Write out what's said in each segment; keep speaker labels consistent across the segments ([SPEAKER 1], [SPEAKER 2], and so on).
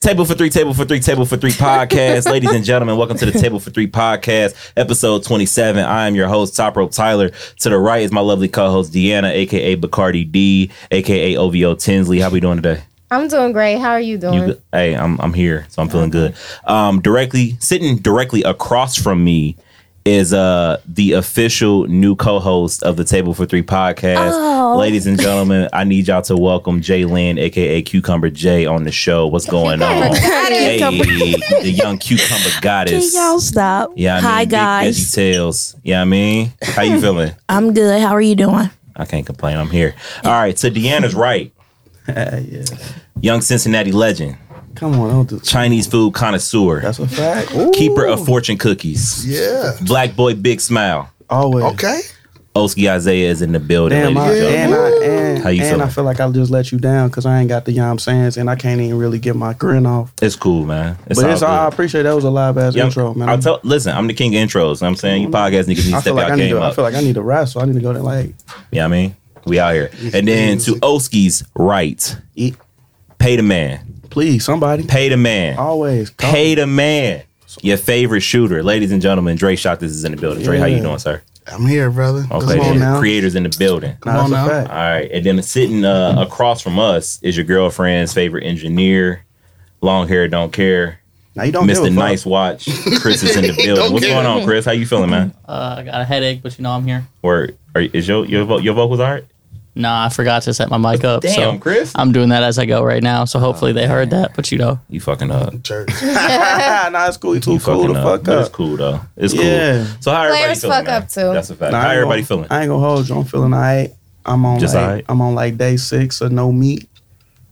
[SPEAKER 1] Table for three, table for three, table for three podcast. Ladies and gentlemen, welcome to the Table for Three podcast, episode 27. I am your host, Top Rope Tyler. To the right is my lovely co host, Deanna, aka Bacardi D, aka OVO Tinsley. How we doing today?
[SPEAKER 2] I'm doing great. How are you doing?
[SPEAKER 1] You good? hey, I'm I'm here, so I'm feeling good. Um, directly sitting directly across from me is uh the official new co-host of the Table for Three podcast.
[SPEAKER 2] Oh.
[SPEAKER 1] Ladies and gentlemen, I need y'all to welcome Jay Lynn, aka Cucumber Jay, on the show. What's going on? Hey, the young cucumber goddess.
[SPEAKER 3] stop?
[SPEAKER 1] Yeah, I mean,
[SPEAKER 3] Hi
[SPEAKER 1] big
[SPEAKER 3] guys.
[SPEAKER 1] veggie tails. Yeah, I mean, how you feeling?
[SPEAKER 3] I'm good. How are you doing?
[SPEAKER 1] I can't complain. I'm here. All right, to Deanna's right,
[SPEAKER 4] yeah.
[SPEAKER 1] young Cincinnati legend,
[SPEAKER 4] Come on, don't do
[SPEAKER 1] Chinese food connoisseur.
[SPEAKER 4] That's a fact. Ooh,
[SPEAKER 1] keeper of fortune cookies.
[SPEAKER 5] Yeah.
[SPEAKER 1] Black boy, big smile.
[SPEAKER 4] always.
[SPEAKER 5] Okay.
[SPEAKER 1] Oski Isaiah is in the building.
[SPEAKER 4] Damn, I,
[SPEAKER 1] ladies and
[SPEAKER 4] and
[SPEAKER 1] gentlemen.
[SPEAKER 4] I and,
[SPEAKER 1] How you
[SPEAKER 4] and
[SPEAKER 1] feeling?
[SPEAKER 4] I feel like I just let you down because I ain't got the you know what I'm saying, and I can't even really get my grin off.
[SPEAKER 1] It's cool, man. It's
[SPEAKER 4] But it's all, I
[SPEAKER 1] all good.
[SPEAKER 4] appreciate that was a live ass
[SPEAKER 1] Yeah,
[SPEAKER 4] intro, man. Mm-hmm.
[SPEAKER 1] I'll tell, listen, I'm the king of intros. I'm saying you podcast niggas need to
[SPEAKER 4] I feel
[SPEAKER 1] step
[SPEAKER 4] like I
[SPEAKER 1] out
[SPEAKER 4] need
[SPEAKER 1] game
[SPEAKER 4] to. I
[SPEAKER 1] up.
[SPEAKER 4] feel like I need to rest, so I need to go to like
[SPEAKER 1] Yeah, I mean, we out here. And then to Oski's right,
[SPEAKER 4] eat.
[SPEAKER 1] pay the man,
[SPEAKER 4] Please, somebody.
[SPEAKER 1] pay the man,
[SPEAKER 4] Always. Call.
[SPEAKER 1] pay the man. Your favorite shooter, ladies and gentlemen, Dre Shot. This is in the building. Dre, how you
[SPEAKER 4] Yeah.
[SPEAKER 1] doing, sir?
[SPEAKER 5] I'm here, brother.
[SPEAKER 1] Okay,
[SPEAKER 4] on
[SPEAKER 1] then.
[SPEAKER 4] now.
[SPEAKER 1] creators in the building.
[SPEAKER 4] Nah,
[SPEAKER 5] Come
[SPEAKER 4] that's
[SPEAKER 5] on
[SPEAKER 4] a
[SPEAKER 5] now.
[SPEAKER 4] fact.
[SPEAKER 1] All right, and then sitting uh, across from us is your girlfriend's favorite engineer, long hair, don't care,
[SPEAKER 4] Now you don't give
[SPEAKER 1] Mister
[SPEAKER 4] a fuck.
[SPEAKER 1] Nice Watch. Chris is in the building.
[SPEAKER 5] Don't
[SPEAKER 1] What's
[SPEAKER 5] care.
[SPEAKER 1] going on, Chris? How you feeling, man?
[SPEAKER 6] Uh, I got a headache, but you know I'm here.
[SPEAKER 1] Or are, is your your vo- your vocals alright?
[SPEAKER 6] Nah, I forgot to set my mic up. so
[SPEAKER 1] Chris,
[SPEAKER 6] I'm doing that as I go right now. So hopefully they heard that. But you know,
[SPEAKER 1] you fucking up.
[SPEAKER 5] Church.
[SPEAKER 4] nah, it's cool. You too
[SPEAKER 1] You
[SPEAKER 4] cool
[SPEAKER 1] fucking
[SPEAKER 4] to
[SPEAKER 1] up.
[SPEAKER 4] fuck
[SPEAKER 1] But it's
[SPEAKER 4] up.
[SPEAKER 1] cool though. It's
[SPEAKER 4] Yeah.
[SPEAKER 1] cool. So how everybody
[SPEAKER 2] Players
[SPEAKER 1] feeling?
[SPEAKER 2] fuck
[SPEAKER 1] man?
[SPEAKER 2] up, too.
[SPEAKER 1] That's a fact.
[SPEAKER 4] Nah, I
[SPEAKER 1] how
[SPEAKER 4] ain't
[SPEAKER 1] everybody
[SPEAKER 4] gonna-
[SPEAKER 1] feeling?
[SPEAKER 4] I ain't gonna hold you. I'm feeling alright. I'm on
[SPEAKER 1] Just
[SPEAKER 4] like
[SPEAKER 1] alright?
[SPEAKER 4] I'm on like day six of no meat.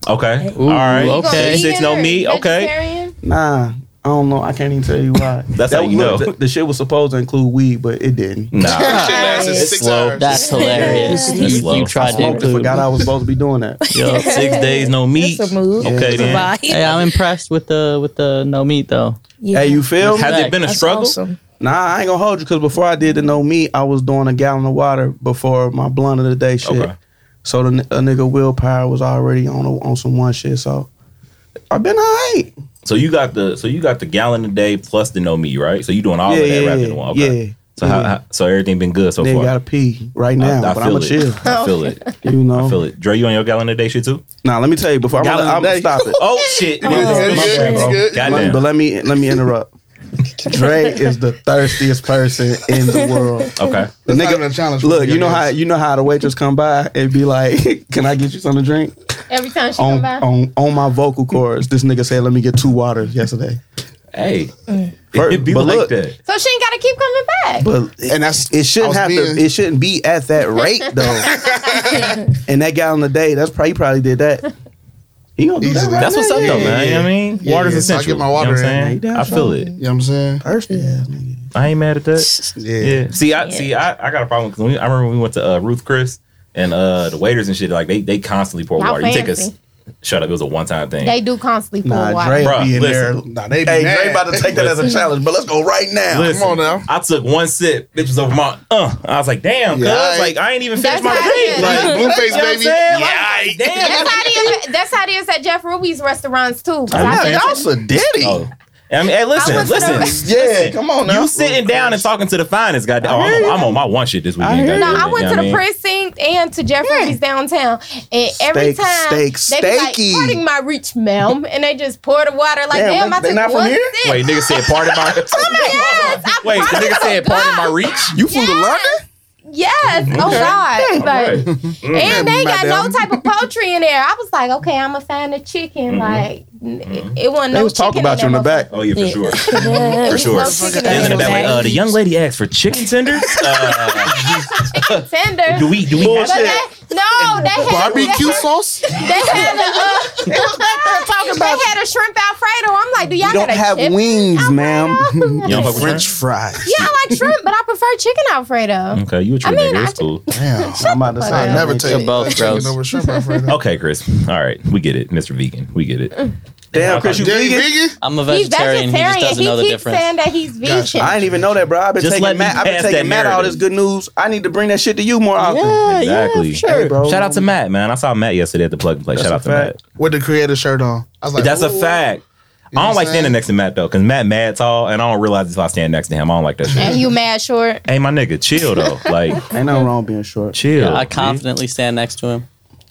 [SPEAKER 1] Okay.
[SPEAKER 6] Ooh,
[SPEAKER 1] All right.
[SPEAKER 2] You gonna
[SPEAKER 6] okay.
[SPEAKER 2] vegan
[SPEAKER 1] Six no
[SPEAKER 2] or
[SPEAKER 1] meat. Okay.
[SPEAKER 2] vegetarian?
[SPEAKER 4] Nah, I don't know. I can't even tell you why.
[SPEAKER 1] That's how you know.
[SPEAKER 4] The, the shit was supposed to include weed, but it didn't.
[SPEAKER 1] Nah.
[SPEAKER 5] Shit lasted
[SPEAKER 2] It's
[SPEAKER 5] six
[SPEAKER 1] slow.
[SPEAKER 5] hours.
[SPEAKER 6] that's hilarious.
[SPEAKER 1] That's
[SPEAKER 6] you,
[SPEAKER 1] low.
[SPEAKER 6] you tried
[SPEAKER 4] I
[SPEAKER 6] to.
[SPEAKER 1] That's
[SPEAKER 4] forgot I was supposed to be doing that.
[SPEAKER 6] Yup.
[SPEAKER 1] Six days no meat.
[SPEAKER 3] It's a move.
[SPEAKER 1] Okay then.
[SPEAKER 3] Bye.
[SPEAKER 6] Hey, I'm impressed with the with the no meat though.
[SPEAKER 3] Yeah.
[SPEAKER 4] Hey, you feel me?
[SPEAKER 1] Has it
[SPEAKER 6] That's
[SPEAKER 1] been a
[SPEAKER 3] That's
[SPEAKER 1] struggle?
[SPEAKER 3] awesome.
[SPEAKER 4] Nah, I ain't gonna hold you because before I did the no meat, I was doing a gallon of water before my blunt of the day shit.
[SPEAKER 1] Okay.
[SPEAKER 4] So the n- a nigga willpower was already on a, on some one shit. So I've been alright.
[SPEAKER 1] So you got the so you got the gallon a day plus the no meat, right? So you doing all
[SPEAKER 4] Yeah,
[SPEAKER 1] of that
[SPEAKER 4] yeah,
[SPEAKER 1] wrapped
[SPEAKER 4] yeah.
[SPEAKER 1] in one. Okay.
[SPEAKER 4] yeah.
[SPEAKER 1] So how, how, so everything been good so
[SPEAKER 4] Nigga
[SPEAKER 1] far.
[SPEAKER 4] gotta pee right now, but I'm
[SPEAKER 1] feel
[SPEAKER 4] going to chill.
[SPEAKER 1] it. I feel it.
[SPEAKER 4] You know.
[SPEAKER 1] I feel it. Dre, you on your gallon a day shit too?
[SPEAKER 4] Nah, let me tell you before I'm,
[SPEAKER 5] Gallon a
[SPEAKER 4] I'm
[SPEAKER 5] day.
[SPEAKER 4] gonna stop it.
[SPEAKER 1] Oh shit! My
[SPEAKER 5] good,
[SPEAKER 1] bad,
[SPEAKER 5] good,
[SPEAKER 1] bro.
[SPEAKER 5] good.
[SPEAKER 4] Let-
[SPEAKER 1] Goddamn.
[SPEAKER 4] but let me let me interrupt. Dre is the thirstiest person in the world.
[SPEAKER 1] Okay.
[SPEAKER 4] The
[SPEAKER 5] That's not even a challenge for
[SPEAKER 4] look,
[SPEAKER 5] me, I
[SPEAKER 4] you know
[SPEAKER 5] guess.
[SPEAKER 4] how you know how the waitress come by and be like, "Can I get you something to drink?"
[SPEAKER 2] Every time she come
[SPEAKER 4] On
[SPEAKER 2] by.
[SPEAKER 4] on on my vocal cords, this nigga said, "Let me get two waters yesterday."
[SPEAKER 1] Hey,
[SPEAKER 4] First,
[SPEAKER 1] it be
[SPEAKER 4] but
[SPEAKER 1] like
[SPEAKER 4] look,
[SPEAKER 1] that.
[SPEAKER 2] So she ain't gotta keep coming back.
[SPEAKER 4] But
[SPEAKER 5] And that's
[SPEAKER 4] it
[SPEAKER 5] I
[SPEAKER 4] shouldn't
[SPEAKER 5] was
[SPEAKER 4] have
[SPEAKER 5] being-
[SPEAKER 4] to. It shouldn't be at that rate though. and that guy on the day, that's probably he probably did that. He gonna do
[SPEAKER 5] Easy.
[SPEAKER 4] that. Right
[SPEAKER 1] That's what's up
[SPEAKER 4] now,
[SPEAKER 1] though,
[SPEAKER 4] yeah.
[SPEAKER 1] man. You know what I mean,
[SPEAKER 5] Yeah,
[SPEAKER 1] water's
[SPEAKER 5] yeah. So I
[SPEAKER 1] essential.
[SPEAKER 5] get my
[SPEAKER 1] You know
[SPEAKER 5] water
[SPEAKER 1] what I'm
[SPEAKER 5] in.
[SPEAKER 1] saying?
[SPEAKER 4] Yeah, you
[SPEAKER 1] I feel
[SPEAKER 4] down
[SPEAKER 1] it.
[SPEAKER 5] You know what I'm saying?
[SPEAKER 4] Thirsty ass nigga.
[SPEAKER 1] I ain't mad at that.
[SPEAKER 5] Yeah.
[SPEAKER 1] Yeah. See, I see, I, I got a problem because I remember when we went to uh, Ruth Chris and uh, the waiters and shit. Like they they constantly pour
[SPEAKER 2] Not
[SPEAKER 1] water. You take
[SPEAKER 2] fancy.
[SPEAKER 1] us. Shut up. It was a one time thing.
[SPEAKER 2] They do constantly pour
[SPEAKER 4] Nah,
[SPEAKER 2] water.
[SPEAKER 4] Dre
[SPEAKER 1] Bruh,
[SPEAKER 4] be in there.
[SPEAKER 1] listen.
[SPEAKER 5] Nah, they be
[SPEAKER 4] Hey,
[SPEAKER 5] mad.
[SPEAKER 4] Dre about to take that as a challenge, but let's go right now.
[SPEAKER 1] Listen,
[SPEAKER 5] Come on now.
[SPEAKER 1] I took one sip. Bitch was over my. Uh, I was like, damn,
[SPEAKER 5] Yeah,
[SPEAKER 1] cuz.
[SPEAKER 5] I-
[SPEAKER 1] like I ain't even finished
[SPEAKER 2] That's
[SPEAKER 1] my
[SPEAKER 2] how
[SPEAKER 1] drink.
[SPEAKER 2] it is.
[SPEAKER 1] Like,
[SPEAKER 5] Blueface
[SPEAKER 1] you know what I'm
[SPEAKER 5] baby.
[SPEAKER 1] saying?
[SPEAKER 5] Yeah,
[SPEAKER 1] Like, damn.
[SPEAKER 2] That's how it is. That's how it is at Jeff Ruby's restaurants too. 'Cause
[SPEAKER 1] I'm
[SPEAKER 2] I
[SPEAKER 1] not-
[SPEAKER 2] been
[SPEAKER 1] y'all
[SPEAKER 2] to-
[SPEAKER 4] Sadiddy.
[SPEAKER 1] Oh. I mean, hey, listen,
[SPEAKER 2] I was
[SPEAKER 1] listen.
[SPEAKER 2] nervous.
[SPEAKER 4] Yeah, come on now.
[SPEAKER 1] You sitting down and talking to the finest goddamn. Oh,
[SPEAKER 4] I hear
[SPEAKER 1] I'm,
[SPEAKER 4] you.
[SPEAKER 1] I'm on my one shit this
[SPEAKER 4] I
[SPEAKER 1] weekend.
[SPEAKER 4] hear you.
[SPEAKER 1] goddamn
[SPEAKER 2] No, I
[SPEAKER 1] it,
[SPEAKER 2] went
[SPEAKER 1] you
[SPEAKER 2] to
[SPEAKER 1] know what I
[SPEAKER 2] the
[SPEAKER 1] mean?
[SPEAKER 2] precinct and to Jeff Ruby's downtown, and every
[SPEAKER 4] Steak,
[SPEAKER 2] time
[SPEAKER 4] steak,
[SPEAKER 2] they be like,
[SPEAKER 4] steaky.
[SPEAKER 2] "Pardon my reach, ma'am," and they just pour the water like, "Damn,
[SPEAKER 4] Damn, they-
[SPEAKER 2] I
[SPEAKER 4] they
[SPEAKER 2] took
[SPEAKER 4] not from
[SPEAKER 2] one
[SPEAKER 4] here?
[SPEAKER 2] sip."
[SPEAKER 1] Wait, nigga said part of my.
[SPEAKER 2] Yes, I
[SPEAKER 1] Wait, the
[SPEAKER 2] promise
[SPEAKER 1] nigga
[SPEAKER 2] to
[SPEAKER 1] said part of my
[SPEAKER 2] God.
[SPEAKER 1] reach.
[SPEAKER 4] You from the London?
[SPEAKER 2] Yes. Oh God. Like,
[SPEAKER 1] Right.
[SPEAKER 2] And they got
[SPEAKER 5] Madam.
[SPEAKER 2] no type of poultry in there. I was like, okay, I'm gonna find a chicken. Like it, it wasn't.
[SPEAKER 4] Mm-hmm. They
[SPEAKER 2] no
[SPEAKER 4] was talking
[SPEAKER 2] chicken
[SPEAKER 4] about you in the
[SPEAKER 2] that
[SPEAKER 4] back.
[SPEAKER 1] Oh yeah, for sure. For
[SPEAKER 3] Yeah.
[SPEAKER 1] sure.
[SPEAKER 2] No chicken
[SPEAKER 1] And in the back, like,
[SPEAKER 3] nuggets.
[SPEAKER 1] uh, the young lady asked for chicken tenders. Uh,
[SPEAKER 2] motherfucker. Tender.
[SPEAKER 1] do we do we have
[SPEAKER 2] But
[SPEAKER 1] that?
[SPEAKER 2] they, no, they had
[SPEAKER 5] Barbecue
[SPEAKER 2] They had,
[SPEAKER 5] sauce?
[SPEAKER 2] they had a. Uh, they had a shrimp alfredo. I'm like, do y'all
[SPEAKER 4] You don't
[SPEAKER 2] got a
[SPEAKER 4] have
[SPEAKER 2] chip?
[SPEAKER 4] wings, ma'am.
[SPEAKER 1] You don't fuck with
[SPEAKER 5] French
[SPEAKER 1] shrimp?
[SPEAKER 5] fries.
[SPEAKER 2] Yeah, I like shrimp, but I prefer chicken alfredo.
[SPEAKER 1] Okay, you a true
[SPEAKER 2] I mean,
[SPEAKER 1] nigga.
[SPEAKER 2] I
[SPEAKER 1] It's
[SPEAKER 2] ju-
[SPEAKER 1] cool.
[SPEAKER 5] Damn.
[SPEAKER 4] I'm about to say.
[SPEAKER 5] I never take
[SPEAKER 6] both,
[SPEAKER 5] a chicken
[SPEAKER 6] bros.
[SPEAKER 5] over shrimp Alfredo.
[SPEAKER 1] Okay, Chris. All right, we get it, Mr. Vegan. We get it.
[SPEAKER 2] Uh,
[SPEAKER 4] Damn, Chris, you
[SPEAKER 5] You ain't
[SPEAKER 4] vegan?
[SPEAKER 5] vegan?
[SPEAKER 6] I'm a
[SPEAKER 2] He's
[SPEAKER 6] vegetarian. He just doesn't
[SPEAKER 2] he
[SPEAKER 6] know the
[SPEAKER 2] keeps
[SPEAKER 6] difference.
[SPEAKER 2] saying that he's vegan.
[SPEAKER 5] Gotcha.
[SPEAKER 4] I didn't even know that, bro. I've been
[SPEAKER 1] Just let me
[SPEAKER 4] taking Matt. I've been
[SPEAKER 1] pass that
[SPEAKER 4] taking Matt all
[SPEAKER 1] narrative.
[SPEAKER 4] this good news. I need to bring that shit to you more often.
[SPEAKER 1] exactly.
[SPEAKER 4] Hey, bro.
[SPEAKER 1] Shout out to Matt, man. I saw Matt yesterday at the plug and play. Shout out
[SPEAKER 4] That's
[SPEAKER 1] to
[SPEAKER 4] a
[SPEAKER 1] Matt.
[SPEAKER 4] fact.
[SPEAKER 5] With the creator shirt on. I was like,
[SPEAKER 1] That's a
[SPEAKER 5] ooh.
[SPEAKER 1] fact.
[SPEAKER 5] know
[SPEAKER 1] I
[SPEAKER 5] what
[SPEAKER 1] don't like
[SPEAKER 5] I'm
[SPEAKER 1] standing
[SPEAKER 5] saying?
[SPEAKER 1] next to Matt though, because Matt mad tall, and I don't realize if I stand next to him. I don't like that shit.
[SPEAKER 2] And you mad short?
[SPEAKER 1] hey, my nigga, chill though. Like,
[SPEAKER 4] Ain't nothing wrong being short.
[SPEAKER 1] chill.
[SPEAKER 6] Yeah, I
[SPEAKER 1] B.
[SPEAKER 6] confidently stand next to him.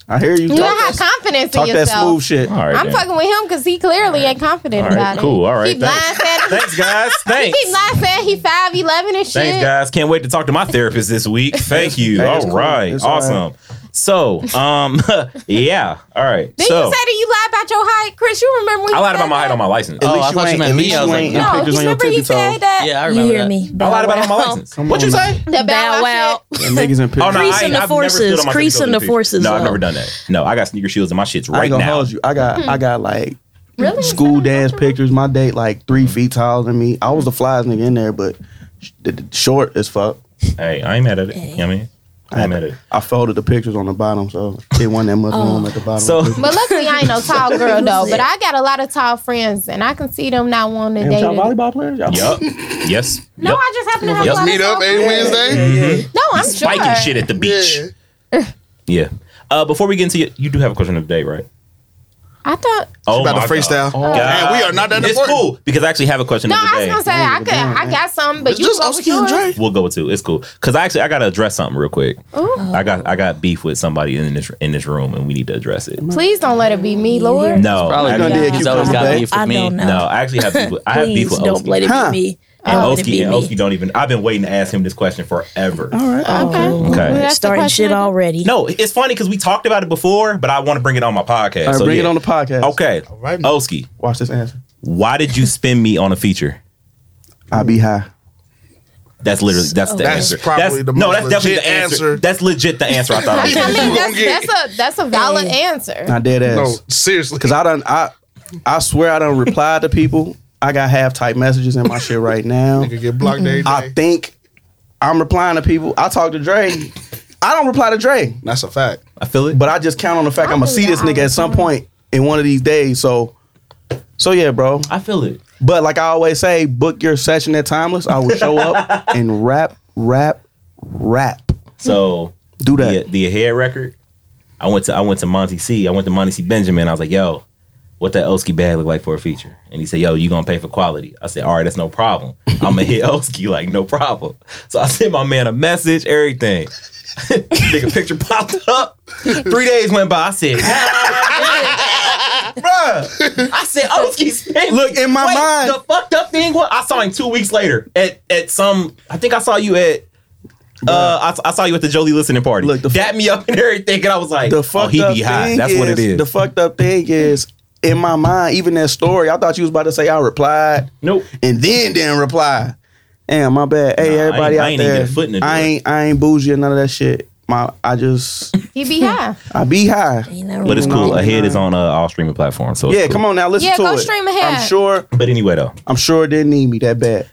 [SPEAKER 4] I hear you.
[SPEAKER 2] You
[SPEAKER 4] talk
[SPEAKER 2] don't have
[SPEAKER 4] that,
[SPEAKER 2] confidence
[SPEAKER 4] talk
[SPEAKER 2] in
[SPEAKER 4] that
[SPEAKER 2] yourself.
[SPEAKER 4] smooth shit.
[SPEAKER 1] All right,
[SPEAKER 2] I'm
[SPEAKER 1] then.
[SPEAKER 2] fucking with him because he clearly ain't confident
[SPEAKER 1] All right,
[SPEAKER 2] about it.
[SPEAKER 1] cool. All right,
[SPEAKER 2] Keep lying,
[SPEAKER 1] thanks.
[SPEAKER 2] saying,
[SPEAKER 1] Thanks, guys.
[SPEAKER 2] he
[SPEAKER 1] Thanks.
[SPEAKER 2] keep lying, saying he five eleven and shit.
[SPEAKER 1] Thanks, guys. Can't wait to talk to my therapist this week. Thank you.
[SPEAKER 4] Hey,
[SPEAKER 1] All
[SPEAKER 4] it's cool.
[SPEAKER 1] right,
[SPEAKER 4] It's all
[SPEAKER 1] awesome. So, um, yeah. All right.
[SPEAKER 2] Then
[SPEAKER 1] so
[SPEAKER 2] you say that you lied about your height, Chris. You remember when
[SPEAKER 1] I
[SPEAKER 2] you
[SPEAKER 1] lied
[SPEAKER 2] said
[SPEAKER 1] about my height
[SPEAKER 2] that?
[SPEAKER 1] on my license.
[SPEAKER 4] At
[SPEAKER 6] Oh, I
[SPEAKER 4] least you
[SPEAKER 6] thought you
[SPEAKER 4] ain't,
[SPEAKER 6] meant
[SPEAKER 4] at
[SPEAKER 6] me.
[SPEAKER 4] least
[SPEAKER 6] I was
[SPEAKER 4] you
[SPEAKER 6] like,
[SPEAKER 4] ain't
[SPEAKER 6] no.
[SPEAKER 4] in
[SPEAKER 2] No,
[SPEAKER 4] pictures
[SPEAKER 2] you
[SPEAKER 4] on your
[SPEAKER 2] remember he
[SPEAKER 4] tippy
[SPEAKER 2] said
[SPEAKER 4] toe.
[SPEAKER 2] that.
[SPEAKER 6] Yeah, I
[SPEAKER 3] You
[SPEAKER 6] remember
[SPEAKER 3] hear
[SPEAKER 6] that.
[SPEAKER 3] me?
[SPEAKER 1] I lied about it on
[SPEAKER 3] Bow
[SPEAKER 1] my
[SPEAKER 3] wow.
[SPEAKER 1] license.
[SPEAKER 4] Come
[SPEAKER 1] What you
[SPEAKER 4] on now.
[SPEAKER 1] say?
[SPEAKER 2] The bow wow.
[SPEAKER 3] Bow wow.
[SPEAKER 4] Yeah, niggas in pictures.
[SPEAKER 1] Oh no, I
[SPEAKER 3] Creasing
[SPEAKER 1] ain't,
[SPEAKER 3] the
[SPEAKER 1] I've never stood
[SPEAKER 3] forces,
[SPEAKER 1] on my
[SPEAKER 3] creasing
[SPEAKER 1] pictures.
[SPEAKER 3] the forces
[SPEAKER 1] No, I've
[SPEAKER 3] up.
[SPEAKER 1] never done that. No, I got sneaker shields and my shit's
[SPEAKER 4] I
[SPEAKER 1] right
[SPEAKER 4] ain't gonna
[SPEAKER 1] now.
[SPEAKER 4] hold you. I got I got like
[SPEAKER 2] Really?
[SPEAKER 4] school dance pictures. My date like three feet taller than me. I was the flyest nigga in there, but sh- the- the- short as fuck.
[SPEAKER 1] Hey, I ain't mad at it. You know what I mean? I ain't mad at it.
[SPEAKER 4] I folded the pictures on the bottom, so it wasn't that much
[SPEAKER 2] Oh.
[SPEAKER 4] room at the bottom.
[SPEAKER 1] So-
[SPEAKER 2] But luckily, I ain't no tall girl though. But I got a lot of tall friends, and I can see them not wanting to
[SPEAKER 4] Damn,
[SPEAKER 2] date.
[SPEAKER 4] y'all
[SPEAKER 2] it.
[SPEAKER 4] volleyball players? Y'all-
[SPEAKER 1] Yup. yes.
[SPEAKER 2] No,
[SPEAKER 1] Yup.
[SPEAKER 2] I just happen to have a
[SPEAKER 1] Let's
[SPEAKER 2] lot
[SPEAKER 5] Meet
[SPEAKER 2] of
[SPEAKER 5] up
[SPEAKER 2] tall
[SPEAKER 5] every
[SPEAKER 2] friends.
[SPEAKER 5] Wednesday.
[SPEAKER 2] No, I'm sure.
[SPEAKER 1] spiking shit at the beach.
[SPEAKER 5] Yeah.
[SPEAKER 1] Yeah. Uh, before we get into your, you do have a question of the day, right?
[SPEAKER 2] I thought.
[SPEAKER 1] Oh,
[SPEAKER 5] about to freestyle.
[SPEAKER 1] God.
[SPEAKER 5] Man, we are not that
[SPEAKER 1] it's
[SPEAKER 5] important.
[SPEAKER 1] cool because I actually have a question
[SPEAKER 2] No,
[SPEAKER 1] of the
[SPEAKER 2] I
[SPEAKER 1] day.
[SPEAKER 2] was gonna say I could. I got some, but
[SPEAKER 5] It's
[SPEAKER 2] you
[SPEAKER 5] just
[SPEAKER 2] go with
[SPEAKER 5] Oski and
[SPEAKER 2] yours.
[SPEAKER 5] Dre.
[SPEAKER 1] We'll go with two. It's cool because I actually I gotta address something real quick.
[SPEAKER 2] Ooh,
[SPEAKER 1] I got I got beef with somebody in this in this room and we need to address it.
[SPEAKER 2] please don't let it be me, Lord.
[SPEAKER 1] No,
[SPEAKER 6] Probably
[SPEAKER 1] I-
[SPEAKER 4] done
[SPEAKER 6] me.
[SPEAKER 4] did
[SPEAKER 6] He's
[SPEAKER 4] you
[SPEAKER 6] always
[SPEAKER 4] come
[SPEAKER 6] got
[SPEAKER 4] back.
[SPEAKER 6] beef with
[SPEAKER 3] I
[SPEAKER 6] me.
[SPEAKER 3] don't know.
[SPEAKER 1] no, I actually have beef. With, I have beef
[SPEAKER 3] Please
[SPEAKER 1] with
[SPEAKER 3] don't
[SPEAKER 1] Oski.
[SPEAKER 3] let it
[SPEAKER 4] Huh.
[SPEAKER 3] be me.
[SPEAKER 1] and
[SPEAKER 3] Don't let it
[SPEAKER 1] Oski
[SPEAKER 3] be
[SPEAKER 1] and
[SPEAKER 3] me.
[SPEAKER 1] Oski don't even. I've been waiting to ask him this question forever.
[SPEAKER 4] All right.
[SPEAKER 2] Okay.
[SPEAKER 1] Okay.
[SPEAKER 2] Well, that's the
[SPEAKER 3] Starting
[SPEAKER 2] question
[SPEAKER 3] shit
[SPEAKER 2] I-
[SPEAKER 3] already.
[SPEAKER 1] No, it's funny because we talked about it before, but I want to bring it on my podcast.
[SPEAKER 4] All right,
[SPEAKER 1] So,
[SPEAKER 4] bring
[SPEAKER 1] yeah.
[SPEAKER 4] it on the podcast.
[SPEAKER 1] Okay,
[SPEAKER 5] right.
[SPEAKER 4] Oh,
[SPEAKER 1] Oski,
[SPEAKER 4] Watch this answer.
[SPEAKER 1] why did you spin me on a feature?
[SPEAKER 4] I be high.
[SPEAKER 1] That's literally that's the
[SPEAKER 5] That's
[SPEAKER 1] answer.
[SPEAKER 5] probably
[SPEAKER 1] That's-
[SPEAKER 5] the
[SPEAKER 1] no,
[SPEAKER 5] most
[SPEAKER 1] that's definitely the
[SPEAKER 5] legit
[SPEAKER 1] answer.
[SPEAKER 5] answer.
[SPEAKER 1] That's legit the answer I thought. I was
[SPEAKER 2] I
[SPEAKER 1] gonna
[SPEAKER 2] mean,
[SPEAKER 1] do.
[SPEAKER 2] that's, that's a that's a valid answer.
[SPEAKER 4] Not dead ass.
[SPEAKER 5] No, seriously.
[SPEAKER 4] Cause I done I I swear I done replied to people. I got half type messages in my shit right now.
[SPEAKER 5] Nigga get blocked every
[SPEAKER 4] I
[SPEAKER 5] day.
[SPEAKER 4] think I'm replying to people. I talk to Dre. I don't reply to Dre,
[SPEAKER 5] That's a fact.
[SPEAKER 1] I feel it.
[SPEAKER 4] but I just count on the fact I'm gonna see this nigga at some point in one of these days. So, so yeah, bro.
[SPEAKER 1] I feel it.
[SPEAKER 4] But like I always say, book your session at Timeless. I will show up and rap, rap, rap.
[SPEAKER 1] So
[SPEAKER 4] Do that.
[SPEAKER 1] the the head record. I went to I went to Monty C. I went to Monty C. Benjamin. I was like, yo, what that Oski bag look like for a feature? And he said, yo, you gonna pay for quality? I said, all right, that's no problem. I'm gonna hit Oski like no problem. So I sent my man a message, everything. Nigga picture popped up. Three days went by. I said, bruh. I said, Oski's name.
[SPEAKER 4] Look, in my
[SPEAKER 1] Wait,
[SPEAKER 4] mind-
[SPEAKER 1] The fucked up thing was I saw him two weeks later at at some. I think I saw you at. Uh, I, I saw you at the Jolie listening party.
[SPEAKER 4] Look,
[SPEAKER 1] Look,
[SPEAKER 4] the
[SPEAKER 1] dap me up and everything, and I was like,
[SPEAKER 4] The
[SPEAKER 1] "Oh,
[SPEAKER 4] fucked
[SPEAKER 1] he
[SPEAKER 4] up
[SPEAKER 1] be high."
[SPEAKER 4] thing
[SPEAKER 1] That's what it is.
[SPEAKER 4] The fucked up thing is in my mind. Even that story, I thought you was about to say I replied.
[SPEAKER 1] nope.
[SPEAKER 4] and then didn't reply. Damn, my bad. Hey,
[SPEAKER 1] Nah, I
[SPEAKER 4] everybody
[SPEAKER 1] ain't- I
[SPEAKER 4] out
[SPEAKER 1] ain't even
[SPEAKER 4] there.
[SPEAKER 1] get a foot in the door.
[SPEAKER 4] I ain't, I ain't bougie or none of that shit. My, I just,
[SPEAKER 2] He be high.
[SPEAKER 4] I be high.
[SPEAKER 3] Ain't nothing
[SPEAKER 1] But it's
[SPEAKER 3] wrong
[SPEAKER 1] cool.
[SPEAKER 3] with
[SPEAKER 1] Ahead
[SPEAKER 3] that.
[SPEAKER 1] is on uh, all streaming platforms. So it's
[SPEAKER 4] Yeah,
[SPEAKER 1] cool.
[SPEAKER 4] come on now, listen
[SPEAKER 2] Yeah,
[SPEAKER 4] to
[SPEAKER 2] go
[SPEAKER 4] it.
[SPEAKER 2] stream ahead.
[SPEAKER 4] I'm sure,
[SPEAKER 1] But anyway, though,
[SPEAKER 4] I'm sure it didn't need me that bad.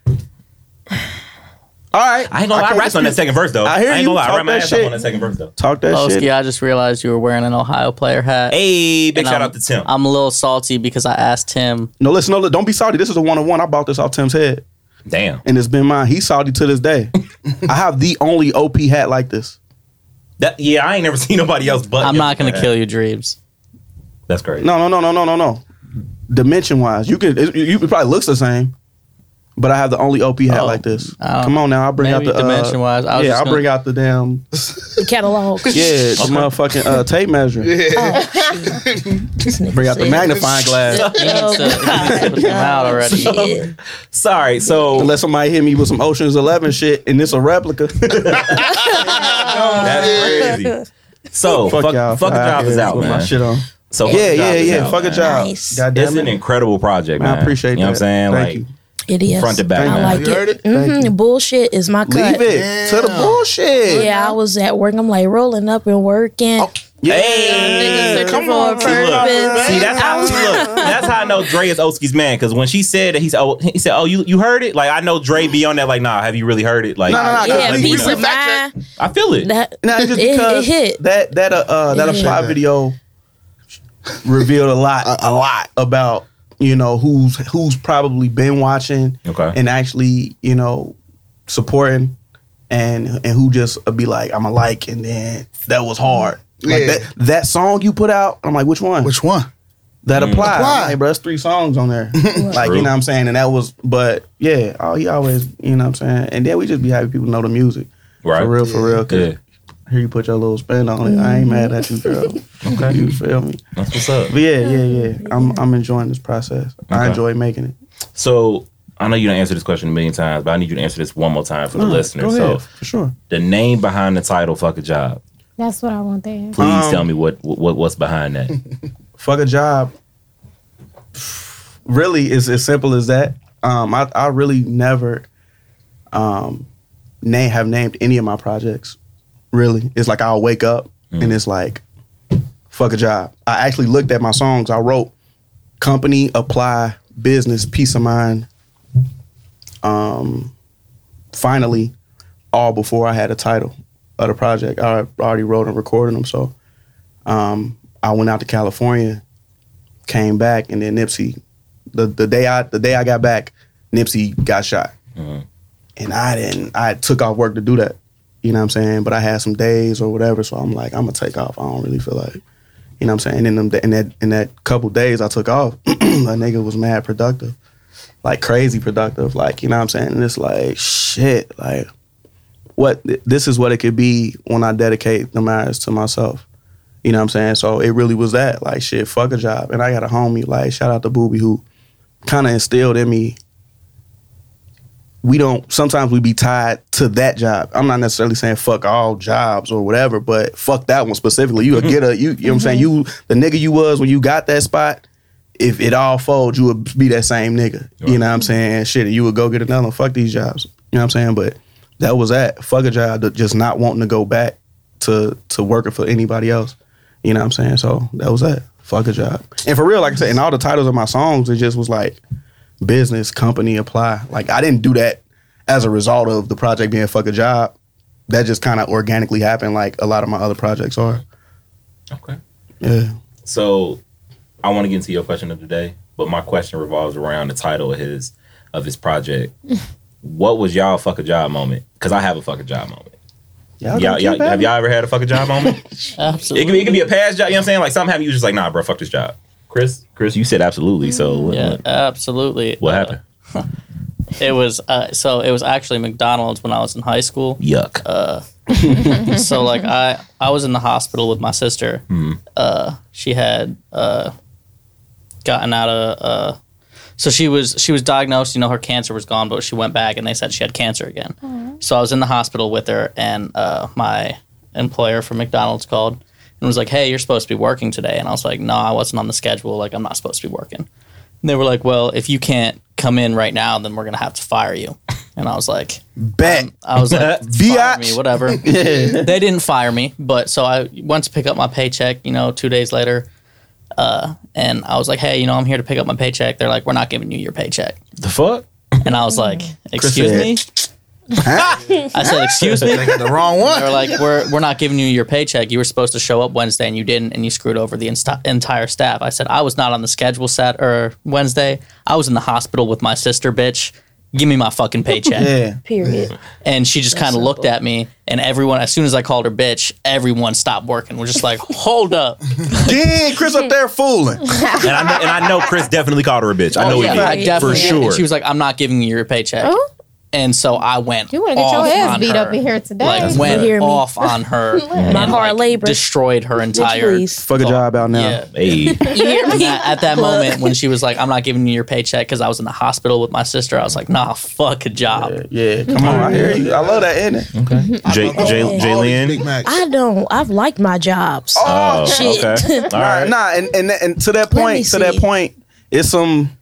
[SPEAKER 4] All right,
[SPEAKER 1] I ain't gonna lie. I
[SPEAKER 4] can't
[SPEAKER 1] rapped on that
[SPEAKER 4] dispute-
[SPEAKER 1] second verse though.
[SPEAKER 4] I hear
[SPEAKER 1] ain't
[SPEAKER 4] you.
[SPEAKER 1] gonna lie. I
[SPEAKER 4] Talk
[SPEAKER 1] rapped my
[SPEAKER 4] that
[SPEAKER 1] ass up
[SPEAKER 4] shit.
[SPEAKER 1] on that second verse though.
[SPEAKER 4] Talk that shit.
[SPEAKER 6] Oski, I just realized you were wearing an Ohio player hat.
[SPEAKER 1] Hey, big
[SPEAKER 6] and
[SPEAKER 1] shout
[SPEAKER 6] I'm-
[SPEAKER 1] out to Tim.
[SPEAKER 6] I'm a little salty because I asked him.
[SPEAKER 4] No, listen, no, look, don't be salty. This is a one on one. I bought this off Tim's head,
[SPEAKER 1] Damn,
[SPEAKER 4] and it's been mine. He's salty to this day. I have the only OP hat like this.
[SPEAKER 1] that yeah, I ain't never seen nobody else. But
[SPEAKER 6] I'm not gonna kill your dreams.
[SPEAKER 1] That's crazy.
[SPEAKER 4] No, no, no, no, no, no, no. Dimension wise, you could it, you it probably looks the same, but I have the only OP hat
[SPEAKER 6] Oh,
[SPEAKER 4] like this.
[SPEAKER 6] oh.
[SPEAKER 4] Come on now, I'll bring
[SPEAKER 6] Maybe
[SPEAKER 4] out the uh,
[SPEAKER 6] dimension wise. I was
[SPEAKER 4] yeah,
[SPEAKER 6] just
[SPEAKER 4] I'll
[SPEAKER 6] gonna-
[SPEAKER 4] bring out the damn
[SPEAKER 3] The catalog.
[SPEAKER 4] yeah the motherfucking uh, tape measure.
[SPEAKER 5] Yeah.
[SPEAKER 3] This nigga
[SPEAKER 4] Bring out the
[SPEAKER 3] said-
[SPEAKER 4] magnifying glass.
[SPEAKER 6] You need to-
[SPEAKER 3] Oh,
[SPEAKER 6] you need to put them out already.
[SPEAKER 3] Shit.
[SPEAKER 1] Sorry. So
[SPEAKER 4] Unless somebody hit me with some Ocean's Eleven shit, and it's a replica.
[SPEAKER 1] That's crazy. So fuck, fuck,
[SPEAKER 4] y'all.
[SPEAKER 1] a
[SPEAKER 4] Uh, Fuck
[SPEAKER 1] job
[SPEAKER 4] y'all.
[SPEAKER 1] is out,
[SPEAKER 4] Put
[SPEAKER 1] man.
[SPEAKER 4] My shit on.
[SPEAKER 1] So Fuck
[SPEAKER 4] Yeah,
[SPEAKER 1] a Job
[SPEAKER 4] yeah,
[SPEAKER 1] is
[SPEAKER 4] yeah.
[SPEAKER 1] out,
[SPEAKER 4] Fuck a
[SPEAKER 1] man.
[SPEAKER 4] job.
[SPEAKER 3] Nice.
[SPEAKER 4] God
[SPEAKER 1] It's
[SPEAKER 4] damn
[SPEAKER 1] an
[SPEAKER 4] it.
[SPEAKER 1] incredible project,
[SPEAKER 4] Man,
[SPEAKER 1] man.
[SPEAKER 4] I appreciate
[SPEAKER 1] You know what I'm
[SPEAKER 4] that.
[SPEAKER 1] saying?
[SPEAKER 4] Thank
[SPEAKER 1] like
[SPEAKER 4] you.
[SPEAKER 3] It is.
[SPEAKER 1] front to back.
[SPEAKER 4] Thank
[SPEAKER 3] I
[SPEAKER 4] you.
[SPEAKER 3] like
[SPEAKER 5] You heard
[SPEAKER 3] it.
[SPEAKER 5] it?
[SPEAKER 4] Thank you.
[SPEAKER 3] Mhm. Bullshit is my cut.
[SPEAKER 4] Leave it to the bullshit.
[SPEAKER 3] Yeah, I was at work. I'm like rolling up and working.
[SPEAKER 1] Oh,
[SPEAKER 4] Yeah.
[SPEAKER 1] Hey,
[SPEAKER 3] Come on,
[SPEAKER 1] See, look.
[SPEAKER 3] purpose.
[SPEAKER 1] See, that's how look. That's how I know Dre is Oski's man. Because when she said that he's oh he said oh you you heard it like I know Dre be on that like nah have you really heard it like
[SPEAKER 4] No, no, no,
[SPEAKER 1] I-
[SPEAKER 4] no.
[SPEAKER 3] Yeah,
[SPEAKER 4] we-
[SPEAKER 3] peace
[SPEAKER 1] we-
[SPEAKER 3] of mind.
[SPEAKER 1] I feel it.
[SPEAKER 3] That
[SPEAKER 4] Nah, it's just
[SPEAKER 3] it, it
[SPEAKER 4] because
[SPEAKER 3] hit.
[SPEAKER 4] that that uh, uh that
[SPEAKER 3] Yeah.
[SPEAKER 4] apply video revealed a lot a, lot about you know who's who's probably been watching
[SPEAKER 1] Okay.
[SPEAKER 4] and actually you know supporting and and who just uh, be like I'm a like and then that was hard like
[SPEAKER 5] Yeah.
[SPEAKER 4] that that song you put out I'm like which one
[SPEAKER 5] Which one?
[SPEAKER 4] that apply.
[SPEAKER 5] Apply.
[SPEAKER 4] Hey, bro, that's three songs on there. like,
[SPEAKER 1] True.
[SPEAKER 4] you know what I'm saying? And that was, but yeah, oh, he always, you know what I'm saying? And then we just be happy people know the music.
[SPEAKER 1] Right.
[SPEAKER 4] For real, for real. Cause
[SPEAKER 1] Yeah.
[SPEAKER 4] here you put your little spin on it. I ain't mad at you, girl. okay. You feel me?
[SPEAKER 1] That's what's up.
[SPEAKER 4] But yeah, yeah, yeah. I'm I'm enjoying this process. I
[SPEAKER 1] Okay.
[SPEAKER 4] enjoy making it.
[SPEAKER 1] So I know you don't answer this question a million times, but I need you to answer this one more time for the
[SPEAKER 4] No,
[SPEAKER 1] listener.
[SPEAKER 4] go
[SPEAKER 1] So
[SPEAKER 4] ahead, for sure.
[SPEAKER 1] the name behind the title, fuck a job.
[SPEAKER 2] That's what I want to hear.
[SPEAKER 1] Please
[SPEAKER 4] Um,
[SPEAKER 1] tell me what, what what's behind that.
[SPEAKER 4] fuck a job really is as simple as that um i, I really never um name have named any of my projects really it's like i'll wake up and it's like fuck a job i actually looked at my songs i wrote company apply business peace of mind um finally all before i had a title of the project i already wrote and recorded them so um, I went out to California, came back, and then Nipsey, the, the day I the day I got back, Nipsey got shot, and I didn't. I took off work to do that. You know what I'm saying? But I had some days or whatever, so I'm like, I'm gonna take off. I don't really feel like, you know what I'm saying? And in them in that in that couple days I took off, that nigga was mad productive, like crazy productive, like you know what I'm saying? And it's like shit, like what this is what it could be when I dedicate the marriage to myself. You know what I'm saying? So it really was that. Like, shit, fuck a job. And I got a homie, like, shout out to Booby, who kind of instilled in me. We don't, sometimes we be tied to that job. I'm not necessarily saying fuck all jobs or whatever, but fuck that one specifically. You'll get a, you, you know what I'm saying? You, the nigga you was when you got that spot, if it all folds, you would be that same nigga. You know what I'm saying? Shit, and you would go get another one. Fuck these jobs. You know what I'm saying? But that was that. Fuck a job, to just not wanting to go back to to working for anybody else. You know what I'm saying? So that was that. Fuck a job. And for real, like I said, and all the titles of my songs, it just was like business, company, apply. Like I didn't do that as a result of the project being fuck a job. That just kind of organically happened, like a lot of my other projects are.
[SPEAKER 1] okay.
[SPEAKER 4] Yeah.
[SPEAKER 1] So I want to get into your question of the day, but my question revolves around the title of his of his project. what was y'all fuck a job moment? Because I have a fuck a job moment.
[SPEAKER 4] Y'all
[SPEAKER 1] Y'all,
[SPEAKER 4] gonna
[SPEAKER 1] y'all,
[SPEAKER 4] keep at
[SPEAKER 1] have
[SPEAKER 4] it?
[SPEAKER 1] y'all ever had a fuck a job moment? it,
[SPEAKER 6] Absolutely.
[SPEAKER 1] could be, it could be a past job. You know what I'm saying? Like something happened, you was just like, nah, bro, fuck this job. Chris, Chris, you said absolutely. So what,
[SPEAKER 6] Mm, yeah,
[SPEAKER 1] what,
[SPEAKER 6] absolutely.
[SPEAKER 1] what happened?
[SPEAKER 6] It was uh, so it was actually McDonald's when I was in high school.
[SPEAKER 1] Yuck.
[SPEAKER 6] uh. so like I I was in the hospital with my sister. Uh, she had uh, gotten out of uh, so she was she was diagnosed. You know her cancer was gone, but she went back and they said she had cancer again. So I was in the hospital with her, and uh, my employer from McDonald's called and was like, "Hey, you're supposed to be working today," and I was like, "No, I wasn't on the schedule. Like I'm not supposed to be working." And they were like, "Well, if you can't come in right now, then we're gonna have to fire you." And I was like,
[SPEAKER 4] Bet.
[SPEAKER 6] I was like, fire
[SPEAKER 4] Biatch.
[SPEAKER 6] me, whatever. They didn't fire me, but so I went to pick up my paycheck, you know, two days later. Uh, and I was like, hey, you know, I'm here to pick up my paycheck. They're like, we're not giving you your paycheck.
[SPEAKER 1] the fuck?
[SPEAKER 6] And I was like, excuse
[SPEAKER 4] said,
[SPEAKER 6] me? I said, excuse me?
[SPEAKER 5] They got the wrong
[SPEAKER 6] They're
[SPEAKER 5] one.
[SPEAKER 6] like, we're, we're not giving you your paycheck. You were supposed to show up Wednesday and you didn't, and you screwed over the insta- entire staff. I said, I was not on the schedule set or Wednesday. I was in the hospital with my sister, bitch. Give me my fucking paycheck.
[SPEAKER 4] Yeah.
[SPEAKER 3] Period.
[SPEAKER 6] And she just kind of looked at me, and everyone, as soon as I called her bitch, everyone stopped working. We're just like, hold up.
[SPEAKER 4] Dang, Chris up there fooling.
[SPEAKER 1] and, I know, and I know Chris definitely called her a bitch. I know
[SPEAKER 3] yeah.
[SPEAKER 1] he did.
[SPEAKER 6] Oh, I definitely.
[SPEAKER 1] For sure.
[SPEAKER 6] And she was like, I'm not giving you your paycheck.
[SPEAKER 2] Oh.
[SPEAKER 6] And so I went.
[SPEAKER 2] You want to get your
[SPEAKER 6] off
[SPEAKER 2] ass
[SPEAKER 6] on
[SPEAKER 2] beat
[SPEAKER 6] her.
[SPEAKER 2] up in here today.
[SPEAKER 6] Like,
[SPEAKER 3] Hear
[SPEAKER 6] went
[SPEAKER 3] me.
[SPEAKER 6] off on her.
[SPEAKER 3] My hard labor.
[SPEAKER 6] Destroyed her entire.
[SPEAKER 3] please.
[SPEAKER 4] Fuck a job out now.
[SPEAKER 6] Yeah.
[SPEAKER 1] hey.
[SPEAKER 3] You hear
[SPEAKER 6] And
[SPEAKER 3] me?
[SPEAKER 6] that- at that moment when she was like, "I'm not giving you your paycheck" because I was in the hospital with my sister, I was like, "Nah, fuck a job."
[SPEAKER 4] Yeah, come on. I hear you. I love that, isn't it?
[SPEAKER 1] J-
[SPEAKER 6] Oh,
[SPEAKER 1] J- Jalen.
[SPEAKER 5] Big Mac.
[SPEAKER 3] I don't. I've liked my jobs. Uh,
[SPEAKER 1] Oh,
[SPEAKER 3] shit.
[SPEAKER 1] okay. All right.
[SPEAKER 4] Nah, and, and and to that
[SPEAKER 3] me
[SPEAKER 4] point, to that
[SPEAKER 3] see.
[SPEAKER 4] point, it's some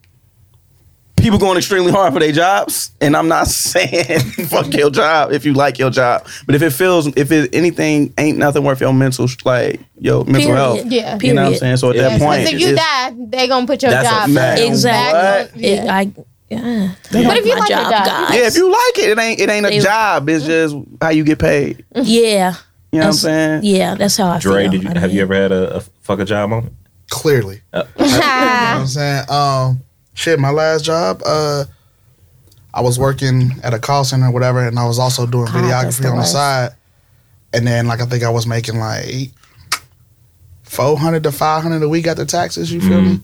[SPEAKER 4] people going extremely hard for their jobs, and I'm not saying fuck your job if you like your job, but if it feels, if it anything ain't nothing worth your mental, sh- like your mental
[SPEAKER 3] Period.
[SPEAKER 4] health.
[SPEAKER 2] Yeah.
[SPEAKER 4] You know what
[SPEAKER 3] Period.
[SPEAKER 4] I'm saying? So at
[SPEAKER 1] Yeah,
[SPEAKER 4] that
[SPEAKER 1] because
[SPEAKER 4] point,
[SPEAKER 2] Because if you
[SPEAKER 4] it's-
[SPEAKER 2] die, they gonna put your
[SPEAKER 1] That's a
[SPEAKER 2] job.
[SPEAKER 1] fact.
[SPEAKER 2] back
[SPEAKER 3] Exactly.
[SPEAKER 2] on-
[SPEAKER 3] It,
[SPEAKER 2] yeah.
[SPEAKER 3] I, yeah.
[SPEAKER 2] But if you like your job,
[SPEAKER 3] guys.
[SPEAKER 4] yeah, if you like it, it ain't it ain't a
[SPEAKER 3] They-
[SPEAKER 4] job. It's just how you get paid. You
[SPEAKER 3] yeah,
[SPEAKER 4] know what I'm
[SPEAKER 3] That's-
[SPEAKER 4] saying?
[SPEAKER 3] yeah, that's how I
[SPEAKER 1] Dre,
[SPEAKER 3] feel.
[SPEAKER 1] did you,
[SPEAKER 3] I
[SPEAKER 1] have you
[SPEAKER 3] mean,
[SPEAKER 1] ever had a, a fuck a job moment?
[SPEAKER 5] Clearly. You know what I'm saying? Um, shit, my last job, uh, I was working at a call center or whatever, and I was also doing
[SPEAKER 3] God, that's
[SPEAKER 5] videography
[SPEAKER 3] the
[SPEAKER 5] on the
[SPEAKER 3] worst.
[SPEAKER 5] side. And then, like, I think I was making like 400 to 500 a week after taxes, you feel me?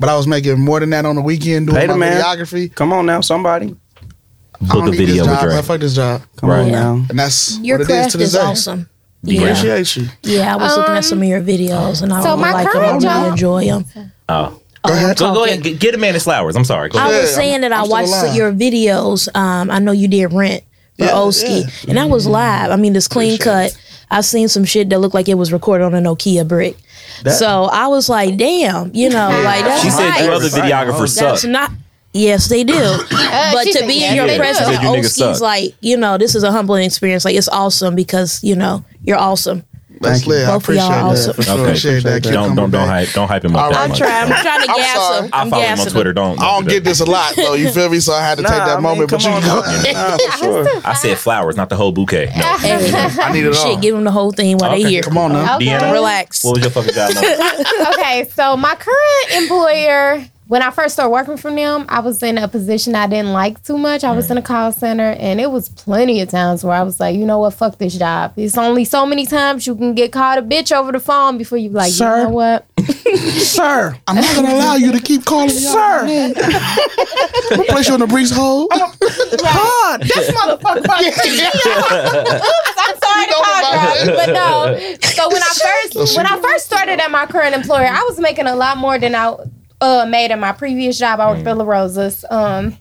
[SPEAKER 5] But I was making more than that on the weekend doing
[SPEAKER 4] Mm-hmm. Pay the
[SPEAKER 5] my
[SPEAKER 4] man.
[SPEAKER 5] videography.
[SPEAKER 4] Come on now, somebody.
[SPEAKER 5] I
[SPEAKER 1] Book
[SPEAKER 5] don't
[SPEAKER 1] a
[SPEAKER 5] need this
[SPEAKER 1] video with
[SPEAKER 5] job. man.
[SPEAKER 1] Drake.
[SPEAKER 5] Fuck this job.
[SPEAKER 4] Come on
[SPEAKER 3] Right.
[SPEAKER 4] now.
[SPEAKER 5] And that's
[SPEAKER 3] Your
[SPEAKER 5] what it is
[SPEAKER 3] craft
[SPEAKER 5] to this
[SPEAKER 3] is
[SPEAKER 5] day.
[SPEAKER 3] awesome.
[SPEAKER 1] Yeah.
[SPEAKER 3] Yeah.
[SPEAKER 5] Appreciate you.
[SPEAKER 3] Yeah, I was looking at some of your videos and I
[SPEAKER 2] so
[SPEAKER 3] really
[SPEAKER 2] my
[SPEAKER 3] like them. I
[SPEAKER 2] current
[SPEAKER 3] really
[SPEAKER 2] job-
[SPEAKER 3] enjoy them.
[SPEAKER 1] Oh.
[SPEAKER 3] Go
[SPEAKER 5] ahead.
[SPEAKER 1] Go, go ahead. G- Get a man his flowers. I'm sorry. Go
[SPEAKER 3] I
[SPEAKER 1] ahead.
[SPEAKER 3] was
[SPEAKER 5] Yeah,
[SPEAKER 3] saying that
[SPEAKER 5] I'm-
[SPEAKER 3] i
[SPEAKER 5] I'm still
[SPEAKER 3] watched
[SPEAKER 5] alive.
[SPEAKER 3] your videos. Um, I know you did Rent for
[SPEAKER 5] Yeah,
[SPEAKER 3] Oski,
[SPEAKER 5] yeah.
[SPEAKER 3] and I was live. I mean, this clean cut. I've seen some shit that looked like it was recorded on a Nokia brick.
[SPEAKER 4] That-
[SPEAKER 3] so I was like, damn, you know, like that's
[SPEAKER 1] She said
[SPEAKER 3] nice.
[SPEAKER 1] you other
[SPEAKER 4] Right.
[SPEAKER 1] videographers
[SPEAKER 3] That's
[SPEAKER 1] suck.
[SPEAKER 3] not. Yes, they do. but
[SPEAKER 2] she
[SPEAKER 3] to
[SPEAKER 2] said,
[SPEAKER 3] be
[SPEAKER 2] yes,
[SPEAKER 3] in
[SPEAKER 2] they
[SPEAKER 3] your
[SPEAKER 2] do.
[SPEAKER 3] presence,
[SPEAKER 1] She said
[SPEAKER 3] at
[SPEAKER 1] you niggas suck.
[SPEAKER 3] Oski's like you know, this is a humbling experience. Like it's awesome because you know you're awesome.
[SPEAKER 5] That's
[SPEAKER 4] Thank you.
[SPEAKER 5] lit. I
[SPEAKER 3] Both of
[SPEAKER 5] appreciate
[SPEAKER 3] y'all
[SPEAKER 5] that.
[SPEAKER 3] awesome.
[SPEAKER 5] For sure.
[SPEAKER 1] Okay.
[SPEAKER 5] Appreciate that. Keep
[SPEAKER 1] Don't
[SPEAKER 5] coming
[SPEAKER 1] don't don't
[SPEAKER 5] back.
[SPEAKER 1] hype don't hype him up that
[SPEAKER 5] I'm
[SPEAKER 3] I'm
[SPEAKER 1] much.
[SPEAKER 3] trying. I'm trying to
[SPEAKER 5] I'm
[SPEAKER 3] gas
[SPEAKER 5] sorry.
[SPEAKER 3] him.
[SPEAKER 1] I
[SPEAKER 3] I'm
[SPEAKER 1] follow him on
[SPEAKER 3] gassing
[SPEAKER 1] Twitter.
[SPEAKER 3] Him.
[SPEAKER 1] Don't
[SPEAKER 5] I don't
[SPEAKER 1] do
[SPEAKER 5] get
[SPEAKER 1] that.
[SPEAKER 5] this a lot though. You feel me? So I had to
[SPEAKER 4] Nah,
[SPEAKER 5] take that
[SPEAKER 4] I mean,
[SPEAKER 5] moment. But
[SPEAKER 4] come
[SPEAKER 5] you
[SPEAKER 4] on
[SPEAKER 5] go.
[SPEAKER 4] now. Nah, for sure.
[SPEAKER 1] I said flowers, not the whole bouquet. No.
[SPEAKER 3] Everything.
[SPEAKER 5] I need it all.
[SPEAKER 3] Shit, give them the whole thing while they
[SPEAKER 1] Okay,
[SPEAKER 3] here.
[SPEAKER 5] Come on now.
[SPEAKER 2] Okay.
[SPEAKER 1] Deanna?
[SPEAKER 3] Relax.
[SPEAKER 1] What was your fucking job? number?
[SPEAKER 2] okay, so my current employer, when I first started working from them, I was in a position I didn't like too much. I was
[SPEAKER 6] Mm.
[SPEAKER 2] in a call center, and it was plenty of times where I was like, you know what, fuck this job. It's only so many times you can get called a bitch over the phone before you be like,
[SPEAKER 4] Sir.
[SPEAKER 2] you know what?
[SPEAKER 4] Sir,
[SPEAKER 5] I'm not gonna allow you to keep calling me. out.
[SPEAKER 4] sir,
[SPEAKER 5] I'm gonna place you on the breeze hole.
[SPEAKER 4] God.
[SPEAKER 2] I'm sorry to call you, but no. So when I first when I first started at my current employer, I was making a lot more than I uh, made at my previous job. I worked for La Rosa's. Um,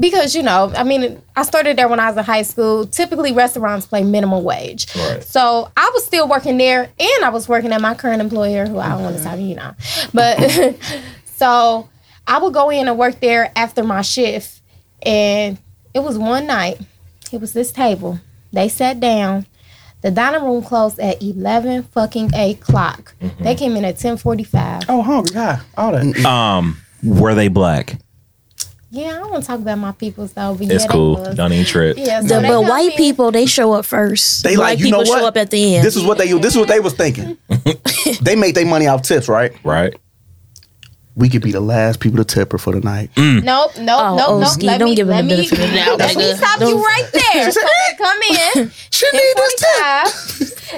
[SPEAKER 2] because you know, I mean, I started there when I was in high school. Typically, restaurants play minimum wage,
[SPEAKER 1] Right.
[SPEAKER 2] so I was still working there, and I was working at my current employer, who I don't want to tell you now. But so I would go in and work there after my shift, and it was one night. It was this table. They sat down. The dining room closed at eleven fucking o'clock.
[SPEAKER 1] Mm-hmm.
[SPEAKER 2] They came in at ten forty five.
[SPEAKER 4] Oh, hungry guy. All that.
[SPEAKER 1] Um, were they black?
[SPEAKER 2] Yeah, I don't want to talk about my people's though. But
[SPEAKER 1] It's
[SPEAKER 2] yeah, they
[SPEAKER 1] cool.
[SPEAKER 2] was.
[SPEAKER 1] Don't even trip.
[SPEAKER 2] Yeah, so
[SPEAKER 3] The-
[SPEAKER 2] they
[SPEAKER 3] but
[SPEAKER 2] come
[SPEAKER 3] white
[SPEAKER 2] in.
[SPEAKER 3] people, they show up first.
[SPEAKER 4] They
[SPEAKER 3] Black
[SPEAKER 4] like, you know
[SPEAKER 3] people
[SPEAKER 4] what?
[SPEAKER 3] show up at the end.
[SPEAKER 4] This is what they this is what they was thinking. they made their money off tips, right?
[SPEAKER 1] Right?
[SPEAKER 4] We could be the last people to tip her for the night.
[SPEAKER 1] Mm.
[SPEAKER 2] Nope, nope,
[SPEAKER 3] Oh,
[SPEAKER 2] nope,
[SPEAKER 3] oh,
[SPEAKER 2] nope.
[SPEAKER 3] Ski,
[SPEAKER 2] let
[SPEAKER 3] don't
[SPEAKER 2] me,
[SPEAKER 3] give him
[SPEAKER 2] let
[SPEAKER 3] the
[SPEAKER 2] me,
[SPEAKER 3] benefit of the doubt,
[SPEAKER 2] Let me
[SPEAKER 3] nigga.
[SPEAKER 2] stop you
[SPEAKER 3] Don't-
[SPEAKER 2] right there. So they come in. She need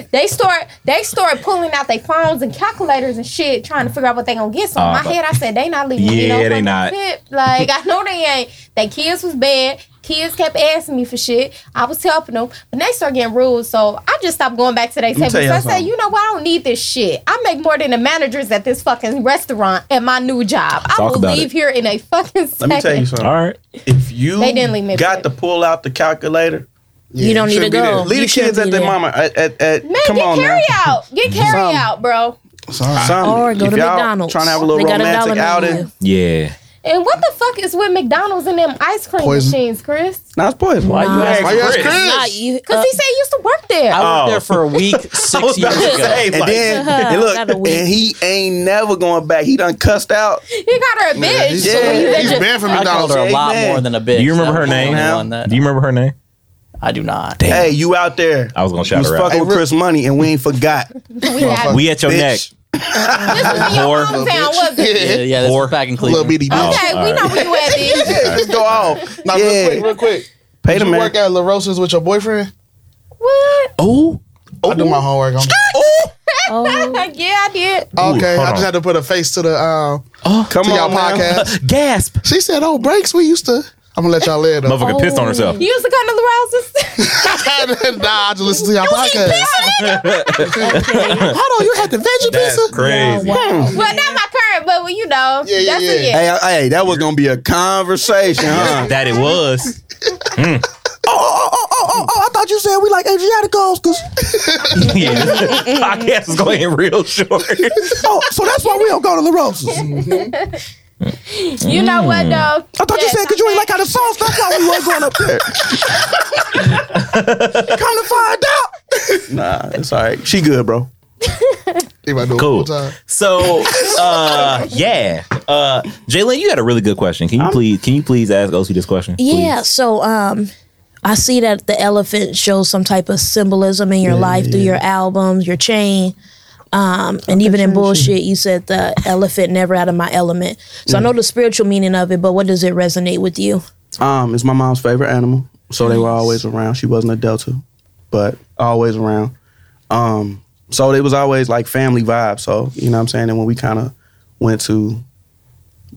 [SPEAKER 2] They start, they start pulling out their phones and calculators and shit, trying to figure out what they gonna get. So
[SPEAKER 1] Oh,
[SPEAKER 2] in
[SPEAKER 1] but-
[SPEAKER 2] my head, I said they not leaving. me
[SPEAKER 1] Yeah,
[SPEAKER 2] no
[SPEAKER 1] they
[SPEAKER 2] fucking
[SPEAKER 1] not.
[SPEAKER 2] Tip. Like I know they ain't. They kids was bad. Kids kept asking me for shit. I was helping them, but they start getting rude. So I just stopped going back to their table. So
[SPEAKER 4] tell y'all
[SPEAKER 2] I said,
[SPEAKER 4] something.
[SPEAKER 2] you know what? I don't need this shit. I make more than the managers at this fucking restaurant at my new job. I
[SPEAKER 1] Talk
[SPEAKER 2] will
[SPEAKER 1] about
[SPEAKER 2] leave
[SPEAKER 1] it.
[SPEAKER 2] here in a fucking second.
[SPEAKER 4] Let me tell you something.
[SPEAKER 1] All right.
[SPEAKER 4] If you
[SPEAKER 2] They didn't leave me
[SPEAKER 4] got
[SPEAKER 2] for
[SPEAKER 4] to pull out the calculator,
[SPEAKER 3] you don't need to
[SPEAKER 5] shouldn't be
[SPEAKER 3] go.
[SPEAKER 5] there.
[SPEAKER 4] leave
[SPEAKER 3] Oh, You
[SPEAKER 4] the kids
[SPEAKER 3] shouldn't
[SPEAKER 4] at
[SPEAKER 3] be
[SPEAKER 4] their
[SPEAKER 3] there.
[SPEAKER 4] mama. At, at, at,
[SPEAKER 2] Man,
[SPEAKER 4] come
[SPEAKER 2] get
[SPEAKER 4] on
[SPEAKER 2] carry
[SPEAKER 4] now.
[SPEAKER 2] out. Get carry
[SPEAKER 4] Some-
[SPEAKER 2] out, bro.
[SPEAKER 5] Sorry.
[SPEAKER 4] Some-
[SPEAKER 3] Or go
[SPEAKER 4] if
[SPEAKER 3] to
[SPEAKER 4] y'all
[SPEAKER 3] McDonald's.
[SPEAKER 4] Trying to have a little
[SPEAKER 3] They got a
[SPEAKER 4] romantic
[SPEAKER 3] dollar
[SPEAKER 4] outing.
[SPEAKER 3] menu.
[SPEAKER 1] Yeah.
[SPEAKER 2] And what the fuck is with McDonald's and them ice cream
[SPEAKER 5] Poison.
[SPEAKER 2] machines, Chris?
[SPEAKER 4] Nah, it's poison.
[SPEAKER 1] Why you ask
[SPEAKER 5] Why you ask
[SPEAKER 1] Chris?
[SPEAKER 5] Chris?
[SPEAKER 3] Nah, you- uh,
[SPEAKER 2] Because he said he used to work there.
[SPEAKER 6] I worked
[SPEAKER 1] Oh.
[SPEAKER 6] there for a week six years ago.
[SPEAKER 4] And then
[SPEAKER 3] Uh-huh,
[SPEAKER 4] and
[SPEAKER 3] not a
[SPEAKER 4] look,
[SPEAKER 3] week.
[SPEAKER 4] and he ain't never going back. He done cussed out.
[SPEAKER 2] he got her a
[SPEAKER 5] Yeah,
[SPEAKER 2] bitch.
[SPEAKER 5] he's,
[SPEAKER 4] Yeah.
[SPEAKER 5] he's banned from
[SPEAKER 6] I called her
[SPEAKER 5] McDonald's.
[SPEAKER 6] a lot
[SPEAKER 4] Amen.
[SPEAKER 6] more than a bitch.
[SPEAKER 1] Do you remember
[SPEAKER 6] That
[SPEAKER 1] her
[SPEAKER 6] was the
[SPEAKER 1] name?
[SPEAKER 6] only one that-
[SPEAKER 1] Do you remember her name?
[SPEAKER 6] I do not.
[SPEAKER 4] Hey, you out there?
[SPEAKER 1] I was gonna
[SPEAKER 4] You
[SPEAKER 1] shout
[SPEAKER 4] was
[SPEAKER 1] her
[SPEAKER 4] fucking
[SPEAKER 1] out.
[SPEAKER 4] with Chris Money, and we ain't forgot.
[SPEAKER 2] We had-
[SPEAKER 1] We at your
[SPEAKER 4] Bitch.
[SPEAKER 1] neck.
[SPEAKER 2] this was in your
[SPEAKER 1] Whore.
[SPEAKER 2] hometown, was it?
[SPEAKER 6] Yeah,
[SPEAKER 5] Yeah.
[SPEAKER 6] yeah, this
[SPEAKER 1] Or-
[SPEAKER 6] was back in
[SPEAKER 5] Little
[SPEAKER 6] Cleveland.
[SPEAKER 5] bitty bitch.
[SPEAKER 2] Okay,
[SPEAKER 1] Oh,
[SPEAKER 2] we
[SPEAKER 1] all
[SPEAKER 2] know
[SPEAKER 1] right.
[SPEAKER 2] where you at, bitch.
[SPEAKER 5] Yeah, just go off. Now,
[SPEAKER 4] Yeah.
[SPEAKER 5] real quick, real quick.
[SPEAKER 4] Pay
[SPEAKER 5] Did
[SPEAKER 4] the
[SPEAKER 5] you
[SPEAKER 4] man.
[SPEAKER 5] work at La Rosa's with your boyfriend?
[SPEAKER 2] What?
[SPEAKER 1] Oh,
[SPEAKER 5] I do my homework on
[SPEAKER 3] Oh,
[SPEAKER 2] yeah, I did.
[SPEAKER 5] Okay,
[SPEAKER 1] hold
[SPEAKER 5] I just
[SPEAKER 1] on.
[SPEAKER 5] had to put a face to the um,
[SPEAKER 4] Come
[SPEAKER 5] to y'all
[SPEAKER 4] on, man.
[SPEAKER 5] podcast.
[SPEAKER 1] gasp!
[SPEAKER 5] She said, "Oh, breaks we used to." I'm gonna let y'all live though.
[SPEAKER 1] Motherfucker pissed on herself.
[SPEAKER 2] You used to come to the Rouses?
[SPEAKER 5] nah, I just listen to y'all podcast.
[SPEAKER 4] Hold on, you had the veggie
[SPEAKER 1] That's
[SPEAKER 3] oh,
[SPEAKER 1] crazy.
[SPEAKER 3] wow.
[SPEAKER 2] well, not my current, but well, you know.
[SPEAKER 5] Yeah, yeah,
[SPEAKER 2] that's
[SPEAKER 5] yeah.
[SPEAKER 2] It,
[SPEAKER 4] Hey, I- hey, that was gonna be a conversation, huh?
[SPEAKER 1] That it was.
[SPEAKER 4] oh, oh, oh, oh, oh, I thought you said we like Adriaticos, cause
[SPEAKER 1] yeah. Podcast is going real short.
[SPEAKER 4] oh, so that's why we don't go to La Rosa's. I
[SPEAKER 2] You know what, though? I
[SPEAKER 4] how the sauce. That's why we weren't going up there. Come to find out. Nah, it's all right. She good, bro.
[SPEAKER 5] If I do it
[SPEAKER 1] Cool.
[SPEAKER 5] one time.
[SPEAKER 1] So, uh, yeah, uh, Jalen, you had a really good question. Can you please, can you please ask OC this question?
[SPEAKER 3] Yeah,
[SPEAKER 4] Hmm.
[SPEAKER 1] Please.
[SPEAKER 3] so um I see that the elephant shows some type of symbolism in your life through your albums, your chain. Um, and even in bullshit, you said the elephant never out of my element. So I know the spiritual meaning of it, but what does it resonate with you?
[SPEAKER 4] Um, it's my mom's favorite animal, so they were always around. She wasn't a Delta, but always around. Um, so it was always like family vibe. So you know what I'm saying. And when we kind of went to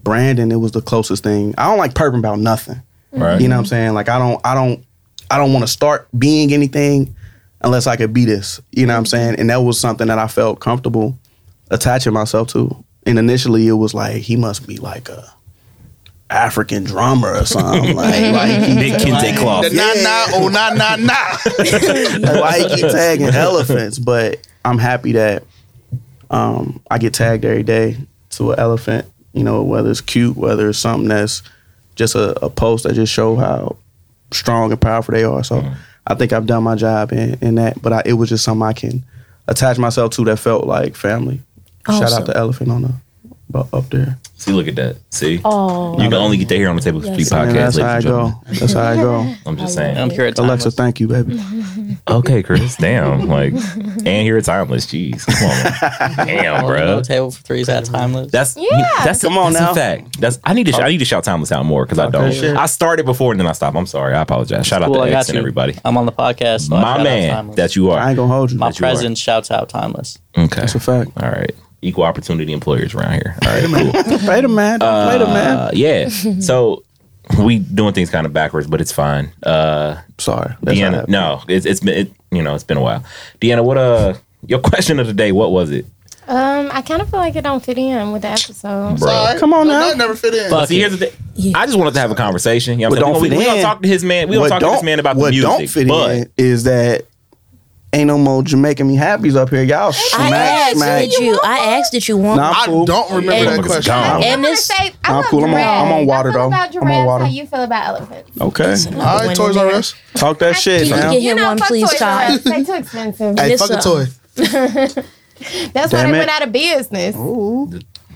[SPEAKER 4] Brandon, it was the closest thing. I don't like perping about nothing.
[SPEAKER 1] Right.
[SPEAKER 4] You know what I'm saying? Like I don't I don't I don't want to start being anything unless I could be this. You know what I'm saying? And that was something that I felt comfortable attaching myself to. And initially it was like he must be like a African drummer or something. like like he
[SPEAKER 1] Big kente cloth.
[SPEAKER 5] The nah, nah, oh, nah, nah, nah.
[SPEAKER 4] why you keep tagging elephants? But I'm happy that um, I get tagged every day to an elephant. You know, whether it's cute, whether it's something that's just a, a post that just show how strong and powerful they are. So
[SPEAKER 1] Mm-hmm.
[SPEAKER 4] I think I've done my job in, in that. But I, it was just something I can attach myself to that felt like family. Shout
[SPEAKER 3] Awesome.
[SPEAKER 4] out to elephant on the bu- up there.
[SPEAKER 1] See, look at that. See,
[SPEAKER 3] Oh,
[SPEAKER 1] you can only get that here on the table for three
[SPEAKER 3] Yes.
[SPEAKER 4] And
[SPEAKER 1] podcasts,
[SPEAKER 4] that's
[SPEAKER 1] ladies
[SPEAKER 4] how I
[SPEAKER 1] and
[SPEAKER 4] go.
[SPEAKER 1] gentlemen.
[SPEAKER 4] That's how I go.
[SPEAKER 1] I'm just
[SPEAKER 3] I
[SPEAKER 1] saying.
[SPEAKER 6] I'm here at
[SPEAKER 4] Alexa,
[SPEAKER 6] timeless.
[SPEAKER 4] thank you, baby.
[SPEAKER 1] Okay, Chris. Damn. Like, and here it's timeless. Jeez. Come on. man. Damn,
[SPEAKER 6] No
[SPEAKER 1] bro.
[SPEAKER 6] table for three is that timeless.
[SPEAKER 1] That's
[SPEAKER 2] Yeah.
[SPEAKER 1] That's
[SPEAKER 4] Come on
[SPEAKER 1] that's a
[SPEAKER 4] now.
[SPEAKER 1] fact. That's I need to sh- I need to shout timeless out more because I don't.
[SPEAKER 4] shit.
[SPEAKER 1] I started before and then I stopped. I'm sorry. I apologize. Shout
[SPEAKER 6] Cool,
[SPEAKER 1] out
[SPEAKER 6] I
[SPEAKER 1] to
[SPEAKER 6] got
[SPEAKER 1] X and
[SPEAKER 6] you.
[SPEAKER 1] everybody.
[SPEAKER 6] I'm on the podcast. so I shout
[SPEAKER 1] My
[SPEAKER 6] out
[SPEAKER 1] man,
[SPEAKER 6] Timeless.
[SPEAKER 1] that you are.
[SPEAKER 4] I ain't gonna hold you.
[SPEAKER 6] my
[SPEAKER 1] that you are.
[SPEAKER 6] president shouts out timeless.
[SPEAKER 1] Okay.
[SPEAKER 4] That's a fact.
[SPEAKER 1] All right. Equal opportunity employers around here. All right. Cool.
[SPEAKER 4] Play the man. Don't play the man.
[SPEAKER 1] Uh, yeah. So we doing things kind of backwards, but it's fine. Uh,
[SPEAKER 4] Sorry. That's not
[SPEAKER 1] Deanna,
[SPEAKER 4] happening.
[SPEAKER 1] no, it's it's been it, you know it's been a while. Deanna, what uh your question of the day? What was it?
[SPEAKER 2] Um, I kind of feel like it don't fit in with the episode.
[SPEAKER 1] Bro.
[SPEAKER 5] Sorry.
[SPEAKER 4] Come on
[SPEAKER 5] No,
[SPEAKER 4] now.
[SPEAKER 5] That never fit in.
[SPEAKER 6] Fuck
[SPEAKER 1] See, here's
[SPEAKER 6] it.
[SPEAKER 1] the thing. I just wanted to have a conversation. You know what
[SPEAKER 4] What
[SPEAKER 1] I'm saying?
[SPEAKER 4] don't
[SPEAKER 1] we,
[SPEAKER 4] fit
[SPEAKER 1] gonna, we gonna
[SPEAKER 4] in-
[SPEAKER 1] talk to his man. We gonna
[SPEAKER 4] what
[SPEAKER 1] talk to this
[SPEAKER 4] don't-
[SPEAKER 1] man about the
[SPEAKER 4] what
[SPEAKER 1] music.
[SPEAKER 4] don't fit
[SPEAKER 1] but
[SPEAKER 4] in is that ain't no more Jamaican me happies up here. Y'all
[SPEAKER 3] I
[SPEAKER 4] smack,
[SPEAKER 3] asked
[SPEAKER 4] smack.
[SPEAKER 3] did you. I asked that you want.
[SPEAKER 4] Nah,
[SPEAKER 5] I
[SPEAKER 4] cool.
[SPEAKER 5] don't remember
[SPEAKER 3] And-
[SPEAKER 5] that
[SPEAKER 1] Motherfuckers
[SPEAKER 5] question.
[SPEAKER 1] gone.
[SPEAKER 2] I
[SPEAKER 3] And
[SPEAKER 2] wanna
[SPEAKER 3] this-
[SPEAKER 2] say, I
[SPEAKER 4] Nah,
[SPEAKER 2] love
[SPEAKER 4] cool. I'm on-
[SPEAKER 2] giraffes.
[SPEAKER 4] I'm on water,
[SPEAKER 2] I feel
[SPEAKER 4] though.
[SPEAKER 2] About
[SPEAKER 4] I'm on
[SPEAKER 2] giraffes,
[SPEAKER 4] water.
[SPEAKER 2] How you feel about elephants?
[SPEAKER 4] Okay.
[SPEAKER 5] All right, Toys R Us.
[SPEAKER 4] Talk that
[SPEAKER 3] Can
[SPEAKER 4] shit,
[SPEAKER 3] you
[SPEAKER 4] man.
[SPEAKER 3] get him
[SPEAKER 2] know,
[SPEAKER 3] one,
[SPEAKER 2] fuck
[SPEAKER 3] please,
[SPEAKER 2] Toys R
[SPEAKER 3] Todd?
[SPEAKER 2] Us. They too expensive.
[SPEAKER 5] Hey,
[SPEAKER 3] Yes,
[SPEAKER 5] fuck a toy.
[SPEAKER 3] sir.
[SPEAKER 2] That's why
[SPEAKER 4] Damn
[SPEAKER 2] they
[SPEAKER 4] it.
[SPEAKER 2] went out of business.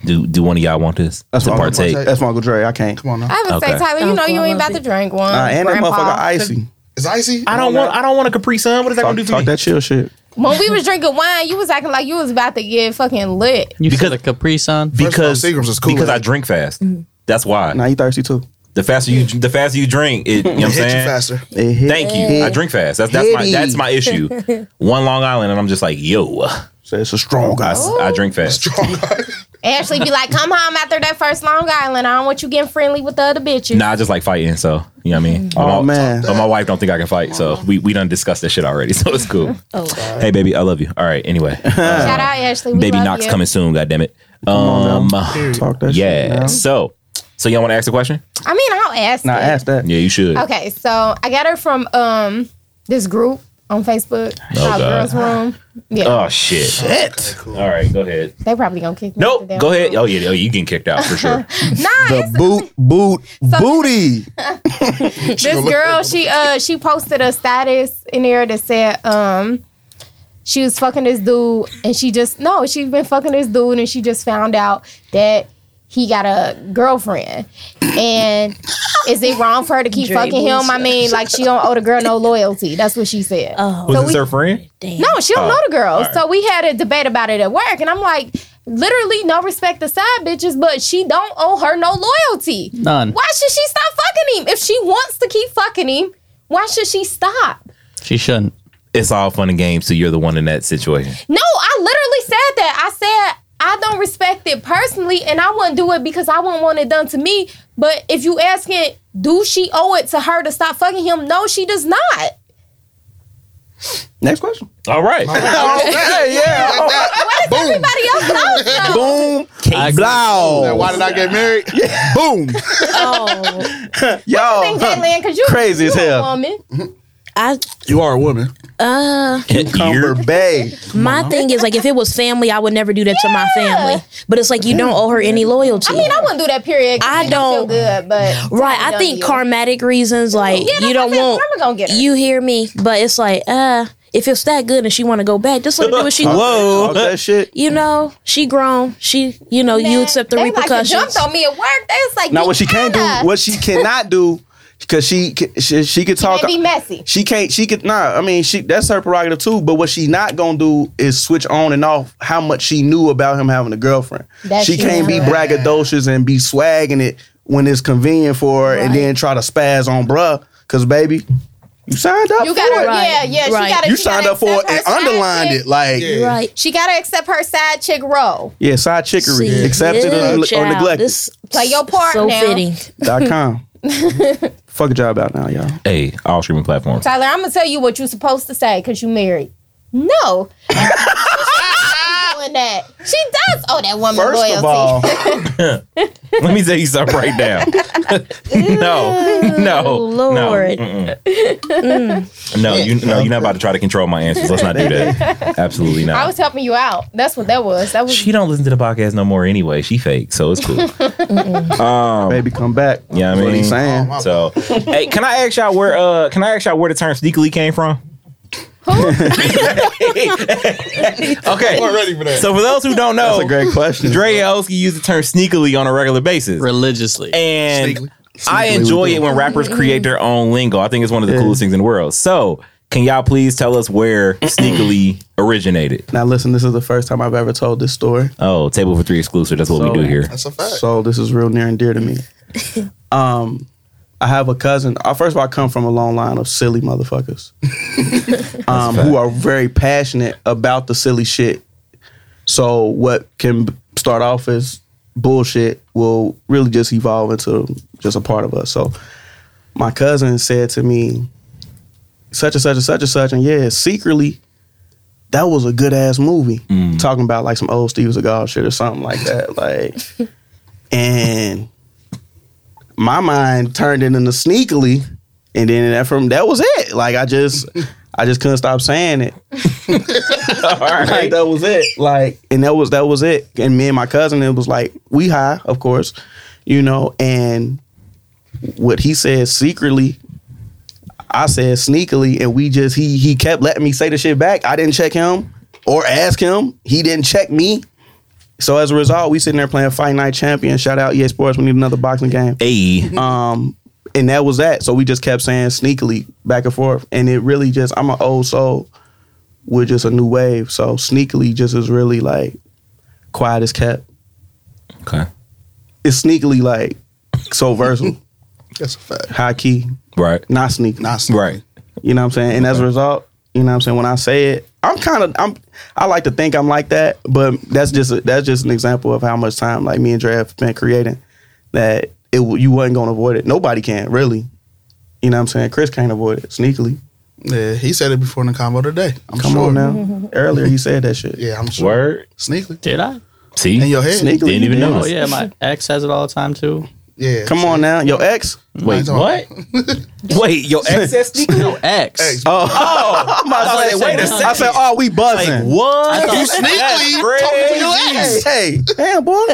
[SPEAKER 1] do do one of y'all want this
[SPEAKER 4] That's
[SPEAKER 1] to
[SPEAKER 4] my Uncle
[SPEAKER 1] partake?
[SPEAKER 4] Dre. That's my Uncle Dre. I can't.
[SPEAKER 5] Come on now.
[SPEAKER 2] I would
[SPEAKER 1] Okay.
[SPEAKER 2] say, Tyler, you know
[SPEAKER 3] Uncle,
[SPEAKER 2] you
[SPEAKER 3] I
[SPEAKER 2] ain't about
[SPEAKER 3] love
[SPEAKER 2] to
[SPEAKER 3] you.
[SPEAKER 2] drink one.
[SPEAKER 4] Nah, and that
[SPEAKER 2] Grandpa.
[SPEAKER 4] motherfucker icy.
[SPEAKER 5] It's icy.
[SPEAKER 1] I don't want I don't want a Capri Sun. What is that
[SPEAKER 4] Talk,
[SPEAKER 1] gonna do
[SPEAKER 4] talk
[SPEAKER 1] to me?
[SPEAKER 4] that chill shit.
[SPEAKER 2] When we was drinking wine, you was acting like you was about to get fucking lit.
[SPEAKER 6] You
[SPEAKER 1] Because-
[SPEAKER 6] said a Capri Sun.
[SPEAKER 5] First of all, Seagram's is cool,
[SPEAKER 1] because
[SPEAKER 5] man.
[SPEAKER 1] I drink fast. That's why.
[SPEAKER 4] Now you thirsty too.
[SPEAKER 1] The faster you the faster you drink, it, you know what I'm
[SPEAKER 5] Hit you
[SPEAKER 1] saying?
[SPEAKER 5] faster.
[SPEAKER 4] It hit.
[SPEAKER 1] Thank you. I drink fast. That's that's my
[SPEAKER 4] Hitty.
[SPEAKER 1] that's my issue. One Long Island, and I'm just like, yo, I,
[SPEAKER 4] So it's a strong guy.
[SPEAKER 1] I drink fast.
[SPEAKER 2] Ashley be like, come home after that first Long Island. I don't want you getting friendly with the other bitches.
[SPEAKER 1] Nah, I just like fighting. So you know what I mean. But
[SPEAKER 4] Oh,
[SPEAKER 1] my-
[SPEAKER 4] man.
[SPEAKER 1] but my wife don't think I can fight. So we we done discussed this shit already. So it's cool.
[SPEAKER 3] Oh,
[SPEAKER 1] Hey baby, I love you. All right. Anyway,
[SPEAKER 2] Shout out Ashley. We
[SPEAKER 1] baby
[SPEAKER 2] love
[SPEAKER 1] Knox
[SPEAKER 2] you.
[SPEAKER 1] coming soon. God damn it.
[SPEAKER 4] on
[SPEAKER 1] Um,
[SPEAKER 4] Talk that shit.
[SPEAKER 1] yeah.
[SPEAKER 4] man.
[SPEAKER 1] So so y'all want to ask a question?
[SPEAKER 2] I mean, I'll ask.
[SPEAKER 4] Now
[SPEAKER 2] it.
[SPEAKER 4] ask that.
[SPEAKER 1] Yeah, you should.
[SPEAKER 2] Okay, so I got her from um this group on Facebook called
[SPEAKER 1] Oh, God.
[SPEAKER 2] Girls Room. Yeah,
[SPEAKER 1] Oh shit.
[SPEAKER 5] Shit.
[SPEAKER 1] All right, go ahead.
[SPEAKER 2] they probably gonna kick me.
[SPEAKER 1] Nope.
[SPEAKER 2] out the damn
[SPEAKER 1] Go ahead.
[SPEAKER 2] room.
[SPEAKER 1] Oh yeah, oh, you getting kicked out for sure.
[SPEAKER 2] Nah,
[SPEAKER 4] The
[SPEAKER 2] it's-
[SPEAKER 4] boot, boot, booty.
[SPEAKER 2] this girl she uh she posted a status in there that said um she was fucking this dude and she just no she's been fucking this dude and she just found out that he got a girlfriend and is it wrong for her to keep
[SPEAKER 3] Dre
[SPEAKER 2] fucking him?
[SPEAKER 3] Boosa.
[SPEAKER 2] I mean, like she don't owe the girl no loyalty. That's what she said.
[SPEAKER 3] oh,
[SPEAKER 1] Was
[SPEAKER 2] So
[SPEAKER 1] this
[SPEAKER 2] we-
[SPEAKER 1] her friend?
[SPEAKER 3] damn.
[SPEAKER 2] No, she don't
[SPEAKER 1] Oh,
[SPEAKER 2] know the girl.
[SPEAKER 1] alright.
[SPEAKER 2] So we had a debate about it at work, and I'm like, literally, no respect to side bitches, but she don't owe her no loyalty.
[SPEAKER 6] None.
[SPEAKER 2] Why should she stop fucking him? If she wants to keep fucking him, why should she stop?
[SPEAKER 6] She shouldn't.
[SPEAKER 1] It's all fun and games. So you're the one in that situation.
[SPEAKER 2] No, I literally said that. I said I don't respect it personally, and I wouldn't do it because I wouldn't want it done to me. But if you asking, do she owe it to her to stop fucking him? No, she does not.
[SPEAKER 4] Next question.
[SPEAKER 1] All right.
[SPEAKER 5] Oh,
[SPEAKER 4] Okay, yeah.
[SPEAKER 5] Boom.
[SPEAKER 2] Nobody else knows. though.
[SPEAKER 4] Boom.
[SPEAKER 6] I-
[SPEAKER 4] Blow.
[SPEAKER 5] Why did I get married?
[SPEAKER 4] Boom.
[SPEAKER 3] Oh,
[SPEAKER 2] Think,
[SPEAKER 4] Yo.
[SPEAKER 2] Caitlin, because you
[SPEAKER 4] Crazy
[SPEAKER 2] you
[SPEAKER 4] as
[SPEAKER 2] a
[SPEAKER 4] hell.
[SPEAKER 2] Woman.
[SPEAKER 3] I
[SPEAKER 5] You are a woman.
[SPEAKER 3] uh,
[SPEAKER 1] You're-
[SPEAKER 4] Cumber Bay.
[SPEAKER 3] my thing is like if it was family, I would never do that to my family. But it's like you don't owe her any loyalty.
[SPEAKER 2] I mean, I wouldn't do that. Period. 'cause
[SPEAKER 3] I
[SPEAKER 2] it makes
[SPEAKER 3] don't-
[SPEAKER 2] you feel good, but
[SPEAKER 3] Right, I
[SPEAKER 2] Done
[SPEAKER 3] think
[SPEAKER 2] you.
[SPEAKER 3] karmatic reasons, like
[SPEAKER 2] Yeah, that's
[SPEAKER 3] you don't
[SPEAKER 2] what I said,
[SPEAKER 3] want.
[SPEAKER 2] karma gonna get her.
[SPEAKER 3] You hear me? But it's like, uh, if it's that good and she want to go back, just let her do what she. Whoa.
[SPEAKER 4] Talk that shit.
[SPEAKER 3] You know, she grown. She, you know, you
[SPEAKER 2] Man,
[SPEAKER 3] accept the
[SPEAKER 2] they
[SPEAKER 3] repercussions.
[SPEAKER 2] Like to jump on me at work. That's like
[SPEAKER 4] Now what she can't
[SPEAKER 2] Deanna,
[SPEAKER 4] do, what she cannot do, because she, c- she she could
[SPEAKER 2] they
[SPEAKER 4] talk.
[SPEAKER 2] be messy.
[SPEAKER 4] She can't. She could not. Nah, I mean, she that's her prerogative too. But what she not gonna do is switch on and off how much she knew about him having a girlfriend.
[SPEAKER 2] That's
[SPEAKER 4] she can't be
[SPEAKER 2] true.
[SPEAKER 4] braggadocious and be swagging it when it's convenient for her, and then try to spaz on bruh. Cause baby, You signed up
[SPEAKER 2] You
[SPEAKER 4] for
[SPEAKER 2] gotta,
[SPEAKER 4] it.
[SPEAKER 3] Right.
[SPEAKER 2] yeah, yeah.
[SPEAKER 3] Right.
[SPEAKER 2] She gotta,
[SPEAKER 4] You
[SPEAKER 2] she
[SPEAKER 4] signed
[SPEAKER 2] gotta
[SPEAKER 4] up for it
[SPEAKER 2] accept
[SPEAKER 4] and
[SPEAKER 2] her side
[SPEAKER 4] underlined
[SPEAKER 2] chick-
[SPEAKER 4] it. Like,
[SPEAKER 5] Yeah.
[SPEAKER 4] yeah,
[SPEAKER 3] Right.
[SPEAKER 2] She gotta accept her side chick role.
[SPEAKER 4] side chickery.
[SPEAKER 3] See,
[SPEAKER 4] Accepted
[SPEAKER 3] yeah,
[SPEAKER 4] or, or
[SPEAKER 3] child,
[SPEAKER 4] neglected.
[SPEAKER 3] This
[SPEAKER 2] Play your part
[SPEAKER 3] so
[SPEAKER 2] now.
[SPEAKER 3] fitting.
[SPEAKER 4] dot com. Fuck a job out now, y'all.
[SPEAKER 1] Hey, all streaming platforms.
[SPEAKER 2] Tyler, I'm gonna tell you what you're supposed to say because you married. No. She's not doing that. She does owe that woman
[SPEAKER 4] First
[SPEAKER 2] loyalty.
[SPEAKER 4] of all,
[SPEAKER 1] Let me tell you something right now. no, no,
[SPEAKER 3] Lord.
[SPEAKER 1] no, Mm-mm.
[SPEAKER 2] Mm.
[SPEAKER 1] no. You no, you're not about to try to control my answers. Let's not do that. Absolutely
[SPEAKER 2] I
[SPEAKER 1] not.
[SPEAKER 2] was helping you out. That's what that was. That was
[SPEAKER 1] She don't listen to the podcast no more anyway. She fake, so it's cool. um,
[SPEAKER 4] baby, come back.
[SPEAKER 1] Yeah, I
[SPEAKER 4] That's what he's
[SPEAKER 1] mean-
[SPEAKER 5] Oh,
[SPEAKER 4] saying.
[SPEAKER 5] my
[SPEAKER 1] so hey, can I ask y'all where? Uh, can I ask y'all where the term sneakily came from?
[SPEAKER 5] I
[SPEAKER 1] okay.
[SPEAKER 5] wasn't ready for that.
[SPEAKER 1] So for those who don't know,
[SPEAKER 4] That's a great question.
[SPEAKER 1] Dre and Oski use the term sneakily on a regular basis.
[SPEAKER 6] religiously.
[SPEAKER 1] And
[SPEAKER 5] Sneakily.
[SPEAKER 1] I
[SPEAKER 4] Sneakily
[SPEAKER 1] enjoy
[SPEAKER 4] we do.
[SPEAKER 1] it when rappers create their own lingo. I think it's one of the
[SPEAKER 4] Yeah.
[SPEAKER 1] coolest things in the world. So, can y'all please tell us where sneakily originated?
[SPEAKER 4] Now, listen, this is the first time I've ever told this story.
[SPEAKER 1] Oh, table for three exclusive. That's what
[SPEAKER 4] So-
[SPEAKER 1] we do here.
[SPEAKER 5] That's a fact.
[SPEAKER 4] So this is real near and dear to me. um, I have a cousin. Uh, first of all, I come from a long line of silly motherfuckers um, who are very passionate about the silly shit. So what can b- start off as bullshit will really just evolve into just a part of us. So my cousin said to me, such and such and such and such, and yeah, secretly. That was a good ass movie. Talking about like some old Steve Seagal shit or something like that. Like, and my mind turned it into sneakily, and then that from that was it. Like I just, I just couldn't stop saying it. Like that was it. Like and that was that was it. And me and my cousin, it was like we high, of course, you know. And what he said secretly, I said sneakily, and we just he he kept letting me say the shit back. I didn't check him or ask him. He didn't check me. So as a result, we sitting there playing Fight Night Champion. Shout out EA Sports. We need another boxing game.
[SPEAKER 1] Hey,
[SPEAKER 4] And that was that. So we just kept saying sneakily back and forth. And it really just I'm an old soul with just a new wave. So sneakily just is really like quiet as kept.
[SPEAKER 1] okay,
[SPEAKER 4] It's sneakily like so versatile,
[SPEAKER 5] That's a fact.
[SPEAKER 4] high key,
[SPEAKER 1] right,
[SPEAKER 4] not sneaky.
[SPEAKER 5] Not sneaky.
[SPEAKER 1] right.
[SPEAKER 4] You know what I'm saying? And as a result, you know what I'm saying, when I say it, I'm kind of I'm I like to think I'm like that, but that's just that's just an example of how much time like me and Dre have been creating that it w- you wasn't going to avoid it. Nobody can, really. You know what I'm saying? Chris can't avoid it sneakily.
[SPEAKER 5] Yeah, he said it before in the combo today. I'm
[SPEAKER 4] Come
[SPEAKER 5] sure.
[SPEAKER 4] on now. Earlier he said that shit.
[SPEAKER 5] Yeah, I'm sure.
[SPEAKER 1] Word.
[SPEAKER 5] Sneakily.
[SPEAKER 6] Did I?
[SPEAKER 1] See,
[SPEAKER 5] In your head.
[SPEAKER 4] Sneakily.
[SPEAKER 1] Didn't even
[SPEAKER 4] you
[SPEAKER 1] know
[SPEAKER 6] Oh
[SPEAKER 1] it.
[SPEAKER 4] did.
[SPEAKER 6] yeah, my ex has it all the time too.
[SPEAKER 5] Yeah.
[SPEAKER 4] Come on now. Your ex? Oh.
[SPEAKER 1] Wait,
[SPEAKER 5] Mine's all
[SPEAKER 1] what? Wait, your ex said sneakily.
[SPEAKER 6] No ex.
[SPEAKER 5] Ex.
[SPEAKER 4] Oh, I'm about
[SPEAKER 1] I
[SPEAKER 4] to
[SPEAKER 1] was like,
[SPEAKER 4] say,
[SPEAKER 1] wait a
[SPEAKER 4] I said, oh, we buzzing.
[SPEAKER 1] What?
[SPEAKER 6] You
[SPEAKER 5] Sneakily. Talking to your ex.
[SPEAKER 4] Hey, damn boy.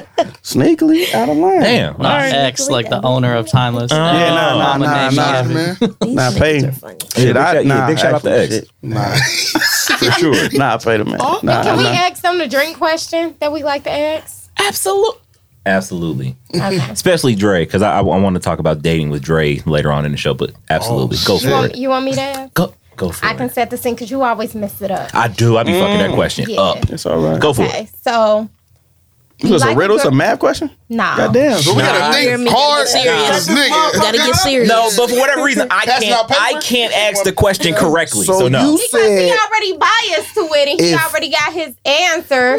[SPEAKER 4] Sneakily out of line.
[SPEAKER 1] Damn.
[SPEAKER 6] Not ex, like the owner of Timeless.
[SPEAKER 4] Yeah, nah, nah, nah,
[SPEAKER 6] Mama named
[SPEAKER 4] nah.
[SPEAKER 6] me.
[SPEAKER 5] Man.
[SPEAKER 3] These
[SPEAKER 4] Nah,
[SPEAKER 3] niggas
[SPEAKER 4] pay.
[SPEAKER 3] are funny.
[SPEAKER 4] Shit,
[SPEAKER 1] Yeah,
[SPEAKER 4] I,
[SPEAKER 1] big shout- yeah,
[SPEAKER 4] nah,
[SPEAKER 1] big shout out to
[SPEAKER 4] actually,
[SPEAKER 1] X.
[SPEAKER 4] shit.
[SPEAKER 5] Nah.
[SPEAKER 1] for sure.
[SPEAKER 4] Nah, wait a minute. nah,
[SPEAKER 2] Can Oh, we
[SPEAKER 4] nah.
[SPEAKER 2] ask them the drink question that we like to ask?
[SPEAKER 1] Absolutely. Absolutely.
[SPEAKER 2] Okay.
[SPEAKER 1] Especially Dre, because I, I, want to talk about dating with Dre later on in the show, but absolutely.
[SPEAKER 5] Oh,
[SPEAKER 1] go
[SPEAKER 5] shit.
[SPEAKER 2] you,
[SPEAKER 1] for
[SPEAKER 2] want,
[SPEAKER 1] it.
[SPEAKER 2] you want me to ask?
[SPEAKER 1] Go, go for
[SPEAKER 2] I
[SPEAKER 1] it.
[SPEAKER 2] can set the scene because you always mess it up.
[SPEAKER 1] I do. I be fucking
[SPEAKER 5] Mm.
[SPEAKER 1] that question
[SPEAKER 2] Yeah.
[SPEAKER 1] up.
[SPEAKER 4] It's all right.
[SPEAKER 1] Go for it.
[SPEAKER 2] Okay, so
[SPEAKER 4] Is this a
[SPEAKER 2] Like Oh.
[SPEAKER 4] riddle? It's a
[SPEAKER 2] your-
[SPEAKER 4] math question?
[SPEAKER 2] nah.
[SPEAKER 4] Goddamn.
[SPEAKER 5] So we
[SPEAKER 1] Nah.
[SPEAKER 5] gotta
[SPEAKER 3] Hear
[SPEAKER 5] think
[SPEAKER 3] me.
[SPEAKER 5] hard.
[SPEAKER 3] Serious.
[SPEAKER 5] Nigga.
[SPEAKER 3] Gotta get serious.
[SPEAKER 1] No, but for whatever reason, I
[SPEAKER 5] That's
[SPEAKER 1] can't.
[SPEAKER 5] not paper?
[SPEAKER 1] I can't ask the question correctly. So,
[SPEAKER 4] So
[SPEAKER 1] no.
[SPEAKER 4] you
[SPEAKER 2] Because he
[SPEAKER 4] said
[SPEAKER 2] already biased to it and he
[SPEAKER 4] If-
[SPEAKER 2] already got his answer.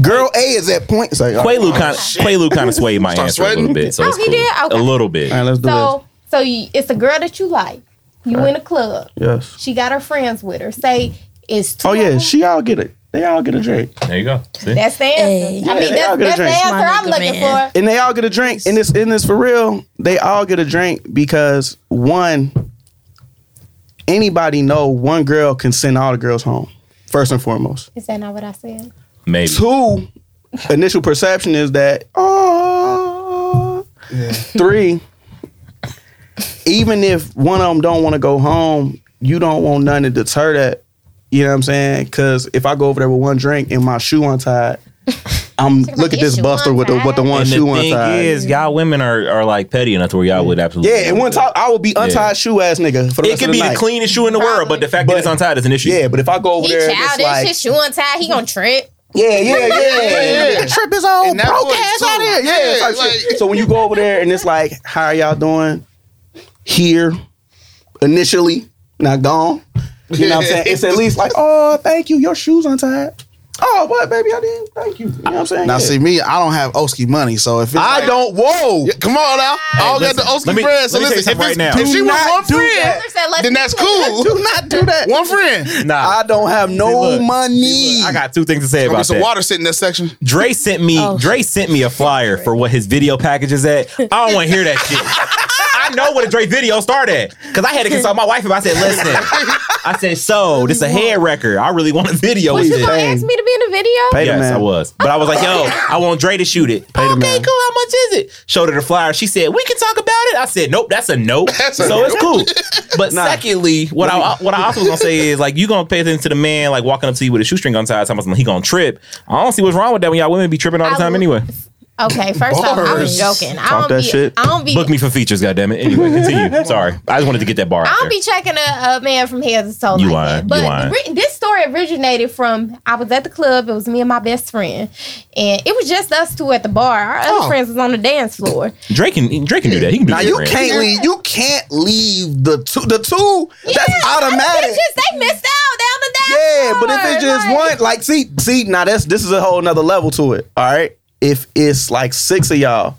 [SPEAKER 4] girl A is at point. It's like, all right,
[SPEAKER 1] Quaalude kind of Quaalude kind of swayed my
[SPEAKER 5] Oh, Start
[SPEAKER 1] answer a little
[SPEAKER 5] sweating?
[SPEAKER 1] bit. So
[SPEAKER 2] Oh,
[SPEAKER 1] it's
[SPEAKER 2] he
[SPEAKER 1] cool.
[SPEAKER 2] did? Okay.
[SPEAKER 1] A little bit.
[SPEAKER 4] all right, let's do
[SPEAKER 2] So, so you, it's a girl that you like. You in a club.
[SPEAKER 4] this. Yes.
[SPEAKER 2] She got her friends with her. Say it's two.
[SPEAKER 4] Oh,
[SPEAKER 2] of
[SPEAKER 4] yeah,
[SPEAKER 2] them.
[SPEAKER 4] she all get it. They all get a drink.
[SPEAKER 1] There you go. See?
[SPEAKER 2] That's the answer.
[SPEAKER 3] Hey.
[SPEAKER 2] I mean,
[SPEAKER 4] Yeah, I'll
[SPEAKER 2] that's,
[SPEAKER 4] get a
[SPEAKER 2] that's the
[SPEAKER 4] drink.
[SPEAKER 2] answer
[SPEAKER 3] My
[SPEAKER 2] I'm
[SPEAKER 3] nigga,
[SPEAKER 2] looking
[SPEAKER 3] man.
[SPEAKER 2] for.
[SPEAKER 4] And they all get a drink. And this, and this for real, they all get a drink because one, anybody know one girl can send all the girls home, first and foremost.
[SPEAKER 2] Is that not what I said?
[SPEAKER 1] Maybe.
[SPEAKER 4] Two, initial perception is that, oh,
[SPEAKER 5] Yeah.
[SPEAKER 4] Three, even if one of them don't want to go home, you don't want none to deter that. You know what I'm saying? Because if I go over there with one drink and my shoe untied, I'm
[SPEAKER 2] about
[SPEAKER 4] look at
[SPEAKER 2] your
[SPEAKER 4] this
[SPEAKER 2] shoe
[SPEAKER 4] buster with the with the one
[SPEAKER 1] And
[SPEAKER 4] shoe
[SPEAKER 1] the thing
[SPEAKER 4] untied.
[SPEAKER 1] is, y'all women are, are like petty enough to where y'all would absolutely.
[SPEAKER 4] yeah, and one time I will be untied shoe ass nigga for the
[SPEAKER 1] It
[SPEAKER 4] rest
[SPEAKER 1] could
[SPEAKER 4] of the
[SPEAKER 1] be the
[SPEAKER 4] night.
[SPEAKER 1] cleanest shoe in the world, but the fact that
[SPEAKER 4] But-
[SPEAKER 1] it's untied is an issue.
[SPEAKER 4] Yeah, but if I go over
[SPEAKER 2] He
[SPEAKER 4] there, and it's
[SPEAKER 2] childish.
[SPEAKER 4] like
[SPEAKER 2] his shoe untied. He gonna trip.
[SPEAKER 4] yeah, yeah,
[SPEAKER 5] Yeah,
[SPEAKER 4] yeah,
[SPEAKER 5] yeah.
[SPEAKER 4] yeah. Trip his old
[SPEAKER 5] And that
[SPEAKER 4] broke
[SPEAKER 5] voice
[SPEAKER 4] ass
[SPEAKER 5] too.
[SPEAKER 4] out here. Yeah,
[SPEAKER 5] Yeah,
[SPEAKER 4] it's like shit.
[SPEAKER 5] like-
[SPEAKER 4] so when you go over there and it's like, how are y'all doing here? initially, not gone. You know what I'm saying? It's at least like, oh, thank you, your shoes untied. Oh, what, baby? I didn't thank you. You know what I'm saying?
[SPEAKER 5] Now
[SPEAKER 4] Yeah.
[SPEAKER 5] see me, I don't have Oski money, so if it's
[SPEAKER 4] I
[SPEAKER 5] like-
[SPEAKER 4] don't. Whoa.
[SPEAKER 5] Yeah, come on now, I don't got the
[SPEAKER 1] listen, let
[SPEAKER 5] Oski
[SPEAKER 1] me-
[SPEAKER 5] friends. So
[SPEAKER 1] let me tell you
[SPEAKER 5] listen, if,
[SPEAKER 1] something
[SPEAKER 5] it's,
[SPEAKER 1] right now.
[SPEAKER 5] if she
[SPEAKER 4] Do
[SPEAKER 5] was
[SPEAKER 4] not
[SPEAKER 5] one
[SPEAKER 4] do
[SPEAKER 5] friend,
[SPEAKER 2] Elder said, "Let's
[SPEAKER 5] then
[SPEAKER 2] be
[SPEAKER 5] that's
[SPEAKER 2] clear."
[SPEAKER 5] cool.
[SPEAKER 4] Do not do that.
[SPEAKER 5] One friend.
[SPEAKER 1] Nah.
[SPEAKER 4] I don't have no
[SPEAKER 1] look,
[SPEAKER 4] money.
[SPEAKER 1] I got two things to say
[SPEAKER 5] There'll be
[SPEAKER 1] about
[SPEAKER 5] some
[SPEAKER 1] that.
[SPEAKER 5] water sitting in that section.
[SPEAKER 1] Dre sent me
[SPEAKER 3] Oh.
[SPEAKER 1] Dre sent me a flyer for what his video package is at. I don't want to hear that shit. I know what a Dre video start at because I had to consult my wife about. I said, "Listen," I said, "So this a hair record. I really want a video
[SPEAKER 2] Was
[SPEAKER 1] with
[SPEAKER 2] you
[SPEAKER 1] it."
[SPEAKER 2] gonna
[SPEAKER 4] Dang.
[SPEAKER 2] ask me to be in the video?
[SPEAKER 4] Pay the
[SPEAKER 1] yes,
[SPEAKER 4] man.
[SPEAKER 1] I was, but I was like, "Yo, I want Dre to shoot it."
[SPEAKER 4] the
[SPEAKER 1] okay,
[SPEAKER 4] man.
[SPEAKER 1] cool. How much is it? Showed her the flyer. She said, "We can talk about it." I said, "Nope, that's a nope."
[SPEAKER 5] That's
[SPEAKER 1] so
[SPEAKER 5] a
[SPEAKER 1] it's cool. But
[SPEAKER 4] Nah.
[SPEAKER 1] secondly, what I what I also was gonna say is like you gonna pay attention to the man like walking up to you with a shoestring untied, talking about something, he gonna trip. I don't see what's wrong with that when y'all women be tripping all the
[SPEAKER 2] I
[SPEAKER 1] time
[SPEAKER 2] will-
[SPEAKER 1] anyway.
[SPEAKER 2] Okay, first off, I was
[SPEAKER 5] Bars.
[SPEAKER 2] joking. I
[SPEAKER 4] Talk
[SPEAKER 2] don't
[SPEAKER 4] that
[SPEAKER 2] be.
[SPEAKER 4] shit.
[SPEAKER 2] I don't be.
[SPEAKER 1] Book me for features, goddammit. Anyway, continue. Sorry. I just wanted to get that bar out
[SPEAKER 2] I'll
[SPEAKER 1] there.
[SPEAKER 2] be checking a, a man from head to toe
[SPEAKER 1] You
[SPEAKER 2] like
[SPEAKER 1] lying. You
[SPEAKER 2] that. But
[SPEAKER 1] lying.
[SPEAKER 2] ri- this story originated from I was at the club. It was me and my best friend, and it was just us two at the bar. Our other
[SPEAKER 5] Oh.
[SPEAKER 2] friends was on the dance floor.
[SPEAKER 1] Drake can Drake can do that. He can be
[SPEAKER 4] Now
[SPEAKER 1] your
[SPEAKER 4] you
[SPEAKER 1] friend.
[SPEAKER 4] can't leave. You can't leave the two. The two.
[SPEAKER 2] Yeah,
[SPEAKER 4] that's automatic.
[SPEAKER 2] It's just they missed out down the dance
[SPEAKER 4] Yeah,
[SPEAKER 2] floor.
[SPEAKER 4] but if it's just
[SPEAKER 2] Like,
[SPEAKER 4] one, like, see, see, now that's this is a whole nother level to it. All right, if it's like six of y'all,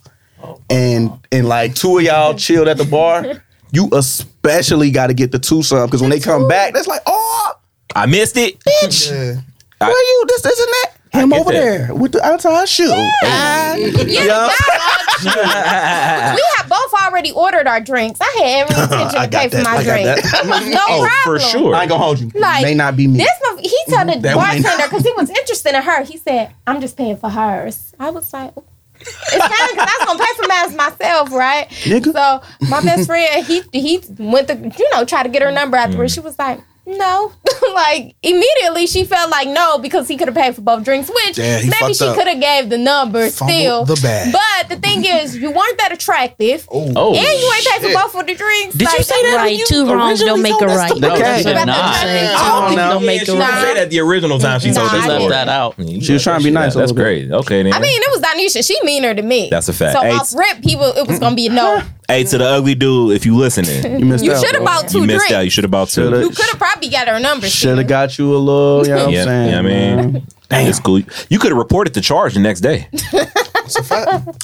[SPEAKER 4] and and like two of y'all chilled at the bar, you especially got to get the two some because when they come back, that's like, oh,
[SPEAKER 1] I missed it.
[SPEAKER 4] bitch,
[SPEAKER 5] Yeah.
[SPEAKER 4] where you? This, this, and that. Him
[SPEAKER 1] get
[SPEAKER 4] over
[SPEAKER 1] that.
[SPEAKER 4] there with the outside shoe. Ah,
[SPEAKER 2] Yeah,
[SPEAKER 4] Yeah.
[SPEAKER 2] y'all all- we have both already ordered our drinks. I had every intention
[SPEAKER 4] I
[SPEAKER 2] to
[SPEAKER 4] got
[SPEAKER 2] pay for
[SPEAKER 4] that. I
[SPEAKER 2] my
[SPEAKER 4] got
[SPEAKER 2] drink.
[SPEAKER 4] that. Oh,
[SPEAKER 2] no problem.
[SPEAKER 1] Oh, For sure.
[SPEAKER 4] I ain't gonna hold you.
[SPEAKER 2] Like,
[SPEAKER 4] May not be me.
[SPEAKER 2] This mother- he told the
[SPEAKER 4] That one.
[SPEAKER 2] bartender because he was interested in her. He said, "I'm just paying for hers." I was like, "Oh." "It's kind because I was gonna pay for mine myself, right?"
[SPEAKER 4] Nigga.
[SPEAKER 2] So my best friend, he he went to you know try to get her number afterwards. She was like. No, like immediately she felt like no because he could have paid for both drinks, which
[SPEAKER 5] Yeah, he
[SPEAKER 2] maybe
[SPEAKER 5] fucked
[SPEAKER 2] she
[SPEAKER 5] up.
[SPEAKER 2] could have gave the number
[SPEAKER 5] Fumbled
[SPEAKER 2] still.
[SPEAKER 5] the bag.
[SPEAKER 2] But the thing is, you weren't that attractive,
[SPEAKER 1] Oh.
[SPEAKER 2] and you ain't paid for
[SPEAKER 5] shit.
[SPEAKER 2] both of the drinks.
[SPEAKER 3] Did you say that?
[SPEAKER 2] Right.
[SPEAKER 3] Right, two wrongs don't make a right.
[SPEAKER 6] No,
[SPEAKER 4] Okay.
[SPEAKER 6] she
[SPEAKER 2] About
[SPEAKER 6] did
[SPEAKER 2] the
[SPEAKER 6] not.
[SPEAKER 2] time.
[SPEAKER 3] Say
[SPEAKER 2] I
[SPEAKER 3] two
[SPEAKER 2] don't
[SPEAKER 3] wrongs
[SPEAKER 4] know.
[SPEAKER 3] don't make
[SPEAKER 1] she
[SPEAKER 3] a
[SPEAKER 1] didn't
[SPEAKER 2] Nah.
[SPEAKER 1] say
[SPEAKER 3] right.
[SPEAKER 1] that the original time she told that
[SPEAKER 2] Nah, I
[SPEAKER 6] Left
[SPEAKER 1] story.
[SPEAKER 2] didn't.
[SPEAKER 6] that out.
[SPEAKER 1] She
[SPEAKER 4] was trying to be nice a
[SPEAKER 1] That's
[SPEAKER 4] little bit.
[SPEAKER 1] great. Okay, then.
[SPEAKER 2] I mean, it was Donisha. She meaner than me.
[SPEAKER 1] That's a fact.
[SPEAKER 2] So
[SPEAKER 1] Hey,
[SPEAKER 2] off rip, he was, it was gonna be a no.
[SPEAKER 1] hey, to the ugly dude, if you listening,
[SPEAKER 4] you missed
[SPEAKER 2] You
[SPEAKER 4] out,
[SPEAKER 2] should have
[SPEAKER 4] bro.
[SPEAKER 2] bought
[SPEAKER 1] you
[SPEAKER 2] two
[SPEAKER 1] missed
[SPEAKER 2] drinks.
[SPEAKER 1] out. You should have bought two.
[SPEAKER 4] Shoulda-
[SPEAKER 2] You could have probably got her number.
[SPEAKER 4] Should have
[SPEAKER 2] still.
[SPEAKER 4] got you a little. You know what I'm
[SPEAKER 1] Yeah,
[SPEAKER 4] saying?
[SPEAKER 1] yeah, I mean, it's cool. You could have reported the charge the next day.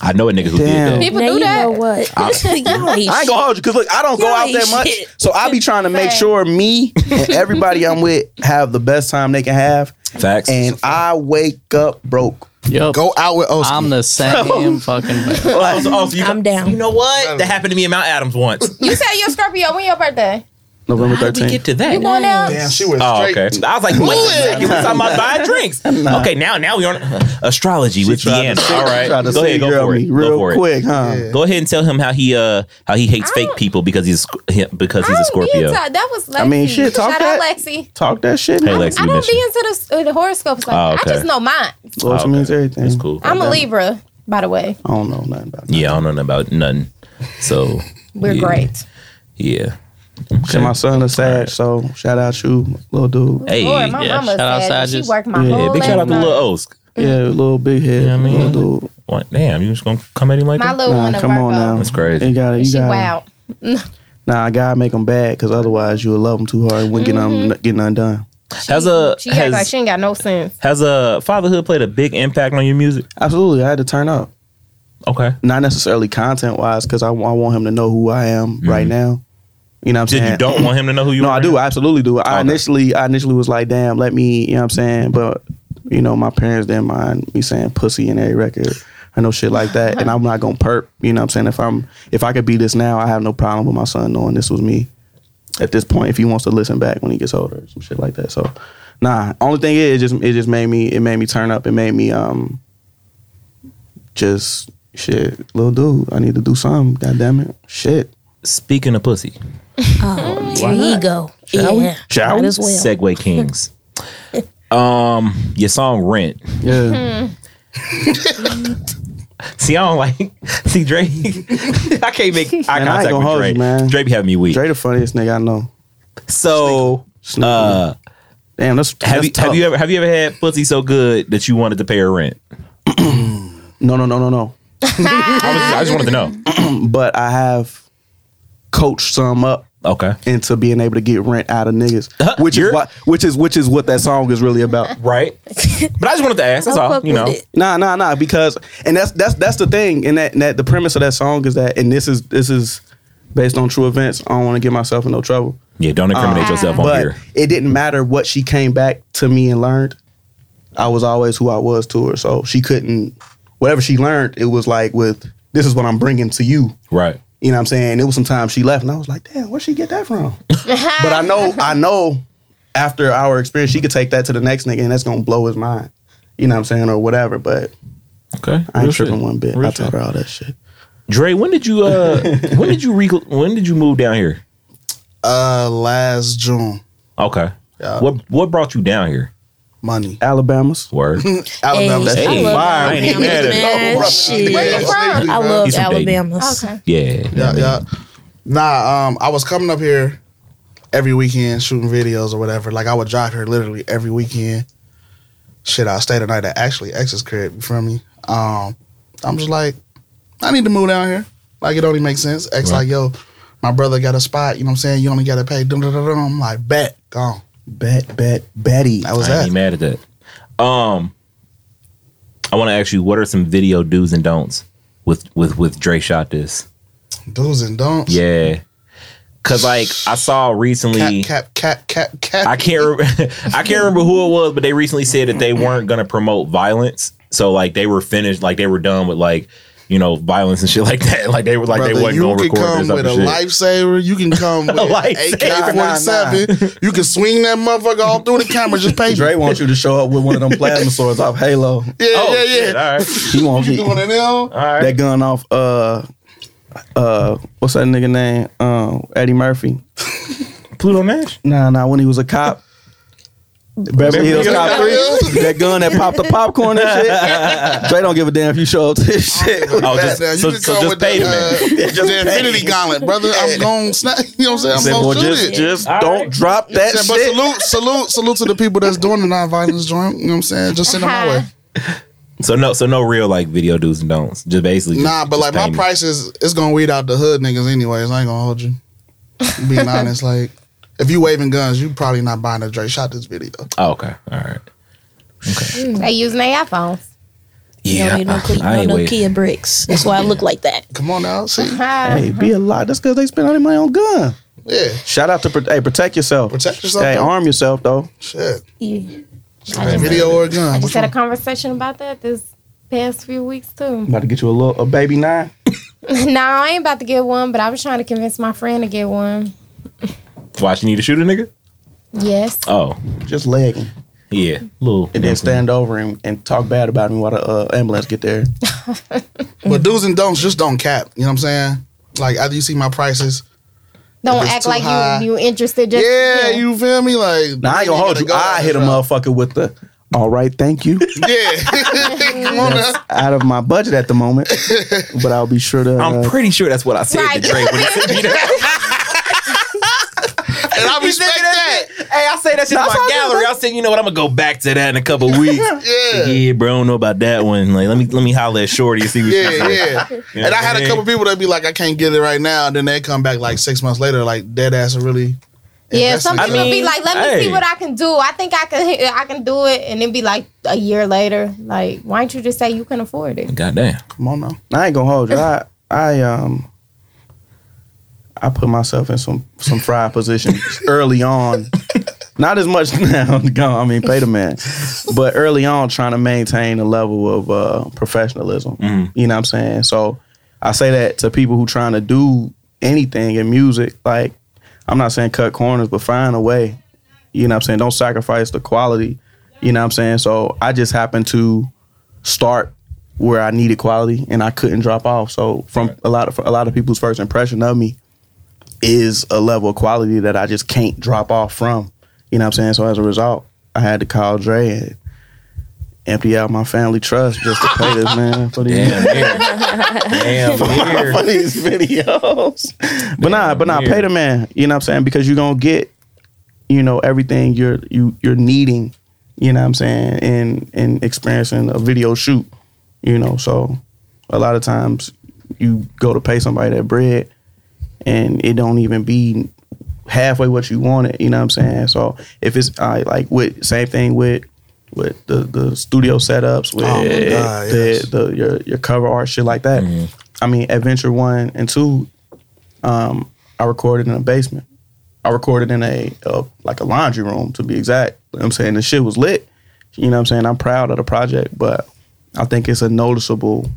[SPEAKER 1] I know a nigga who did that.
[SPEAKER 4] Damn.
[SPEAKER 2] People
[SPEAKER 3] now
[SPEAKER 2] do
[SPEAKER 3] you
[SPEAKER 2] that.
[SPEAKER 3] know what? Y'all ain't
[SPEAKER 4] I ain't gonna hold you because look, I don't go
[SPEAKER 3] Y'all
[SPEAKER 4] out
[SPEAKER 3] ain't
[SPEAKER 4] that much,
[SPEAKER 3] shit.
[SPEAKER 4] so I be trying to make
[SPEAKER 2] Fact.
[SPEAKER 4] sure me and everybody I'm with have the best time they can have,
[SPEAKER 1] Facts.
[SPEAKER 4] and I wake up broke.
[SPEAKER 6] Yup.
[SPEAKER 5] Go out with Oski.
[SPEAKER 6] I'm the same fucking way.
[SPEAKER 1] Oh, so- oh, so you
[SPEAKER 3] I'm
[SPEAKER 1] know-
[SPEAKER 3] down.
[SPEAKER 1] You know what? That happened to me in Mount Adams once.
[SPEAKER 2] You said you're Scorpio. When your birthday?
[SPEAKER 4] November
[SPEAKER 1] How did we get
[SPEAKER 4] thirteenth.
[SPEAKER 1] to that?
[SPEAKER 2] You going out?
[SPEAKER 5] Damn, she was
[SPEAKER 1] Oh,
[SPEAKER 5] straight.
[SPEAKER 1] okay. I was like, wait a second. We're talking about buying drinks. Okay, now now we on astrology with
[SPEAKER 4] tried to
[SPEAKER 1] Deanna.
[SPEAKER 4] see-
[SPEAKER 1] All right,
[SPEAKER 4] Try to
[SPEAKER 1] go ahead, go
[SPEAKER 4] girl
[SPEAKER 1] for it.
[SPEAKER 4] me
[SPEAKER 1] go
[SPEAKER 4] real
[SPEAKER 1] for
[SPEAKER 4] quick, huh?
[SPEAKER 5] Yeah.
[SPEAKER 1] it. Go ahead and tell him how he uh how he hates
[SPEAKER 2] I
[SPEAKER 1] fake
[SPEAKER 2] don't-
[SPEAKER 1] people because he's a Sc- him- because
[SPEAKER 2] I
[SPEAKER 1] he's a
[SPEAKER 2] don't be
[SPEAKER 1] Scorpio.
[SPEAKER 2] into- Oh, that was Lexi.
[SPEAKER 4] I mean, shit, talk
[SPEAKER 2] Shout
[SPEAKER 4] that.
[SPEAKER 2] out Lexi.
[SPEAKER 4] Talk that shit.
[SPEAKER 1] Hey, Lex,
[SPEAKER 2] I
[SPEAKER 1] we
[SPEAKER 2] don't
[SPEAKER 1] miss
[SPEAKER 2] be
[SPEAKER 1] you.
[SPEAKER 2] into the, uh, the horoscopes. Like,
[SPEAKER 1] Oh,
[SPEAKER 2] that. I
[SPEAKER 1] okay.
[SPEAKER 2] just know mine.
[SPEAKER 4] Well,
[SPEAKER 1] Oh,
[SPEAKER 4] she means
[SPEAKER 1] okay.
[SPEAKER 4] everything.
[SPEAKER 1] That's cool.
[SPEAKER 2] I'm a Libra, by the way.
[SPEAKER 4] I don't know nothing about.
[SPEAKER 1] Yeah, I don't know nothing about nothing. So
[SPEAKER 2] We're
[SPEAKER 1] yeah,
[SPEAKER 2] great.
[SPEAKER 1] Yeah.
[SPEAKER 4] Shit, my son is sad, so shout out you, little dude.
[SPEAKER 1] Hey,
[SPEAKER 2] Lord, my
[SPEAKER 6] yeah,
[SPEAKER 2] mama
[SPEAKER 6] shout out
[SPEAKER 2] said she
[SPEAKER 6] Sagittarius.
[SPEAKER 2] worked my
[SPEAKER 1] Yeah,
[SPEAKER 2] whole
[SPEAKER 1] big shout out
[SPEAKER 2] last
[SPEAKER 1] to Lil
[SPEAKER 2] month.
[SPEAKER 1] Osk.
[SPEAKER 4] Yeah, little big head,
[SPEAKER 1] Yeah, I mean-
[SPEAKER 4] little dude.
[SPEAKER 1] What? Damn, you just gonna come at him like
[SPEAKER 2] My
[SPEAKER 1] that?
[SPEAKER 2] little
[SPEAKER 4] Nah,
[SPEAKER 2] one. a
[SPEAKER 4] come on
[SPEAKER 2] Virgo.
[SPEAKER 4] now.
[SPEAKER 1] That's crazy.
[SPEAKER 4] You got it. You
[SPEAKER 2] She
[SPEAKER 4] got
[SPEAKER 2] wow.
[SPEAKER 4] Nah, I gotta make them bad because otherwise you'll love them too hard and wouldn't get them getting undone.
[SPEAKER 1] Has a
[SPEAKER 2] She act like
[SPEAKER 1] has
[SPEAKER 2] she ain't got no sense.
[SPEAKER 1] has a fatherhood played a big impact on your music?
[SPEAKER 4] Absolutely, I had to turn up.
[SPEAKER 1] Okay.
[SPEAKER 4] Not necessarily content wise because I, wa- I want him to know who I am right now. You know what I'm
[SPEAKER 1] Did
[SPEAKER 4] saying?
[SPEAKER 1] Mm-hmm. you don't want him to know who you
[SPEAKER 4] No,
[SPEAKER 1] are?
[SPEAKER 4] I
[SPEAKER 1] right
[SPEAKER 4] do.
[SPEAKER 1] now?
[SPEAKER 4] I absolutely do. I
[SPEAKER 1] Okay.
[SPEAKER 4] initially, I initially was like, damn, let me. You know what I'm saying? But you know, my parents didn't mind me saying pussy in every record. I know shit like that, and I'm not gonna perp. You know what I'm saying? If I'm, if I could be this now, I have no problem with my son knowing this was me. At this point, if he wants to listen back when he gets older, some shit like that. So, nah. Only thing is, it just it just made me it made me turn up. It made me um, just shit, little dude. I need to do something. God damn it, shit.
[SPEAKER 1] Speaking of pussy.
[SPEAKER 3] Oh, there you go. Yeah,
[SPEAKER 4] Shall
[SPEAKER 3] might
[SPEAKER 4] we?
[SPEAKER 3] as well.
[SPEAKER 1] Segway Kings. um, your song Rent.
[SPEAKER 4] Yeah,
[SPEAKER 2] Hmm.
[SPEAKER 1] See, I don't like. See, Dre. I can't make eye
[SPEAKER 4] Man, I ain't
[SPEAKER 1] contact
[SPEAKER 4] gonna
[SPEAKER 1] with
[SPEAKER 4] hold
[SPEAKER 1] Dre.
[SPEAKER 4] you, man.
[SPEAKER 1] Dre be having me weak.
[SPEAKER 4] Dre the funniest nigga I know.
[SPEAKER 1] so,
[SPEAKER 4] Snoop.
[SPEAKER 1] uh,
[SPEAKER 4] Damn, that's
[SPEAKER 1] have
[SPEAKER 4] that's
[SPEAKER 1] you have
[SPEAKER 4] tough.
[SPEAKER 1] you ever have you ever had pussy so good that you wanted to pay her rent?
[SPEAKER 4] No, no, no, no, no.
[SPEAKER 1] I, was, I just wanted to know.
[SPEAKER 4] But I have coached some up
[SPEAKER 1] Okay.
[SPEAKER 4] into being able to get rent out of niggas, which is
[SPEAKER 1] You're-
[SPEAKER 4] what, which is which is what that song is really about.
[SPEAKER 1] Right. but I just wanted to ask. That's
[SPEAKER 3] I
[SPEAKER 1] all.
[SPEAKER 3] fuck
[SPEAKER 1] You
[SPEAKER 3] with
[SPEAKER 1] know.
[SPEAKER 3] it.
[SPEAKER 4] Nah, nah, nah. Because and that's that's that's the thing. And that, and that the premise of that song is that, and this is this is based on true events. I don't want to get myself in no trouble.
[SPEAKER 1] Yeah. Don't
[SPEAKER 3] Uh,
[SPEAKER 1] incriminate yourself on
[SPEAKER 4] but
[SPEAKER 1] here.
[SPEAKER 4] it didn't matter what she came back to me and learned. I was always who I was to her, so she couldn't. Whatever she learned, it was like with this is what I'm bringing to you.
[SPEAKER 1] Right.
[SPEAKER 4] You know what I'm saying? It was some time she left, and I was like, damn, where'd she get that from? but I know, I know after our experience, she could take that to the next nigga and that's gonna blow his mind. You know what I'm saying? Or whatever. But
[SPEAKER 1] Okay.
[SPEAKER 4] I
[SPEAKER 1] Real
[SPEAKER 4] ain't tripping
[SPEAKER 1] shit.
[SPEAKER 4] one bit.
[SPEAKER 1] Real
[SPEAKER 4] I told
[SPEAKER 1] shit.
[SPEAKER 4] her all that shit.
[SPEAKER 1] Dre, when did you uh when did you re- when did you move down here?
[SPEAKER 5] Uh, last June,
[SPEAKER 1] Okay.
[SPEAKER 5] Yeah.
[SPEAKER 1] What what brought you down here?
[SPEAKER 5] money.
[SPEAKER 4] Alabama's.
[SPEAKER 1] Word.
[SPEAKER 4] Oh,
[SPEAKER 5] Alabama.
[SPEAKER 3] Hey,
[SPEAKER 5] State.
[SPEAKER 3] I
[SPEAKER 1] Hey,
[SPEAKER 3] love
[SPEAKER 1] fire. I ain't even
[SPEAKER 3] Alabama,
[SPEAKER 1] mad at it.
[SPEAKER 3] man.
[SPEAKER 5] Oh, bro.
[SPEAKER 3] Shit.
[SPEAKER 5] Yeah,
[SPEAKER 2] from?
[SPEAKER 3] I love
[SPEAKER 1] He's from Dayton.
[SPEAKER 3] Alabama.
[SPEAKER 2] Okay.
[SPEAKER 1] Yeah.
[SPEAKER 5] Yeah, yeah. Nah, um, I was coming up here every weekend shooting videos or whatever. Like I would drive here literally every weekend. Shit, I stayed the night at actually X's crib. You feel me? Um, I'm just like, I need to move down here. Like it only makes sense. X like, yo, my brother got a spot. You know what I'm saying? You only got to pay. Dum, dum, dum, dum. I'm like, bet, gone.
[SPEAKER 4] Bet, bet, Betty.
[SPEAKER 5] That was
[SPEAKER 1] I ain't
[SPEAKER 5] that.
[SPEAKER 1] even mad at that. Um I wanna ask you, what are some video do's and don'ts with with with Dre shot this?
[SPEAKER 5] Do's and don'ts.
[SPEAKER 1] Yeah. Cause like I saw recently
[SPEAKER 5] Cap, cap, cap, cap, cap.
[SPEAKER 1] I can't re- I can't remember who it was, but they recently said that they weren't gonna promote violence. So like they were finished, like they were done with like you know violence and shit like that. Like they were like they
[SPEAKER 5] Brother,
[SPEAKER 1] wasn't
[SPEAKER 5] you
[SPEAKER 1] gonna
[SPEAKER 5] can
[SPEAKER 1] record
[SPEAKER 5] come
[SPEAKER 1] this
[SPEAKER 5] with
[SPEAKER 1] other shit.
[SPEAKER 5] a lifesaver. You can come with
[SPEAKER 1] lifesaver.
[SPEAKER 5] AK forty seven. You can swing that motherfucker all through the camera. Just pay.
[SPEAKER 4] Dre wants you to show up with one of them plasma swords off Halo.
[SPEAKER 5] Yeah,
[SPEAKER 1] Oh,
[SPEAKER 5] yeah, yeah.
[SPEAKER 1] shit, all right,
[SPEAKER 4] He wants
[SPEAKER 5] You doing it now?
[SPEAKER 1] all right.
[SPEAKER 4] that gun off uh uh what's that nigga name? Um Eddie Murphy.
[SPEAKER 1] Pluto Nash.
[SPEAKER 4] Nah, nah, when he was a cop. Beverly Hills Cop 3. That gun that popped the popcorn and shit. Dre don't give a damn if you show up to this shit.
[SPEAKER 1] Oh, just,
[SPEAKER 5] Now, you
[SPEAKER 1] so,
[SPEAKER 5] can
[SPEAKER 1] so
[SPEAKER 5] come
[SPEAKER 1] just
[SPEAKER 5] with the,
[SPEAKER 1] pay the
[SPEAKER 5] uh,
[SPEAKER 1] man.
[SPEAKER 5] the Infinity Gauntlet, brother. I'm going snap. You know what
[SPEAKER 4] Say,
[SPEAKER 5] I'm saying? I'm
[SPEAKER 4] boy,
[SPEAKER 5] going shoot
[SPEAKER 4] just,
[SPEAKER 5] it.
[SPEAKER 4] just
[SPEAKER 1] All
[SPEAKER 4] don't
[SPEAKER 1] right.
[SPEAKER 4] drop that
[SPEAKER 5] Yeah, but
[SPEAKER 4] shit.
[SPEAKER 5] salute, salute, salute to the people that's doing the nonviolence joint. You know what I'm saying? Just send them my way.
[SPEAKER 1] So no, so no real like video do's and don'ts. Just basically. just-
[SPEAKER 5] Nah, but
[SPEAKER 1] just
[SPEAKER 5] like
[SPEAKER 1] pay
[SPEAKER 5] my
[SPEAKER 1] me.
[SPEAKER 5] price is it's gonna weed out the hood niggas anyways. I ain't gonna hold you. Being honest, like if you waving guns, you probably not buying a Dre shot this video.
[SPEAKER 1] Oh, okay, all right.
[SPEAKER 2] They using their iPhones.
[SPEAKER 3] You
[SPEAKER 1] Yeah,
[SPEAKER 3] don't need no, Cle-
[SPEAKER 1] I ain't
[SPEAKER 3] no
[SPEAKER 1] waiting.
[SPEAKER 3] Nokia bricks. That's why I look like that.
[SPEAKER 5] Come on now, see,
[SPEAKER 2] Hi.
[SPEAKER 4] Hey, be a lot. That's because they spend all their money on gun.
[SPEAKER 5] yeah,
[SPEAKER 4] Shout out to pro- hey, protect yourself.
[SPEAKER 5] Protect yourself,
[SPEAKER 4] Hey,
[SPEAKER 5] though.
[SPEAKER 4] arm yourself though.
[SPEAKER 5] shit,
[SPEAKER 3] Yeah.
[SPEAKER 1] Hey, man.
[SPEAKER 5] video or a
[SPEAKER 2] I
[SPEAKER 5] gun.
[SPEAKER 2] just had a conversation about that this past few weeks too.
[SPEAKER 4] I'm about to get you a little a baby nine.
[SPEAKER 2] no, I ain't about to get one, but I was trying to convince my friend to get one.
[SPEAKER 1] Why she need to shoot a nigga?
[SPEAKER 2] Yes.
[SPEAKER 1] Oh,
[SPEAKER 4] Just legging.
[SPEAKER 1] yeah, little.
[SPEAKER 4] And
[SPEAKER 5] Mm-hmm.
[SPEAKER 4] then stand over and, and talk bad about me while the uh, ambulance get there.
[SPEAKER 2] mm.
[SPEAKER 5] But do's and don'ts, just don't cap. You know what I'm saying? Like after you see my prices,
[SPEAKER 2] Don't
[SPEAKER 5] it's
[SPEAKER 2] act
[SPEAKER 5] too
[SPEAKER 2] like
[SPEAKER 5] high-
[SPEAKER 2] you you interested. Just
[SPEAKER 5] yeah, you feel me? Like
[SPEAKER 4] Now I ain't gonna hold you.
[SPEAKER 5] gotta go
[SPEAKER 4] I
[SPEAKER 5] out
[SPEAKER 4] hit a
[SPEAKER 5] there.
[SPEAKER 4] motherfucker with the all right, thank you.
[SPEAKER 5] Yeah, come on now.
[SPEAKER 4] out of my budget at the moment, but I'll be sure to.
[SPEAKER 1] I'm
[SPEAKER 4] Uh,
[SPEAKER 1] pretty sure that's what I said
[SPEAKER 2] Right.
[SPEAKER 1] to Dre when he said me that.
[SPEAKER 5] And I respect that.
[SPEAKER 1] Hey, I say that shit in my gallery. I said, you know what? I'm gonna go back to that in a couple weeks.
[SPEAKER 5] Yeah.
[SPEAKER 1] yeah, bro, I don't know about that one. Like, let me let me holler at Shorty and see what. she
[SPEAKER 5] Yeah,
[SPEAKER 1] said.
[SPEAKER 5] yeah.
[SPEAKER 1] Yeah,
[SPEAKER 5] and I had a
[SPEAKER 1] man.
[SPEAKER 5] couple people that be like, I can't get it right now. And then they come back like six months later, like dead ass are really.
[SPEAKER 2] Yeah,
[SPEAKER 5] invested
[SPEAKER 2] some
[SPEAKER 5] in
[SPEAKER 2] people
[SPEAKER 5] it.
[SPEAKER 1] mean,
[SPEAKER 2] be like, "Let me
[SPEAKER 1] hey.
[SPEAKER 2] see what I can do. I think I can, I can do it," and then be like a year later, like, "Why don't you just say you can afford it?"
[SPEAKER 1] Goddamn.
[SPEAKER 5] Come on now.
[SPEAKER 4] I ain't gonna hold you. I, I um, I put myself in some some fried positions early on. Not as much now. go- I mean, pay the man, but early on, trying to maintain a level of uh, professionalism.
[SPEAKER 5] Mm-hmm.
[SPEAKER 4] You know what I'm saying? So I say that to people who trying to do anything in music. Like I'm not saying cut corners, but find a way. You know what I'm saying? Don't sacrifice the quality. You know what I'm saying? So I just happen to start where I needed quality and I couldn't drop off. So from a lot of a lot of people's first impression of me is a level of quality that I just can't drop off from. You know what I'm saying? So as a result, I had to call Dre and empty out my family trust just to pay this man for these,
[SPEAKER 1] Damn near. Damn near.
[SPEAKER 4] for these videos. But nah, but nah,
[SPEAKER 1] weird.
[SPEAKER 4] pay the man. You know what I'm saying? Because you're gonna get, you know, everything you're you you're needing, you know what I'm saying, in in experiencing a video shoot. You know, so a lot of times you go to pay somebody that bread and it don't even be halfway what you wanted. You know what I'm saying? So if it's I like with same thing with with the the studio setups with
[SPEAKER 5] Oh my God,
[SPEAKER 4] the,
[SPEAKER 5] yes.
[SPEAKER 4] the your your cover art shit like that. I mean, Adventure One and Two, um, I recorded in a basement. I recorded in a, a like a laundry room to be exact. You know what I'm saying the shit was lit. You know what I'm saying? I'm proud of the project, but I think it's a noticeable,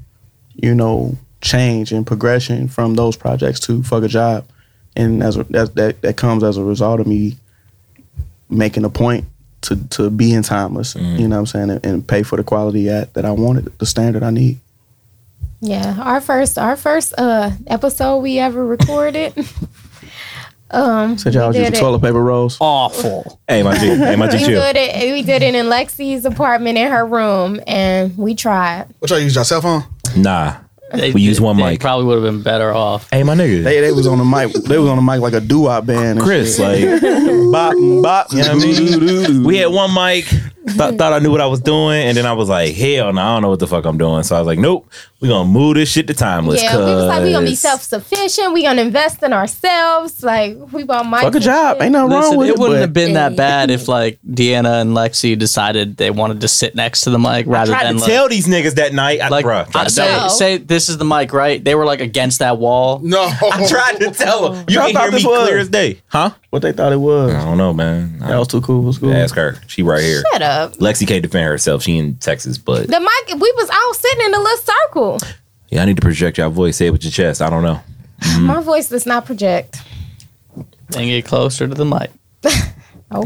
[SPEAKER 4] you know, change and progression from those projects to fuck a job, and as a, that, that that comes as a result of me making a point to to be in timeless.
[SPEAKER 1] Mm-hmm.
[SPEAKER 4] You know what I'm saying, and, and pay for the quality at that I wanted, the standard I need.
[SPEAKER 2] Yeah, our first our first uh episode we ever recorded. um
[SPEAKER 4] Said y'all was
[SPEAKER 2] we
[SPEAKER 4] using
[SPEAKER 2] did it.
[SPEAKER 4] toilet paper rolls.
[SPEAKER 6] Awful.
[SPEAKER 1] Hey, my G. Hey, my G.
[SPEAKER 2] We
[SPEAKER 1] Chill.
[SPEAKER 2] did it. We did it in Lexi's apartment in her room, and we tried.
[SPEAKER 5] What y'all use your cell phone?
[SPEAKER 1] Nah.
[SPEAKER 6] They-
[SPEAKER 1] We use one
[SPEAKER 6] they
[SPEAKER 1] mic.
[SPEAKER 6] Probably would have been better off.
[SPEAKER 1] Hey, my nigga.
[SPEAKER 4] They they was on the mic. They was on the mic like a doo wop band. and
[SPEAKER 1] Chris, like
[SPEAKER 4] shit.
[SPEAKER 1] bop bop. You know what I mean? we had one mic. Thought, thought I knew what I was doing, and then I was like, hell no, I don't know what the fuck I'm doing. So I was like, nope, we gonna move this shit to timeless.
[SPEAKER 2] yeah, we was like, we gonna be
[SPEAKER 1] 'cause
[SPEAKER 2] self sufficient. We gonna invest in ourselves. Like we bought my
[SPEAKER 4] fuck a job. Ain't nothing wrong
[SPEAKER 6] Listen,
[SPEAKER 4] with
[SPEAKER 6] it
[SPEAKER 4] it.
[SPEAKER 6] wouldn't
[SPEAKER 4] but-
[SPEAKER 6] have been that bad if like Deanna and Lexi decided they wanted to sit next to the mic rather
[SPEAKER 1] Tried
[SPEAKER 6] than
[SPEAKER 1] to
[SPEAKER 6] like,
[SPEAKER 1] tell these niggas that night, I,
[SPEAKER 6] like
[SPEAKER 1] bruh,
[SPEAKER 6] I-
[SPEAKER 1] tried to
[SPEAKER 6] say,
[SPEAKER 1] tell
[SPEAKER 2] No.
[SPEAKER 6] say this is the mic, right? They were like against that wall.
[SPEAKER 5] No.
[SPEAKER 1] them. Tried to tell them. You
[SPEAKER 4] Y'all
[SPEAKER 1] can
[SPEAKER 4] thought
[SPEAKER 1] hear me
[SPEAKER 4] this was-
[SPEAKER 1] clear as day, huh?
[SPEAKER 4] what they thought it was.
[SPEAKER 1] I don't know, man. I
[SPEAKER 4] That was too cool. It was cool.
[SPEAKER 1] ask her. She right here.
[SPEAKER 2] Shut up.
[SPEAKER 1] Lexi can't defend herself. She in Texas, but
[SPEAKER 2] The mic. We was all sitting in a little circle.
[SPEAKER 1] yeah, I need to project your voice. Say it with your chest. I don't know.
[SPEAKER 4] Mm.
[SPEAKER 2] My voice does not project.
[SPEAKER 6] And get closer to the mic.
[SPEAKER 2] Okay.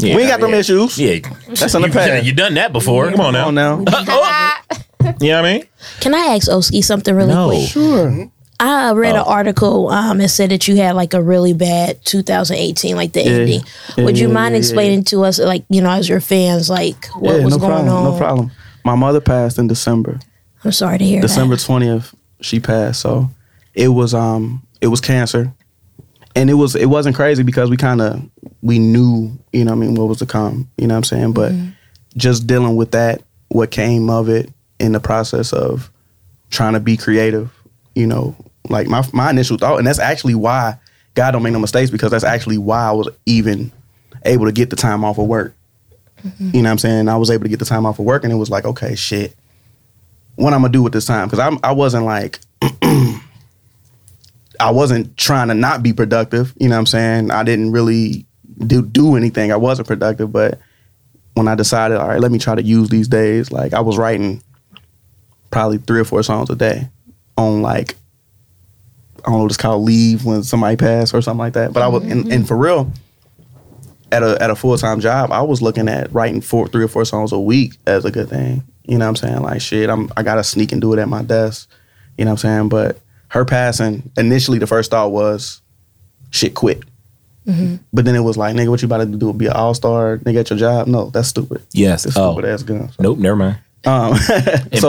[SPEAKER 1] Yeah.
[SPEAKER 4] we ain't got them
[SPEAKER 1] Yeah.
[SPEAKER 4] issues.
[SPEAKER 1] Yeah,
[SPEAKER 4] That's in the
[SPEAKER 1] you,
[SPEAKER 4] past.
[SPEAKER 1] yeah, you done that before. Come on now. Uh, oh.
[SPEAKER 4] Come on now.
[SPEAKER 1] You know what I mean?
[SPEAKER 3] Can I ask Oski something really quick?
[SPEAKER 4] sure.
[SPEAKER 3] I uh, read an
[SPEAKER 4] Oh.
[SPEAKER 3] article um, that said that you had like a really bad 2018, like the ending.
[SPEAKER 4] Yeah,
[SPEAKER 3] Would you
[SPEAKER 4] yeah,
[SPEAKER 3] mind
[SPEAKER 4] yeah, yeah,
[SPEAKER 3] explaining to us, like you know, as your fans, like what
[SPEAKER 4] yeah,
[SPEAKER 3] was
[SPEAKER 4] no
[SPEAKER 3] going
[SPEAKER 4] problem.
[SPEAKER 3] on?
[SPEAKER 4] No problem. My mother passed in December.
[SPEAKER 3] I'm sorry to hear
[SPEAKER 4] December
[SPEAKER 3] that.
[SPEAKER 4] twentieth, she passed. So it was um it was cancer. And it was it wasn't crazy because we kinda we knew, you know what I mean, what was to come. You know what I'm saying? But
[SPEAKER 3] Mm-hmm.
[SPEAKER 4] just dealing with that, what came of it in the process of trying to be creative, you know, like my my initial thought, and that's actually why God don't make no mistakes because that's actually why I was even able to get the time off of work.
[SPEAKER 3] Mm-hmm.
[SPEAKER 4] You know what I'm saying? I was able to get the time off of work, and it was like, okay, shit, what I'm gonna do with this time? Because I'm I wasn't like I wasn't trying to not be productive. You know what I'm saying? I didn't really do do anything. I wasn't productive, but when I decided, all right, let me try to use these days, like I was writing probably three or four songs a day on like I don't know what it's called, leave when somebody passed or something like that. But I was and, and for real, at a at a full time job, I was looking at writing four three or four songs a week as a good thing. You know what I'm saying? Like shit, I'm I gotta sneak and do it at my desk. You know what I'm saying? But her passing, initially the first thought was shit quit. But then it was like, nigga, what you about to do? Be an all star nigga at your job? No, that's stupid.
[SPEAKER 1] Yes.
[SPEAKER 4] That's
[SPEAKER 1] Oh.
[SPEAKER 4] stupid ass gun.
[SPEAKER 1] Nope. Never mind.
[SPEAKER 4] Um, so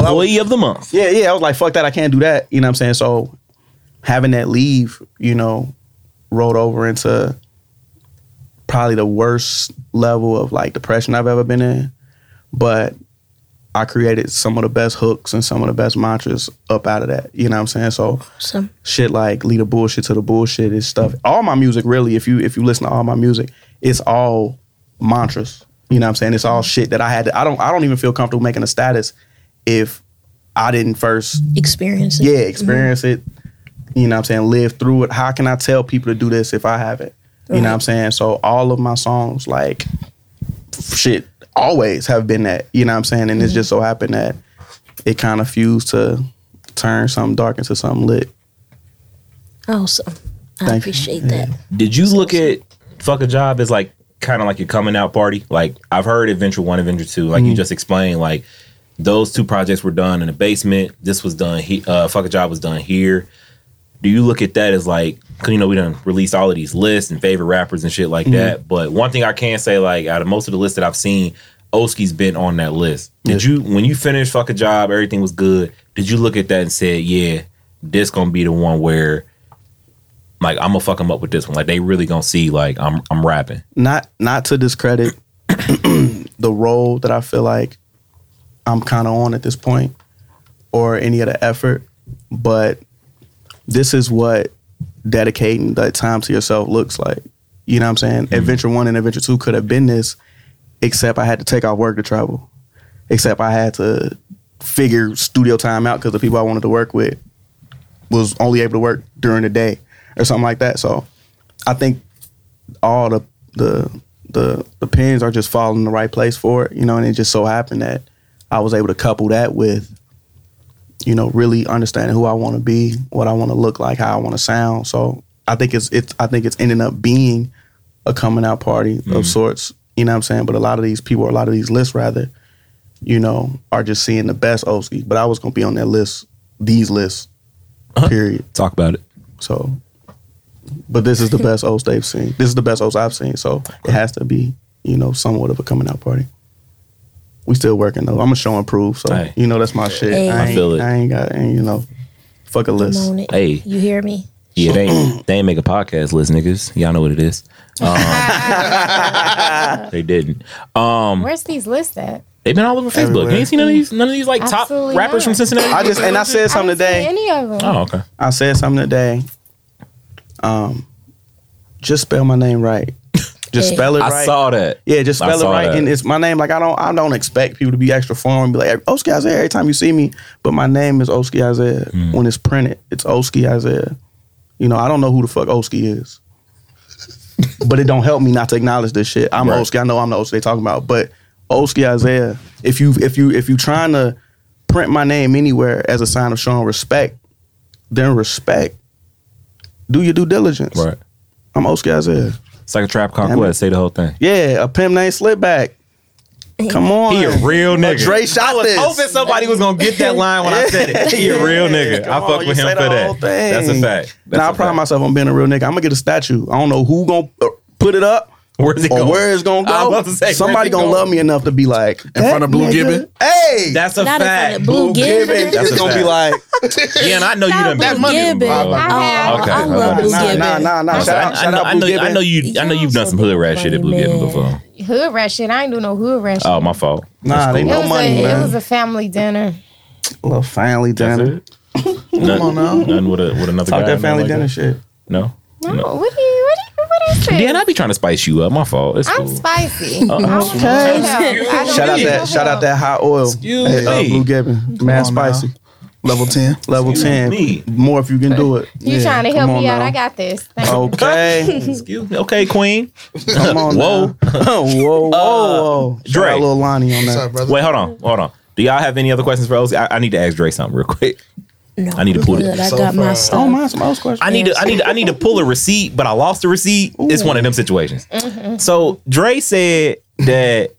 [SPEAKER 4] I was-
[SPEAKER 1] Employee of the month.
[SPEAKER 4] yeah, yeah. I was like, fuck that. I can't do that. You know what I'm saying? So having that leave, you know, rolled over into probably the worst level of like depression I've ever been in. But I created some of the best hooks and some of the best mantras up out of that. You know what I'm saying? So
[SPEAKER 3] Some-
[SPEAKER 4] shit like lead the bullshit to the bullshit is stuff. All my music really, if you if you listen to all my music, it's all mantras. You know what I'm saying? It's all shit that I had to I don't I don't even feel comfortable making a status if I didn't first
[SPEAKER 3] experience.
[SPEAKER 4] yeah, experience it. You know what I'm saying? Live through it. How can I tell people to do this if I haven't? You know what I'm saying? So all of my songs, like f- shit, always have been that. You know what I'm saying? And it's just so happened that it kind of fused to turn something dark into something lit.
[SPEAKER 3] Awesome. I
[SPEAKER 4] Thank you.
[SPEAKER 3] appreciate that.
[SPEAKER 1] Did you look at fuck a job as like kind of like your coming out party? Like I've heard Adventure One, Adventure Two. Like you just explained, like those two projects were done in the basement. This was done. He, uh, fuck a job was done here. Do you look at that as like because you know we done released all of these lists and favorite rappers and shit like that? But one thing I can say, like out of most of the lists that I've seen, Oski's been on that list. Did you when you finished fuck a job, everything was good? Did you look at that and said, yeah, this gonna be the one where like I'm gonna fuck them up with this one. Like they really gonna see like I'm I'm rapping.
[SPEAKER 4] not not to discredit the role that I feel like I'm kind of on at this point or any of the effort, but this is what dedicating that time to yourself looks like. You know what I'm saying? Adventure one and adventure two could have been this, except I had to take off work to travel. Except I had to figure studio time out because the people I wanted to work with was only able to work during the day or something like that. So I think all the the the the pins are just falling in the right place for it, you know, and it just so happened that I was able to couple that with, you know, really understanding who I want to be, what I want to look like, how I want to sound. So I think it's it's I think it's ending up being a coming out party of sorts, you know what I'm saying? But a lot of these people, or a lot of these lists rather, you know, are just seeing the best Oski. But I was gonna be on that list, these lists, period.
[SPEAKER 1] Talk about it.
[SPEAKER 4] So, but this is the best O's they've seen. This is the best O's I've seen. So it has to be, you know, somewhat of a coming out party. We still working though. I'm a show and prove. So
[SPEAKER 1] Hey.
[SPEAKER 4] you know that's my shit.
[SPEAKER 3] Hey.
[SPEAKER 4] I,
[SPEAKER 1] I
[SPEAKER 4] ain't,
[SPEAKER 1] feel it.
[SPEAKER 4] I ain't got, and you know, fuck a
[SPEAKER 3] I'm
[SPEAKER 4] list.
[SPEAKER 3] on it.
[SPEAKER 1] Hey.
[SPEAKER 3] You hear me?
[SPEAKER 1] Yeah, they ain't, they ain't make a podcast list, niggas. Y'all know what it is. Um, they didn't.
[SPEAKER 4] Mm.
[SPEAKER 1] Um,
[SPEAKER 2] Where's these lists at?
[SPEAKER 1] they've been all over Facebook. You ain't seen none of these, none of these like
[SPEAKER 2] Absolutely
[SPEAKER 1] top rappers
[SPEAKER 2] not.
[SPEAKER 1] from Cincinnati.
[SPEAKER 4] I just and I said
[SPEAKER 2] I
[SPEAKER 4] something
[SPEAKER 2] didn't see
[SPEAKER 4] today.
[SPEAKER 2] any of them.
[SPEAKER 1] oh, okay.
[SPEAKER 4] I said something today. Um, just spell my name right. Just
[SPEAKER 3] Hey.
[SPEAKER 4] spell it
[SPEAKER 1] I
[SPEAKER 4] right.
[SPEAKER 1] saw that.
[SPEAKER 4] Yeah, just
[SPEAKER 1] I
[SPEAKER 4] spell it
[SPEAKER 1] saw
[SPEAKER 4] right,
[SPEAKER 1] that.
[SPEAKER 4] and it's my name. Like I don't, I don't expect people to be extra formal and be like, "Oski Isaiah." Every time you see me, but my name is Oski Isaiah.
[SPEAKER 1] Hmm.
[SPEAKER 4] When it's printed, it's Oski Isaiah. You know, I don't know who the fuck Oski is, but it don't help me not to acknowledge this shit. I'm
[SPEAKER 1] Right.
[SPEAKER 4] Oski. I know I'm the Oski they talking about, but Oski Isaiah. If you, if you, if you trying to print my name anywhere as a sign of showing respect, then respect. Do your due diligence.
[SPEAKER 1] Right.
[SPEAKER 4] I'm Oski Isaiah.
[SPEAKER 1] It's like a trap
[SPEAKER 4] Damn it.
[SPEAKER 1] conquest. Say the whole thing.
[SPEAKER 4] Yeah, a pimp named Slipback. Come on.
[SPEAKER 1] He a real nigga.
[SPEAKER 4] Dre shot this.
[SPEAKER 1] hoping somebody was gonna get that line when I said it. He a real nigga. I
[SPEAKER 4] Come
[SPEAKER 1] fuck
[SPEAKER 4] on,
[SPEAKER 1] with
[SPEAKER 4] you
[SPEAKER 1] him for
[SPEAKER 4] say the whole
[SPEAKER 1] that.
[SPEAKER 4] thing.
[SPEAKER 1] That's a fact. That's
[SPEAKER 4] Now
[SPEAKER 1] a
[SPEAKER 4] I pride
[SPEAKER 1] fact.
[SPEAKER 4] myself on being a real nigga. I'm gonna get a statue. I don't know who gonna uh, put it up
[SPEAKER 1] Where's it
[SPEAKER 4] or
[SPEAKER 1] going?
[SPEAKER 4] Oh, where it's gonna go.
[SPEAKER 1] I was about to say, where's
[SPEAKER 4] Somebody
[SPEAKER 1] it
[SPEAKER 4] gonna
[SPEAKER 1] going?
[SPEAKER 4] love me enough to be like in
[SPEAKER 5] front of Blue Gibbon?
[SPEAKER 4] Hey,
[SPEAKER 1] That's a
[SPEAKER 3] Not in front
[SPEAKER 1] fact.
[SPEAKER 3] of Blue Gibbon.
[SPEAKER 1] That's
[SPEAKER 4] it's
[SPEAKER 1] a
[SPEAKER 4] gonna be
[SPEAKER 1] fact.
[SPEAKER 4] like
[SPEAKER 1] Yeah, and I know you done
[SPEAKER 3] Blue
[SPEAKER 1] been
[SPEAKER 3] Gibbon.
[SPEAKER 1] Bro.
[SPEAKER 3] Oh, I,
[SPEAKER 1] Okay,
[SPEAKER 3] I
[SPEAKER 1] hold
[SPEAKER 3] love
[SPEAKER 1] on.
[SPEAKER 3] Blue
[SPEAKER 4] nah,
[SPEAKER 3] Gibbon.
[SPEAKER 4] nah, nah, nah.
[SPEAKER 1] I,
[SPEAKER 4] Shout out,
[SPEAKER 1] I
[SPEAKER 4] shout
[SPEAKER 1] know,
[SPEAKER 4] out
[SPEAKER 1] I,
[SPEAKER 4] Blue
[SPEAKER 1] know,
[SPEAKER 4] Gibbon.
[SPEAKER 1] I know you. I know you've done some hood rat shit at Blue Gibbon before.
[SPEAKER 2] Hood rat shit. I ain't do no hood rat shit.
[SPEAKER 1] Oh, my fault.
[SPEAKER 4] Nah, they
[SPEAKER 2] it,
[SPEAKER 4] Oh. no
[SPEAKER 2] was
[SPEAKER 4] money,
[SPEAKER 2] a,
[SPEAKER 4] man.
[SPEAKER 2] it was a family dinner.
[SPEAKER 4] little family dinner.
[SPEAKER 1] Come
[SPEAKER 4] on now.
[SPEAKER 1] None with, a, with another
[SPEAKER 4] Talk
[SPEAKER 1] guy. or
[SPEAKER 4] that
[SPEAKER 1] nothing
[SPEAKER 4] family
[SPEAKER 1] like
[SPEAKER 4] dinner shit.
[SPEAKER 1] No.
[SPEAKER 2] No, what do you, what do you, what is it?
[SPEAKER 1] Dan, I be trying to spice you up. My fault. It's
[SPEAKER 2] I'm
[SPEAKER 1] cool.
[SPEAKER 2] spicy. I don't need no help. I don't
[SPEAKER 4] Uh-uh. Shout out
[SPEAKER 2] need no
[SPEAKER 4] that, shout out
[SPEAKER 2] help.
[SPEAKER 4] that hot oil.
[SPEAKER 1] Excuse
[SPEAKER 4] Hey, uh,
[SPEAKER 1] me.
[SPEAKER 4] Blue Gibbon, man,
[SPEAKER 5] on now.
[SPEAKER 4] spicy.
[SPEAKER 5] Level ten.
[SPEAKER 4] Level
[SPEAKER 1] Excuse
[SPEAKER 4] 10.
[SPEAKER 1] me.
[SPEAKER 4] More if you can do it.
[SPEAKER 2] You
[SPEAKER 5] Yeah,
[SPEAKER 2] trying to help
[SPEAKER 4] come
[SPEAKER 2] me
[SPEAKER 4] on
[SPEAKER 2] out?
[SPEAKER 4] now. Oh,
[SPEAKER 2] I got this. Thank you.
[SPEAKER 4] Okay.
[SPEAKER 1] Excuse me. Okay, Queen.
[SPEAKER 4] Come on.
[SPEAKER 1] Whoa. Uh,
[SPEAKER 4] now. whoa, whoa, whoa. Shout
[SPEAKER 1] Dre.
[SPEAKER 4] out Lil Lonnie on
[SPEAKER 5] What's up,
[SPEAKER 4] that.
[SPEAKER 5] brother?
[SPEAKER 1] Wait, hold on. Hold on. Do y'all have any other questions for Oski? I, I need to ask Dre something real quick.
[SPEAKER 3] No,
[SPEAKER 1] I need to pull it. Oh
[SPEAKER 3] good. I
[SPEAKER 5] So
[SPEAKER 3] got my
[SPEAKER 5] far.
[SPEAKER 4] I
[SPEAKER 3] stuff.
[SPEAKER 4] don't mind some old questions.
[SPEAKER 1] I need to I need to, I need to pull a receipt, but I lost the receipt. It's one of them situations.
[SPEAKER 4] Mm-hmm.
[SPEAKER 1] So Dre said that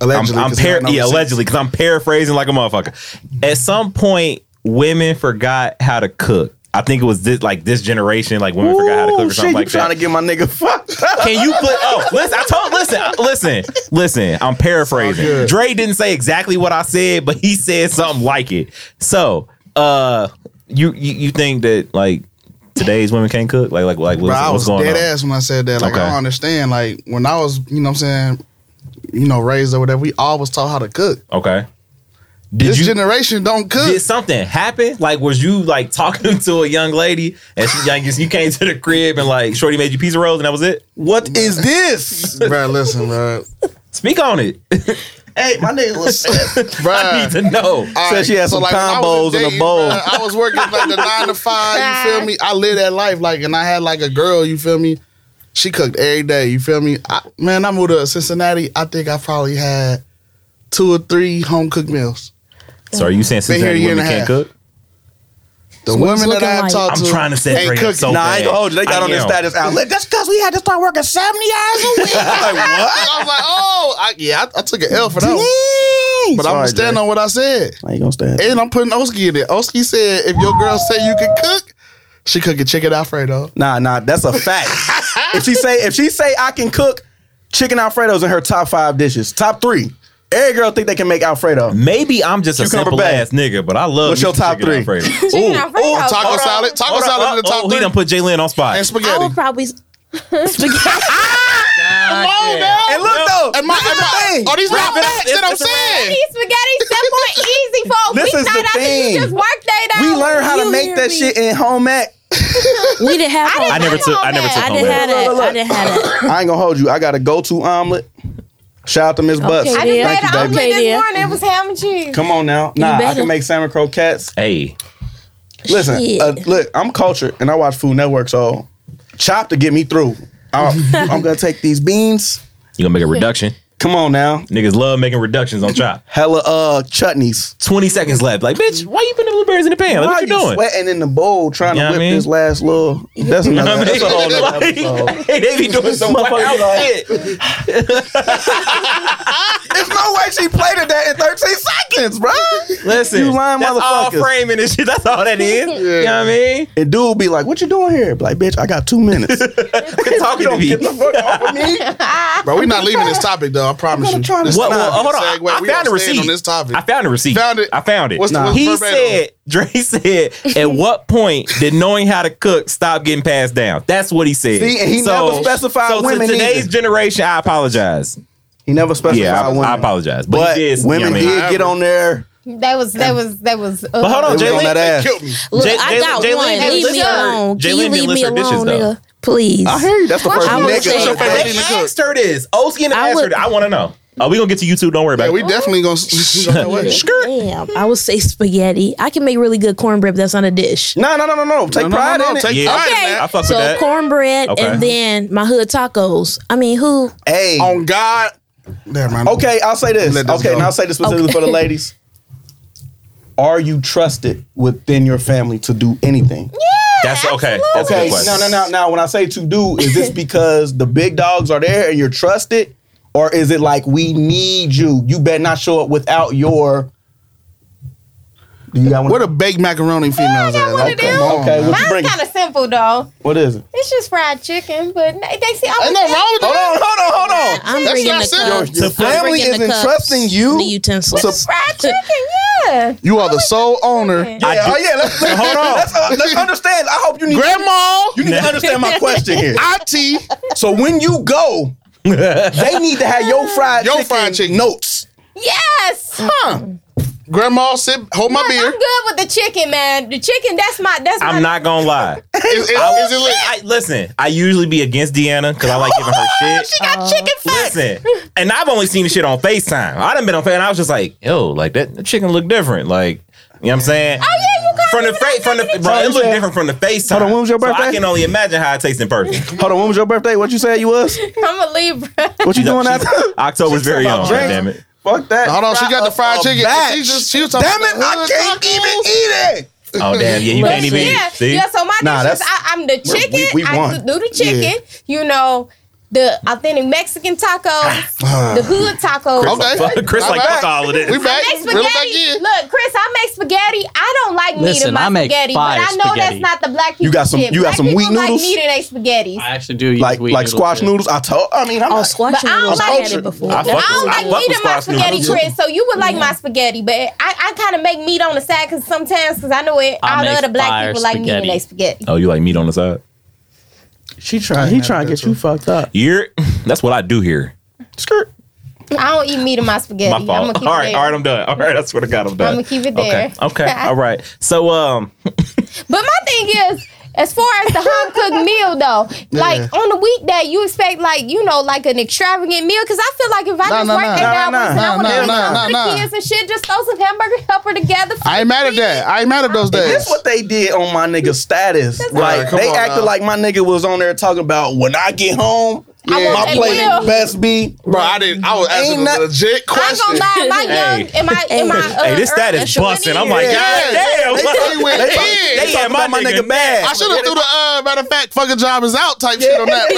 [SPEAKER 1] I'm,
[SPEAKER 5] Allegedly,
[SPEAKER 1] I'm
[SPEAKER 5] 'cause he
[SPEAKER 1] par-
[SPEAKER 5] don't know
[SPEAKER 1] yeah,
[SPEAKER 5] the
[SPEAKER 1] allegedly because I'm paraphrasing like a motherfucker. At some point, women forgot how to cook. I think it was this like this generation, like women forgot how to cook or
[SPEAKER 4] Ooh,
[SPEAKER 1] something
[SPEAKER 4] shit, you
[SPEAKER 1] like
[SPEAKER 4] trying
[SPEAKER 1] that.
[SPEAKER 4] to get my nigga fucked up.
[SPEAKER 1] Can you put? Oh, listen. I told. Listen. I- Listen. Listen. I'm paraphrasing.
[SPEAKER 5] good.
[SPEAKER 1] Dre didn't say exactly what I said, but he said something like it. So, uh, you you, you think that like today's women can't cook? Like like like what's,
[SPEAKER 5] Bro, I
[SPEAKER 1] what's
[SPEAKER 5] was
[SPEAKER 1] going
[SPEAKER 5] dead
[SPEAKER 1] on?
[SPEAKER 5] ass when I said that. Like
[SPEAKER 1] Okay.
[SPEAKER 5] I don't understand. Like when I was, you know what I'm saying, you know, raised or whatever, we always taught how to cook.
[SPEAKER 1] Okay. Did
[SPEAKER 5] this
[SPEAKER 1] you?
[SPEAKER 5] generation don't cook.
[SPEAKER 1] did something happen? Like, was you like talking to a young lady and she like, you came to the crib and like Shorty made you pizza rolls and that was it?
[SPEAKER 4] What is this?
[SPEAKER 5] bro, listen, bro.
[SPEAKER 1] Speak on it.
[SPEAKER 4] hey, my nigga was
[SPEAKER 1] I need
[SPEAKER 5] Bro.
[SPEAKER 1] to know.
[SPEAKER 4] Said she had some combos in a bowl.
[SPEAKER 5] I was working like the nine to five. You feel me? I lived that life like, and I had like a girl. You feel me? She cooked every day. You feel me? I, man, I moved to Cincinnati. I think I probably had two or three home cooked meals.
[SPEAKER 1] So, are you saying
[SPEAKER 5] Been here a
[SPEAKER 1] Cincinnati
[SPEAKER 5] year
[SPEAKER 1] women
[SPEAKER 5] and a
[SPEAKER 1] can't
[SPEAKER 5] half.
[SPEAKER 1] cook?
[SPEAKER 5] The women that
[SPEAKER 3] looking
[SPEAKER 5] I have
[SPEAKER 3] like?
[SPEAKER 5] talked
[SPEAKER 1] I'm
[SPEAKER 5] to,
[SPEAKER 1] trying to set
[SPEAKER 5] ain't
[SPEAKER 1] Dre up
[SPEAKER 5] cooking.
[SPEAKER 1] so
[SPEAKER 4] Nah, I ain't gonna hold you. They
[SPEAKER 1] I
[SPEAKER 4] got on their
[SPEAKER 1] am.
[SPEAKER 4] status outlet. That's because we had to start working 70 hours a week. like, what?
[SPEAKER 5] I was like, oh, I, yeah, I, I took an L for that one.
[SPEAKER 4] Dang.
[SPEAKER 5] But I'm
[SPEAKER 4] Sorry,
[SPEAKER 5] gonna stand
[SPEAKER 4] Dre.
[SPEAKER 5] on what I said.
[SPEAKER 4] I ain't gonna stand.
[SPEAKER 5] And I'm putting Oski in it. Oski said, if your girl say you can cook, she cook a chicken Alfredo.
[SPEAKER 4] Nah, nah, that's a fact. if she say if she say I can cook chicken alfredos in her top five dishes, top three. Every girl think they can make alfredo.
[SPEAKER 1] Maybe I'm just a
[SPEAKER 4] Cucumber
[SPEAKER 1] simple
[SPEAKER 4] bag.
[SPEAKER 1] ass nigga, but I love
[SPEAKER 4] What's
[SPEAKER 1] me
[SPEAKER 4] your
[SPEAKER 1] some
[SPEAKER 4] top
[SPEAKER 1] chicken
[SPEAKER 4] three?
[SPEAKER 1] Alfredo.
[SPEAKER 2] Chicken
[SPEAKER 5] Ooh,
[SPEAKER 2] Alfredo.
[SPEAKER 5] ooh, taco
[SPEAKER 2] Hold on.
[SPEAKER 5] salad. Taco
[SPEAKER 1] Hold up,
[SPEAKER 5] salad in the
[SPEAKER 1] oh,
[SPEAKER 5] top
[SPEAKER 1] oh,
[SPEAKER 5] three.
[SPEAKER 1] He done put Jalen on spot.
[SPEAKER 5] and
[SPEAKER 3] I
[SPEAKER 5] spaghetti.
[SPEAKER 3] would probably spaghetti.
[SPEAKER 1] God damn.
[SPEAKER 4] And look though,
[SPEAKER 5] Am I, am I,
[SPEAKER 4] thing.
[SPEAKER 5] are these not
[SPEAKER 1] Wrap it up.
[SPEAKER 5] facts that I'm
[SPEAKER 1] It's the
[SPEAKER 2] I
[SPEAKER 5] saying?
[SPEAKER 2] need spaghetti simple and easy for a
[SPEAKER 4] This
[SPEAKER 2] week
[SPEAKER 4] is the
[SPEAKER 2] night after
[SPEAKER 4] thing.
[SPEAKER 2] you just work that out.
[SPEAKER 4] we learn how
[SPEAKER 3] you
[SPEAKER 4] to make
[SPEAKER 3] hear
[SPEAKER 4] that
[SPEAKER 3] me?
[SPEAKER 4] shit in home ec.
[SPEAKER 3] We didn't have
[SPEAKER 1] I
[SPEAKER 3] home.
[SPEAKER 1] never took. I never took
[SPEAKER 3] I
[SPEAKER 1] home
[SPEAKER 3] didn't
[SPEAKER 1] ec.
[SPEAKER 3] have that. I didn't have that.
[SPEAKER 4] I ain't gonna hold you. I got a go-to omelet. Shout out to Miss Butts.
[SPEAKER 3] I
[SPEAKER 2] I just
[SPEAKER 3] Yeah.
[SPEAKER 2] had
[SPEAKER 4] Thank
[SPEAKER 2] an
[SPEAKER 4] you,
[SPEAKER 2] omelet
[SPEAKER 4] baby.
[SPEAKER 3] Okay,
[SPEAKER 2] this
[SPEAKER 3] yeah.
[SPEAKER 2] morning. It was ham and cheese.
[SPEAKER 4] Come on now. Nah, I
[SPEAKER 3] better.
[SPEAKER 4] can make salmon croquettes.
[SPEAKER 1] Hey,
[SPEAKER 4] Listen,
[SPEAKER 3] Shit.
[SPEAKER 4] uh, look, I'm cultured and I watch Food Network, so chop to get me through. I'm, I'm gonna take these beans.
[SPEAKER 1] you gonna make a reduction?
[SPEAKER 4] Come on now,
[SPEAKER 1] Niggas love making reductions on chop.
[SPEAKER 4] hella uh chutneys.
[SPEAKER 1] Twenty seconds left. Like, bitch, why you putting the blueberries in the pan? Like,
[SPEAKER 4] Why
[SPEAKER 1] what you doing?
[SPEAKER 4] sweating in the bowl trying
[SPEAKER 1] You know
[SPEAKER 4] to
[SPEAKER 1] what
[SPEAKER 4] whip
[SPEAKER 1] I mean?
[SPEAKER 4] this last little? That's another.
[SPEAKER 1] I mean,
[SPEAKER 4] that's a whole nother
[SPEAKER 1] like,
[SPEAKER 4] episode.
[SPEAKER 1] hey, they be doing some wild shit.
[SPEAKER 4] There's no way she played it that in 13 seconds, bro.
[SPEAKER 1] Listen,
[SPEAKER 4] You lying
[SPEAKER 1] that's all
[SPEAKER 4] motherfuckers.
[SPEAKER 1] framing and shit. That's all that is. You know what I mean?
[SPEAKER 4] And dude be like, "What you doing here?" Be Like, bitch, I got two minutes.
[SPEAKER 1] Quit talking to me.
[SPEAKER 4] fuck off of me.
[SPEAKER 5] Bro, we're not leaving this topic though. I promise
[SPEAKER 4] gonna
[SPEAKER 5] you.
[SPEAKER 4] try to-
[SPEAKER 5] This
[SPEAKER 4] What-
[SPEAKER 1] Well, well,
[SPEAKER 5] is not a
[SPEAKER 1] Oh, hold
[SPEAKER 5] good
[SPEAKER 1] on. I-
[SPEAKER 5] segue.
[SPEAKER 1] I,
[SPEAKER 5] We
[SPEAKER 1] found
[SPEAKER 5] are
[SPEAKER 1] a
[SPEAKER 5] staying
[SPEAKER 1] receipt.
[SPEAKER 5] on this topic.
[SPEAKER 1] I found a receipt.
[SPEAKER 5] Found it?
[SPEAKER 1] I found it.
[SPEAKER 5] What's the- what's
[SPEAKER 1] he
[SPEAKER 5] verbatim?
[SPEAKER 1] said, Dre said, at what point did knowing how to cook stop getting passed down? That's what he said.
[SPEAKER 4] See, and he never specified
[SPEAKER 1] so
[SPEAKER 4] women
[SPEAKER 1] to today's
[SPEAKER 4] either.
[SPEAKER 1] generation, I apologize.
[SPEAKER 4] He never specified
[SPEAKER 1] Yeah, I,
[SPEAKER 4] women.
[SPEAKER 1] I apologize. But,
[SPEAKER 4] But
[SPEAKER 1] he did,
[SPEAKER 4] women
[SPEAKER 1] you know what I mean?
[SPEAKER 4] did get on there.
[SPEAKER 2] That was that was that was. Uh,
[SPEAKER 1] But hold on,
[SPEAKER 4] They was
[SPEAKER 1] Jalen.
[SPEAKER 4] on that ass.
[SPEAKER 5] Killed me.
[SPEAKER 3] Look,
[SPEAKER 1] Jay-
[SPEAKER 3] I
[SPEAKER 1] Jay-
[SPEAKER 3] got
[SPEAKER 1] Jaylen
[SPEAKER 3] one.
[SPEAKER 1] didn't
[SPEAKER 3] Leave me
[SPEAKER 1] listen.
[SPEAKER 3] alone. Can you
[SPEAKER 1] Jaylen
[SPEAKER 3] leave
[SPEAKER 1] didn't
[SPEAKER 3] me
[SPEAKER 1] listen to dishes,
[SPEAKER 3] alone,
[SPEAKER 1] though.
[SPEAKER 3] nigga? Please.
[SPEAKER 4] I hear you. That's the first
[SPEAKER 3] I would
[SPEAKER 4] nigga.
[SPEAKER 3] say-
[SPEAKER 4] That's
[SPEAKER 1] They
[SPEAKER 4] your first
[SPEAKER 5] Jaylen-
[SPEAKER 1] asked her this. Oski and
[SPEAKER 3] I
[SPEAKER 1] asked her.
[SPEAKER 3] would-
[SPEAKER 1] that. I want to know. Oh, we gonna get to YouTube. Don't worry about
[SPEAKER 5] Yeah,
[SPEAKER 1] it.
[SPEAKER 5] we definitely gonna. we gonna go that way.
[SPEAKER 3] Damn, I would say spaghetti. I can make really good cornbread, but that's not a dish.
[SPEAKER 4] No, no, no, no, no. Take
[SPEAKER 5] No, no,
[SPEAKER 4] pride
[SPEAKER 5] no, no.
[SPEAKER 4] in it.
[SPEAKER 5] Take
[SPEAKER 1] Yeah.
[SPEAKER 5] pride in
[SPEAKER 3] Okay.
[SPEAKER 5] that.
[SPEAKER 1] I fuck with
[SPEAKER 3] so
[SPEAKER 1] that.
[SPEAKER 3] cornbread
[SPEAKER 1] Okay.
[SPEAKER 3] and then my hood tacos. I mean, who?
[SPEAKER 4] hey.
[SPEAKER 5] on God. Never mind.
[SPEAKER 4] Okay, I'll say this.
[SPEAKER 5] Let this
[SPEAKER 4] Okay,
[SPEAKER 5] go.
[SPEAKER 4] and I'll say this specifically for the ladies. Are you trusted within your family to do anything?
[SPEAKER 1] That's okay. That's a
[SPEAKER 4] okay.
[SPEAKER 1] good question.
[SPEAKER 4] No, no, no. Now, when I say to do, is this because the big dogs are there and you're trusted? Or is it like we need you? You better not show up without your. Do you got one?
[SPEAKER 5] What a baked macaroni females
[SPEAKER 2] got
[SPEAKER 5] at.
[SPEAKER 2] one
[SPEAKER 5] Like,
[SPEAKER 2] of
[SPEAKER 5] come
[SPEAKER 2] them.
[SPEAKER 5] on.
[SPEAKER 4] Okay,
[SPEAKER 5] man.
[SPEAKER 4] what you bring?
[SPEAKER 2] Mine's kind of simple though.
[SPEAKER 4] What is it?
[SPEAKER 2] It's just fried chicken, but they they see. I
[SPEAKER 5] Ain't nothing wrong
[SPEAKER 4] Hold
[SPEAKER 5] with that.
[SPEAKER 4] on, hold on, hold on.
[SPEAKER 3] I'm
[SPEAKER 5] That's
[SPEAKER 3] bringing
[SPEAKER 5] not
[SPEAKER 3] the
[SPEAKER 5] serious.
[SPEAKER 3] cups.
[SPEAKER 4] Your
[SPEAKER 3] I'm
[SPEAKER 4] family
[SPEAKER 3] bringing the
[SPEAKER 4] isn't
[SPEAKER 3] cups,
[SPEAKER 4] trusting you
[SPEAKER 3] The utensils.
[SPEAKER 4] to-
[SPEAKER 2] Fried chicken, yeah.
[SPEAKER 5] You are the sole owner.
[SPEAKER 1] I
[SPEAKER 4] Yeah,
[SPEAKER 1] do-
[SPEAKER 4] oh yeah, let's, hold on. Let's, uh, let's understand. I hope you need
[SPEAKER 5] Grandma,
[SPEAKER 4] you need to understand my question here.
[SPEAKER 5] auntie,
[SPEAKER 4] So when you go, they need to have your fried
[SPEAKER 5] Your
[SPEAKER 4] chicken
[SPEAKER 5] fried chicken.
[SPEAKER 4] notes.
[SPEAKER 2] Yes.
[SPEAKER 5] huh? Grandma, sip. Hold my
[SPEAKER 2] I'm
[SPEAKER 5] beer.
[SPEAKER 2] good with the chicken, man. The chicken, that's my that's my
[SPEAKER 1] I'm not gonna lie.
[SPEAKER 5] Is, is, is it lit?
[SPEAKER 1] I, listen, I usually be against Deanna because I like giving her shit.
[SPEAKER 2] She got chicken facts.
[SPEAKER 1] Listen, and I've only seen the shit on FaceTime. I done been on FaceTime. I was just like, yo, like that, that chicken look different. Like, you know what I'm saying? Oh yeah, you got from the fa- from the bro, it
[SPEAKER 4] you
[SPEAKER 1] looked
[SPEAKER 4] said-
[SPEAKER 1] different from the FaceTime.
[SPEAKER 4] Hold on, when was your
[SPEAKER 1] So I
[SPEAKER 4] birthday?
[SPEAKER 1] can only imagine how it tastes in person.
[SPEAKER 4] Hold on, when was your birthday? What you said you was?
[SPEAKER 2] I'm a Libra.
[SPEAKER 4] What you doing after?
[SPEAKER 1] October's very own.
[SPEAKER 4] Drinks?
[SPEAKER 1] Damn it.
[SPEAKER 4] Fuck that.
[SPEAKER 5] Hold on, she got the fried
[SPEAKER 4] A
[SPEAKER 5] chicken.
[SPEAKER 4] batch.
[SPEAKER 5] She just- she was talking
[SPEAKER 4] Damn it,
[SPEAKER 5] about
[SPEAKER 4] I
[SPEAKER 5] the
[SPEAKER 4] can't
[SPEAKER 5] tacos.
[SPEAKER 4] even eat it.
[SPEAKER 1] Oh damn, yeah, you can't even.
[SPEAKER 2] yeah,
[SPEAKER 1] See,
[SPEAKER 2] yeah. So my
[SPEAKER 4] Nah,
[SPEAKER 2] dish is
[SPEAKER 4] that's-
[SPEAKER 2] I, I'm the
[SPEAKER 4] we-
[SPEAKER 2] chicken.
[SPEAKER 4] we
[SPEAKER 2] I
[SPEAKER 4] won.
[SPEAKER 2] do the chicken. You know, the authentic Mexican
[SPEAKER 4] Ah,
[SPEAKER 2] tacos, the hood tacos.
[SPEAKER 5] Okay.
[SPEAKER 1] Chris
[SPEAKER 5] I'm
[SPEAKER 1] like
[SPEAKER 5] back.
[SPEAKER 1] fuck all of
[SPEAKER 5] We
[SPEAKER 1] this.
[SPEAKER 5] back.
[SPEAKER 2] I make
[SPEAKER 5] Reel it back
[SPEAKER 2] spaghetti.
[SPEAKER 5] in.
[SPEAKER 2] Look, Chris, I make spaghetti. I don't like meat
[SPEAKER 6] Listen,
[SPEAKER 2] in my
[SPEAKER 6] I make
[SPEAKER 2] spaghetti, but
[SPEAKER 6] fire
[SPEAKER 2] I know that's
[SPEAKER 6] spaghetti.
[SPEAKER 2] not the black people.
[SPEAKER 4] You got some-
[SPEAKER 2] shit.
[SPEAKER 4] you got
[SPEAKER 2] black
[SPEAKER 4] some wheat
[SPEAKER 2] people
[SPEAKER 4] noodles?
[SPEAKER 2] Like meat in their spaghetti.
[SPEAKER 6] I actually do use
[SPEAKER 4] Like
[SPEAKER 6] wheat
[SPEAKER 4] like
[SPEAKER 6] noodles
[SPEAKER 4] squash
[SPEAKER 6] too.
[SPEAKER 4] noodles. I told. I mean, I'm
[SPEAKER 3] Oh,
[SPEAKER 4] not-
[SPEAKER 3] squash
[SPEAKER 2] But I don't
[SPEAKER 3] noodles. I
[SPEAKER 2] like
[SPEAKER 3] had
[SPEAKER 2] it.
[SPEAKER 3] it before.
[SPEAKER 1] I fuck
[SPEAKER 2] I don't
[SPEAKER 1] with- I fuck
[SPEAKER 2] like meat
[SPEAKER 1] with
[SPEAKER 2] in my
[SPEAKER 1] squash noodles.
[SPEAKER 2] spaghetti, Chris. So you would like my spaghetti, but I, I kind of make meat on the side because sometimes, because I know it,
[SPEAKER 6] I
[SPEAKER 2] all the
[SPEAKER 6] make
[SPEAKER 2] other black
[SPEAKER 6] fire
[SPEAKER 2] people like meat in
[SPEAKER 6] spaghetti.
[SPEAKER 2] their spaghetti.
[SPEAKER 1] Oh, you like meat on the side?
[SPEAKER 4] She trying. He trying to get you fucked up.
[SPEAKER 1] You're. That's what I do here.
[SPEAKER 4] Skirt.
[SPEAKER 2] I don't eat meat in my spaghetti.
[SPEAKER 1] My
[SPEAKER 2] I'm gonna
[SPEAKER 1] fault.
[SPEAKER 2] keep
[SPEAKER 1] All right,
[SPEAKER 2] it there.
[SPEAKER 1] all right, I'm done. All right, I swear to God, I'm done.
[SPEAKER 2] I'ma keep it there.
[SPEAKER 1] Okay, okay, all right. So, um,
[SPEAKER 2] But my thing is, as far as the home cooked meal though, like
[SPEAKER 5] Yeah.
[SPEAKER 2] on the weekday, you expect like you know like an extravagant meal because I feel like if I just
[SPEAKER 5] nah,
[SPEAKER 2] work
[SPEAKER 5] nah.
[SPEAKER 2] eight
[SPEAKER 5] Nah,
[SPEAKER 2] hours
[SPEAKER 4] nah,
[SPEAKER 2] and I
[SPEAKER 5] nah,
[SPEAKER 2] want to
[SPEAKER 5] nah,
[SPEAKER 2] cook
[SPEAKER 5] nah,
[SPEAKER 2] nah, for
[SPEAKER 5] nah,
[SPEAKER 2] the
[SPEAKER 5] nah.
[SPEAKER 2] kids and shit, just throw some hamburger helper together.
[SPEAKER 5] I ain't mad at that. I ain't mad at those days.
[SPEAKER 4] That's what they did on my nigga status. Like
[SPEAKER 5] come
[SPEAKER 4] they
[SPEAKER 5] on
[SPEAKER 4] acted
[SPEAKER 5] now.
[SPEAKER 4] like my nigga was on there talking about when I get home,
[SPEAKER 2] I want
[SPEAKER 4] my
[SPEAKER 2] that
[SPEAKER 4] plate
[SPEAKER 2] meal.
[SPEAKER 4] best be.
[SPEAKER 5] Bro, I didn't. I was asking
[SPEAKER 4] Ain't
[SPEAKER 5] a
[SPEAKER 4] not-
[SPEAKER 5] legit
[SPEAKER 2] I ain't gonna
[SPEAKER 5] question.
[SPEAKER 2] lie, my
[SPEAKER 1] Hey.
[SPEAKER 2] young, am I, am I,
[SPEAKER 3] Hey.
[SPEAKER 2] uh,
[SPEAKER 1] hey, this stat
[SPEAKER 2] uh,
[SPEAKER 1] is busting. I'm like,
[SPEAKER 4] Yeah.
[SPEAKER 1] God
[SPEAKER 5] They
[SPEAKER 1] damn.
[SPEAKER 5] went
[SPEAKER 4] They,
[SPEAKER 5] in.
[SPEAKER 4] they talking about my nigga bad.
[SPEAKER 5] I should have threw the uh, matter of fact, fucking job is out type shit on that, bro.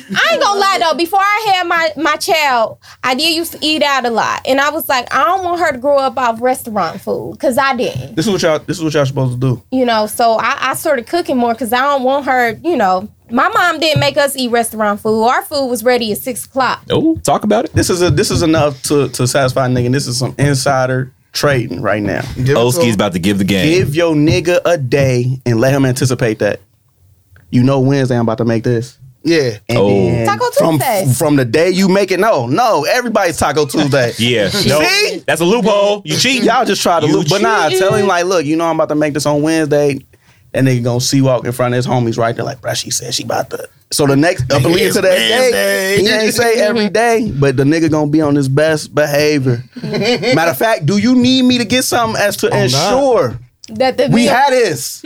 [SPEAKER 5] Like,
[SPEAKER 2] I ain't gonna lie though. Before I had my my child, I did used to eat out a lot, and I was like, I don't want her to grow up off restaurant food because I didn't.
[SPEAKER 4] This is what y'all. This is what y'all supposed to do.
[SPEAKER 2] you know, so I, I started cooking more because I don't want her, you know. My mom didn't make us eat restaurant food. Our food was ready at six o'clock.
[SPEAKER 1] Oh, talk about it.
[SPEAKER 4] This is a. This is enough to to satisfy a nigga. This is some insider trading right now.
[SPEAKER 5] Give it to
[SPEAKER 1] Oski's
[SPEAKER 5] him.
[SPEAKER 1] about to give the game.
[SPEAKER 4] Give your nigga a day and let him anticipate that. You know Wednesday I'm about to make this.
[SPEAKER 5] Yeah.
[SPEAKER 4] And
[SPEAKER 1] Oh.
[SPEAKER 4] then
[SPEAKER 2] Taco
[SPEAKER 4] from
[SPEAKER 2] Tuesday.
[SPEAKER 4] from the day you make it. No, no, everybody's Taco Tuesday.
[SPEAKER 1] Yeah.
[SPEAKER 4] See?
[SPEAKER 1] That's a loophole. You cheat.
[SPEAKER 4] Y'all just try to
[SPEAKER 1] You
[SPEAKER 4] look, but nah,
[SPEAKER 1] cheated.
[SPEAKER 4] tell him like, look, you know I'm about to make this on Wednesday. That nigga gonna see walk in front of his homies right there, like, bruh, she said she about to. So the next, up lead to that day, he ain't say every day, but the nigga gonna be on his best behavior. Matter of fact, do you need me to get something as to ensure
[SPEAKER 2] That the
[SPEAKER 4] we had this?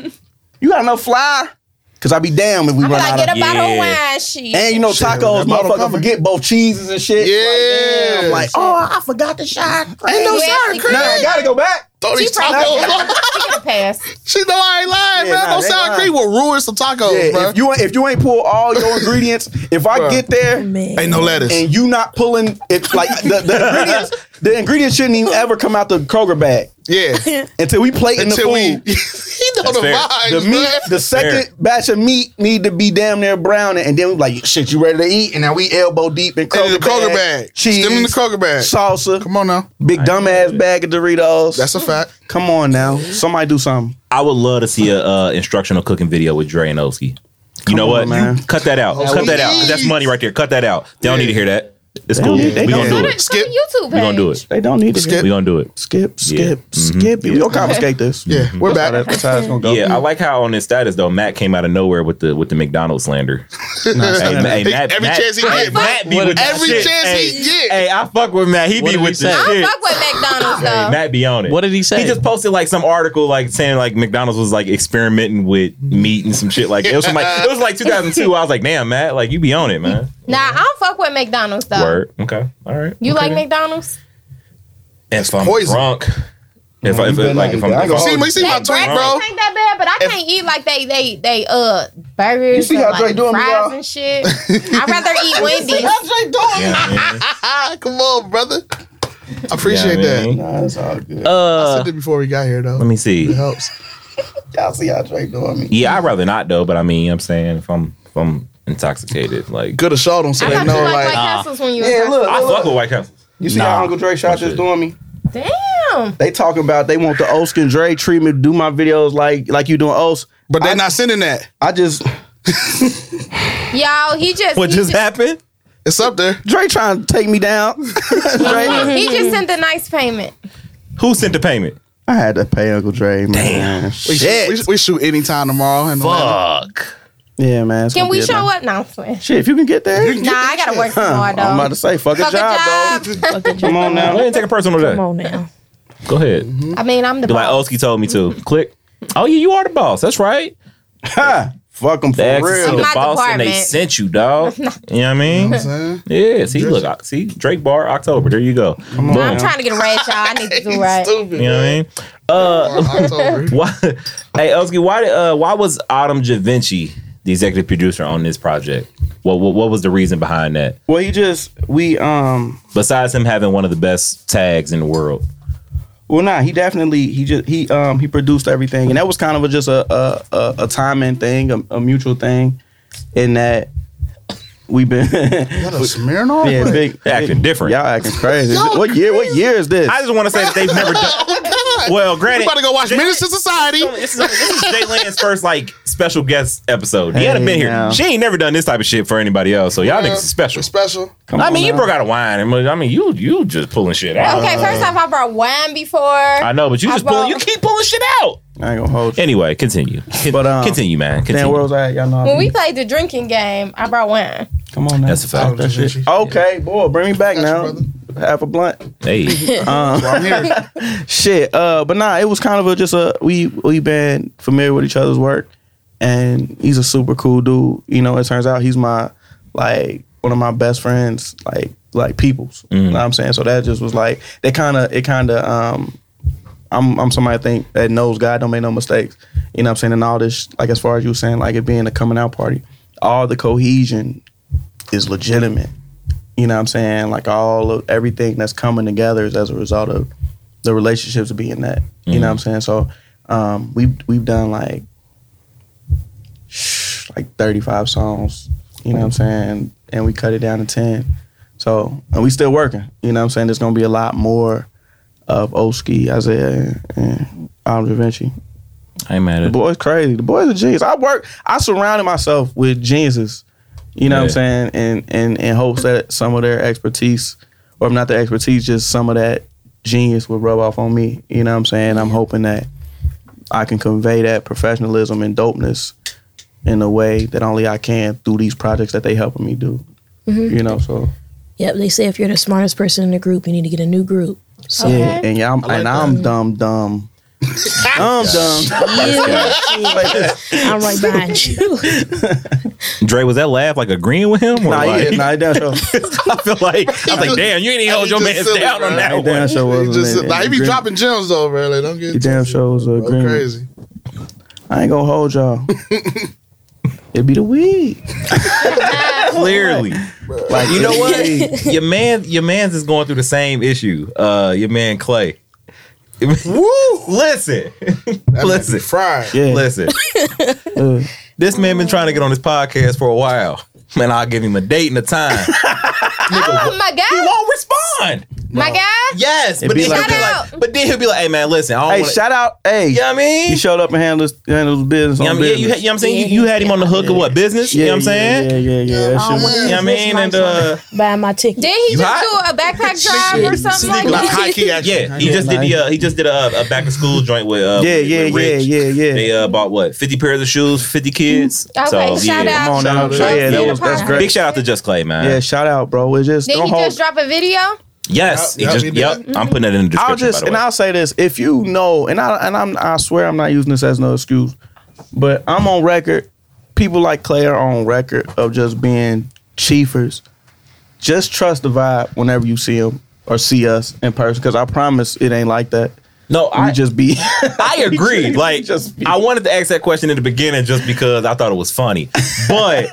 [SPEAKER 4] You got enough fly? Cause I be damn if we
[SPEAKER 2] I'm
[SPEAKER 4] run
[SPEAKER 2] gonna
[SPEAKER 4] out
[SPEAKER 2] get
[SPEAKER 4] of.
[SPEAKER 2] a bottle of
[SPEAKER 1] Yeah.
[SPEAKER 2] wine. She
[SPEAKER 4] And you know tacos,
[SPEAKER 5] that bottle
[SPEAKER 4] motherfucker,
[SPEAKER 5] coming.
[SPEAKER 4] forget both cheeses and shit. Like, damn,
[SPEAKER 5] Yes.
[SPEAKER 4] like, oh, I forgot the shot. Ain't
[SPEAKER 2] Yeah,
[SPEAKER 4] no
[SPEAKER 2] she
[SPEAKER 4] sour cream.
[SPEAKER 2] good.
[SPEAKER 4] Nah, I gotta go back.
[SPEAKER 5] Throw
[SPEAKER 2] she
[SPEAKER 5] these
[SPEAKER 2] probably
[SPEAKER 5] tacos.
[SPEAKER 2] she gonna pass.
[SPEAKER 5] She know I ain't lying,
[SPEAKER 4] Yeah,
[SPEAKER 5] man.
[SPEAKER 4] nah,
[SPEAKER 5] No
[SPEAKER 4] they
[SPEAKER 5] sour
[SPEAKER 4] lying.
[SPEAKER 5] cream will ruin some tacos,
[SPEAKER 4] Yeah,
[SPEAKER 5] bro.
[SPEAKER 4] if you ain't, if you ain't pull all your ingredients, if I
[SPEAKER 5] Bruh.
[SPEAKER 4] get there
[SPEAKER 3] Man.
[SPEAKER 5] ain't no lettuce.
[SPEAKER 4] and you not pulling, it's like the, the ingredients, the ingredients shouldn't even ever come out the Kroger bag
[SPEAKER 5] yeah.
[SPEAKER 4] until we plate in the
[SPEAKER 5] Until we he know
[SPEAKER 4] food.
[SPEAKER 5] the
[SPEAKER 1] fair.
[SPEAKER 5] vibes,
[SPEAKER 4] The meat,
[SPEAKER 5] bruh.
[SPEAKER 4] the second batch of meat need to be damn near brown, and then we like, shit, you ready to eat? And now we elbow deep in Kroger,
[SPEAKER 5] And the Kroger bag.
[SPEAKER 4] cheese,
[SPEAKER 5] Still in the Kroger bag.
[SPEAKER 4] salsa,
[SPEAKER 5] Come on now.
[SPEAKER 4] big dumbass bag of Doritos.
[SPEAKER 5] That's a fact.
[SPEAKER 4] Come on now, somebody do something.
[SPEAKER 1] I would love to see a uh, instructional cooking video with Dre and Oski. You know
[SPEAKER 4] on,
[SPEAKER 1] what?
[SPEAKER 4] man.
[SPEAKER 1] You cut that out. cut that out. 'cause That's money right there. Cut that out. They don't need to hear that. It's cool.
[SPEAKER 4] need- they
[SPEAKER 1] We gonna
[SPEAKER 4] don't
[SPEAKER 1] do
[SPEAKER 4] need
[SPEAKER 1] it.
[SPEAKER 5] Skip.
[SPEAKER 2] Skip YouTube.
[SPEAKER 1] We gonna do it.
[SPEAKER 4] They don't need to
[SPEAKER 5] Skip. Mm-hmm.
[SPEAKER 1] We gonna do it.
[SPEAKER 4] skip, skip, skip. You don't confiscate this.
[SPEAKER 5] Yeah, we're
[SPEAKER 4] That's how
[SPEAKER 5] back.
[SPEAKER 4] that- That's how it's gonna go.
[SPEAKER 1] Yeah, I like how on his status though, Matt came out of nowhere with the with the McDonald's slander. Hey, Ma- hey, Matt-
[SPEAKER 5] Every
[SPEAKER 1] Matt-
[SPEAKER 5] chance he
[SPEAKER 1] hey,
[SPEAKER 5] get, bro.
[SPEAKER 1] Matt be with that
[SPEAKER 5] Every
[SPEAKER 1] shit.
[SPEAKER 5] chance
[SPEAKER 1] hey,
[SPEAKER 5] he get.
[SPEAKER 1] Hey, I fuck with Matt. He
[SPEAKER 6] What
[SPEAKER 1] be
[SPEAKER 6] did he
[SPEAKER 1] with the
[SPEAKER 6] say? I
[SPEAKER 2] I
[SPEAKER 1] shit.
[SPEAKER 2] fuck with McDonald's
[SPEAKER 1] Hey,
[SPEAKER 2] though.
[SPEAKER 1] Matt be on it.
[SPEAKER 6] What did he say?
[SPEAKER 1] He just posted like some article like saying like McDonald's was like experimenting with meat and some shit like it was from, like it was like 2002. I was like, damn, Matt, like you be on it, man.
[SPEAKER 2] nah, I don't fuck with McDonald's though.
[SPEAKER 1] Word. Okay. All right.
[SPEAKER 2] You
[SPEAKER 1] okay.
[SPEAKER 2] like McDonald's?
[SPEAKER 1] If I'm
[SPEAKER 5] poison.
[SPEAKER 1] drunk. If, I, if,
[SPEAKER 4] been
[SPEAKER 1] like, if I'm,
[SPEAKER 4] like
[SPEAKER 1] if
[SPEAKER 4] Oh, that.
[SPEAKER 1] I'm
[SPEAKER 5] See, you see my
[SPEAKER 2] That
[SPEAKER 5] tweet,
[SPEAKER 2] breakfast
[SPEAKER 5] bro.
[SPEAKER 2] ain't that bad, but I can't eat like they they they uh burgers.
[SPEAKER 4] You see
[SPEAKER 2] and,
[SPEAKER 4] how
[SPEAKER 2] like,
[SPEAKER 4] Drake doing me,
[SPEAKER 2] fries
[SPEAKER 4] y'all?
[SPEAKER 2] and shit. I'd rather eat Wendy's.
[SPEAKER 1] Yeah, man.
[SPEAKER 5] Come on, brother. I appreciate
[SPEAKER 1] Yeah,
[SPEAKER 5] that.
[SPEAKER 1] man.
[SPEAKER 4] Nah, it's all good.
[SPEAKER 5] I
[SPEAKER 6] uh,
[SPEAKER 5] said it before we got here, though.
[SPEAKER 1] Let me see.
[SPEAKER 5] It helps.
[SPEAKER 4] Y'all see how Drake doing me?
[SPEAKER 1] Yeah, I'd rather not though, but I mean, I'm saying if I'm if I'm intoxicated, like
[SPEAKER 5] Good to show them so
[SPEAKER 2] I
[SPEAKER 5] they
[SPEAKER 2] thought
[SPEAKER 5] know,
[SPEAKER 2] you like White
[SPEAKER 5] like,
[SPEAKER 2] Castles when you
[SPEAKER 4] Yeah,
[SPEAKER 2] were
[SPEAKER 4] look,
[SPEAKER 1] I
[SPEAKER 4] look,
[SPEAKER 1] fuck
[SPEAKER 4] look.
[SPEAKER 1] with White Castle.
[SPEAKER 4] You see
[SPEAKER 6] Nah.
[SPEAKER 4] how Uncle Dre shot
[SPEAKER 1] shit.
[SPEAKER 4] just doing me?
[SPEAKER 2] Damn.
[SPEAKER 4] They talking about they want the Osk and Dre treatment. Do my videos like like you doing Osk?
[SPEAKER 5] but they
[SPEAKER 4] I-
[SPEAKER 5] not sending that.
[SPEAKER 4] I just
[SPEAKER 2] Y'all, he just
[SPEAKER 1] What
[SPEAKER 2] he
[SPEAKER 1] just happened?
[SPEAKER 5] It's up there.
[SPEAKER 4] Dre trying to take me down. Dre,
[SPEAKER 2] He just sent a nice payment.
[SPEAKER 1] Who sent the payment?
[SPEAKER 4] I had to pay Uncle Dre. Man. Damn.
[SPEAKER 5] We shoot, we, we shoot anytime tomorrow. And
[SPEAKER 1] Fuck.
[SPEAKER 4] Yeah, man. it's
[SPEAKER 2] Can
[SPEAKER 4] gonna
[SPEAKER 2] we
[SPEAKER 4] be a
[SPEAKER 2] show
[SPEAKER 4] nice-
[SPEAKER 2] up? No, I'm playing.
[SPEAKER 4] Shit, if you can get there.
[SPEAKER 2] Nah, I gotta work
[SPEAKER 4] Huh,
[SPEAKER 2] tomorrow though.
[SPEAKER 4] I'm about to say, fuck,
[SPEAKER 2] Fuck
[SPEAKER 4] a job,
[SPEAKER 2] a
[SPEAKER 4] dog.
[SPEAKER 2] job.
[SPEAKER 4] Come on
[SPEAKER 1] I
[SPEAKER 4] now.
[SPEAKER 1] didn't take a personal
[SPEAKER 3] Come
[SPEAKER 1] to
[SPEAKER 3] on now.
[SPEAKER 1] that. Go ahead.
[SPEAKER 2] I mean, I'm the
[SPEAKER 1] Be like oh,
[SPEAKER 2] boss.
[SPEAKER 1] Oski told me to. Click. Oh yeah, you are the boss. That's right.
[SPEAKER 4] Ha! Fuck them for
[SPEAKER 1] They asked to see
[SPEAKER 4] real.
[SPEAKER 1] the
[SPEAKER 2] my
[SPEAKER 1] boss and they
[SPEAKER 2] department.
[SPEAKER 1] sent you, dog. You know what I mean?
[SPEAKER 5] saying?
[SPEAKER 1] Yeah. See, look, I- see, Drake Bar October. There you go. oh, Boom.
[SPEAKER 2] I'm trying to get a red, y'all. I need to do right.
[SPEAKER 5] Stupid.
[SPEAKER 1] You know what I mean?
[SPEAKER 5] October.
[SPEAKER 1] Why, hey, Oski, why did uh, why was Autumn Javinci the executive producer on this project? What, what what was the reason behind that?
[SPEAKER 4] Well, he just we um
[SPEAKER 1] Besides him having one of the best tags in the world,
[SPEAKER 4] Well, nah, he definitely he just he um he produced everything, and that was kind of a, just a a, a, a timing thing, a, a mutual thing, in that we've been
[SPEAKER 5] Got a Smirnoff?
[SPEAKER 4] yeah
[SPEAKER 5] Like,
[SPEAKER 4] big
[SPEAKER 1] They acting
[SPEAKER 4] big-
[SPEAKER 1] different.
[SPEAKER 4] Y'all acting crazy. what year? What year is this?
[SPEAKER 1] I just want to say that they've never done. Well,
[SPEAKER 5] We
[SPEAKER 1] granted,
[SPEAKER 5] about to go watch
[SPEAKER 1] Jay-
[SPEAKER 5] Minister Society.
[SPEAKER 1] This is, this is Jaylen's first like special guest episode. He
[SPEAKER 4] Hey,
[SPEAKER 1] hadn't been here.
[SPEAKER 4] now.
[SPEAKER 1] She ain't never done this type of shit for anybody else. So y'all niggas is special.
[SPEAKER 5] It's special.
[SPEAKER 4] Come
[SPEAKER 1] I
[SPEAKER 4] on
[SPEAKER 1] mean, you
[SPEAKER 4] now.
[SPEAKER 1] broke out of wine. and I mean, you you just pulling shit out.
[SPEAKER 2] Okay, first off, I brought wine before.
[SPEAKER 1] I know, but you
[SPEAKER 2] I
[SPEAKER 1] just pulling.
[SPEAKER 2] broke-
[SPEAKER 1] You keep pulling shit out.
[SPEAKER 4] I ain't gonna hold you.
[SPEAKER 1] Anyway, continue.
[SPEAKER 4] But, um,
[SPEAKER 1] continue, man.
[SPEAKER 4] Damn, where
[SPEAKER 1] Continue.
[SPEAKER 4] was I at? Y'all know. I
[SPEAKER 2] When we
[SPEAKER 4] be-
[SPEAKER 2] played the drinking game, I brought wine.
[SPEAKER 4] come on now.
[SPEAKER 1] That's a fact.
[SPEAKER 4] That shit. Okay, boy, bring me back
[SPEAKER 5] Got you,
[SPEAKER 4] now. Half a blunt.
[SPEAKER 1] Hey,
[SPEAKER 5] That's why I'm here.
[SPEAKER 4] shit. Uh, but nah, it was kind of a, just a we we been familiar with each other's work, and he's a super cool dude. You know, it turns out he's my like one of my best friends, like like peoples. You know what I'm saying? So that just was like that kind of it kind of um. I'm I'm somebody I think that knows God don't make no mistakes. You know what I'm saying? And all this like as far as you were saying, like it being a coming out party, all the cohesion is legitimate. You know what I'm saying? Like all of everything that's coming together is as a result of the relationships being that. You know what I'm saying? So um, we've we've done like shh, like 35 songs. You know what I'm saying? And we cut it down to 10. So and we still working. You know what I'm saying? There's gonna be a lot more of Oski, Isaiah, and Adam Da Vinci.
[SPEAKER 1] I ain't mad
[SPEAKER 4] The
[SPEAKER 1] at
[SPEAKER 4] boy's crazy. The boy's a genius. I work. I surrounded myself with geniuses. You know what I'm saying? And and in hopes that some of their expertise, or if not their expertise, just some of that genius would rub off on me. You know what I'm saying? I'm hoping that I can convey that professionalism and dopeness in a way that only I can through these projects that they helping me do. You know, so
[SPEAKER 3] Yep, they say if you're the smartest person in the group, you need to get a new group. So
[SPEAKER 2] Okay.
[SPEAKER 4] yeah, and yeah, I'm, and I'm dumb, dumb, dumb, dumb. Like this.
[SPEAKER 3] I'm right behind you.
[SPEAKER 1] Dre, was that laugh like agreeing with him? Or
[SPEAKER 4] Nah,
[SPEAKER 1] like,
[SPEAKER 4] yeah, nah, it damn sure.
[SPEAKER 1] I feel like I was like, damn, you ain't even hold your
[SPEAKER 5] just
[SPEAKER 1] man
[SPEAKER 5] silly,
[SPEAKER 1] down on
[SPEAKER 5] bro.
[SPEAKER 1] that
[SPEAKER 4] It
[SPEAKER 1] one.
[SPEAKER 4] damn sure
[SPEAKER 5] He
[SPEAKER 4] was.
[SPEAKER 5] just
[SPEAKER 4] an
[SPEAKER 5] nah, he be
[SPEAKER 4] agreement.
[SPEAKER 5] dropping gems though, bro. Like, don't get
[SPEAKER 4] It damn uh, sure was an
[SPEAKER 5] Bro,
[SPEAKER 4] agreement.
[SPEAKER 5] crazy.
[SPEAKER 4] I ain't gonna hold y'all. It'd be the weed.
[SPEAKER 1] Clearly,
[SPEAKER 4] Like
[SPEAKER 1] you know
[SPEAKER 4] it's
[SPEAKER 1] what?
[SPEAKER 4] weed.
[SPEAKER 1] your man, your man's is going through the same issue. Uh, your man Clay. Woo! Listen,
[SPEAKER 5] That man be
[SPEAKER 1] listen,
[SPEAKER 5] fried.
[SPEAKER 4] Yeah.
[SPEAKER 1] listen.
[SPEAKER 4] Uh,
[SPEAKER 1] This man been trying to get on this podcast for a while. Man, I'll give him a date and a time.
[SPEAKER 2] Oh my
[SPEAKER 1] he
[SPEAKER 2] god,
[SPEAKER 1] won't respond.
[SPEAKER 2] my god.
[SPEAKER 1] Yes,
[SPEAKER 4] It'd
[SPEAKER 1] but
[SPEAKER 4] be
[SPEAKER 1] then,
[SPEAKER 4] like
[SPEAKER 1] he'll be
[SPEAKER 2] that.
[SPEAKER 1] like, but then he'll be like, hey man, listen, I don't
[SPEAKER 4] hey,
[SPEAKER 1] wanna,
[SPEAKER 4] shout out. Hey,
[SPEAKER 1] you know what I mean?
[SPEAKER 4] he showed up and handled handled his business.
[SPEAKER 1] you know
[SPEAKER 4] on
[SPEAKER 1] what I mean? Yeah, you,
[SPEAKER 4] business.
[SPEAKER 1] had- you know what I'm saying? You, you had him on the hook of what business? you know what I'm saying?
[SPEAKER 4] Yeah, yeah, yeah. yeah. That
[SPEAKER 2] Oh,
[SPEAKER 4] shit
[SPEAKER 3] Um,
[SPEAKER 4] was-
[SPEAKER 1] You know what I mean? And uh,
[SPEAKER 3] Buy my ticket.
[SPEAKER 2] Did he
[SPEAKER 1] You
[SPEAKER 2] just
[SPEAKER 1] hot?
[SPEAKER 2] do a backpack drive or something like
[SPEAKER 5] Like,
[SPEAKER 2] that?
[SPEAKER 5] high key action.
[SPEAKER 1] yeah, he
[SPEAKER 4] Yeah,
[SPEAKER 1] just did the
[SPEAKER 4] nice.
[SPEAKER 1] uh, he just did a, a back to school joint with uh,
[SPEAKER 4] yeah,
[SPEAKER 1] with-
[SPEAKER 4] yeah,
[SPEAKER 1] with
[SPEAKER 4] yeah,
[SPEAKER 1] Rich.
[SPEAKER 4] yeah, yeah.
[SPEAKER 1] They uh, bought what fifty pairs of shoes, fifty kids.
[SPEAKER 2] Okay, shout out.
[SPEAKER 4] Come on
[SPEAKER 5] Shout
[SPEAKER 4] now.
[SPEAKER 5] out to
[SPEAKER 4] Yeah, that
[SPEAKER 5] Justin
[SPEAKER 2] the
[SPEAKER 4] was that's
[SPEAKER 2] podcast.
[SPEAKER 4] great.
[SPEAKER 1] Big shout out to Just Clay, man.
[SPEAKER 4] Yeah, shout out, bro. It's just
[SPEAKER 2] Did
[SPEAKER 4] don't
[SPEAKER 2] he
[SPEAKER 4] hold.
[SPEAKER 2] just drop a video?
[SPEAKER 1] Yes,
[SPEAKER 5] Yep,
[SPEAKER 1] he just,
[SPEAKER 5] yep, he
[SPEAKER 1] yep.
[SPEAKER 5] did.
[SPEAKER 1] I'm putting that in the description.
[SPEAKER 4] I'll
[SPEAKER 1] by
[SPEAKER 4] just
[SPEAKER 1] the
[SPEAKER 4] and
[SPEAKER 1] way.
[SPEAKER 4] I'll say this: if you know, and I and I'm I swear I'm not using this as no excuse, but I'm on record. People like Clay are on record of just being chiefers. Just trust the vibe whenever you see them or see us in person, because I promise it ain't like that.
[SPEAKER 1] no,
[SPEAKER 4] We
[SPEAKER 1] I
[SPEAKER 4] just be.
[SPEAKER 1] I agree. Like,
[SPEAKER 4] Just be-
[SPEAKER 1] I wanted to ask that question in the beginning just because I thought it was funny. But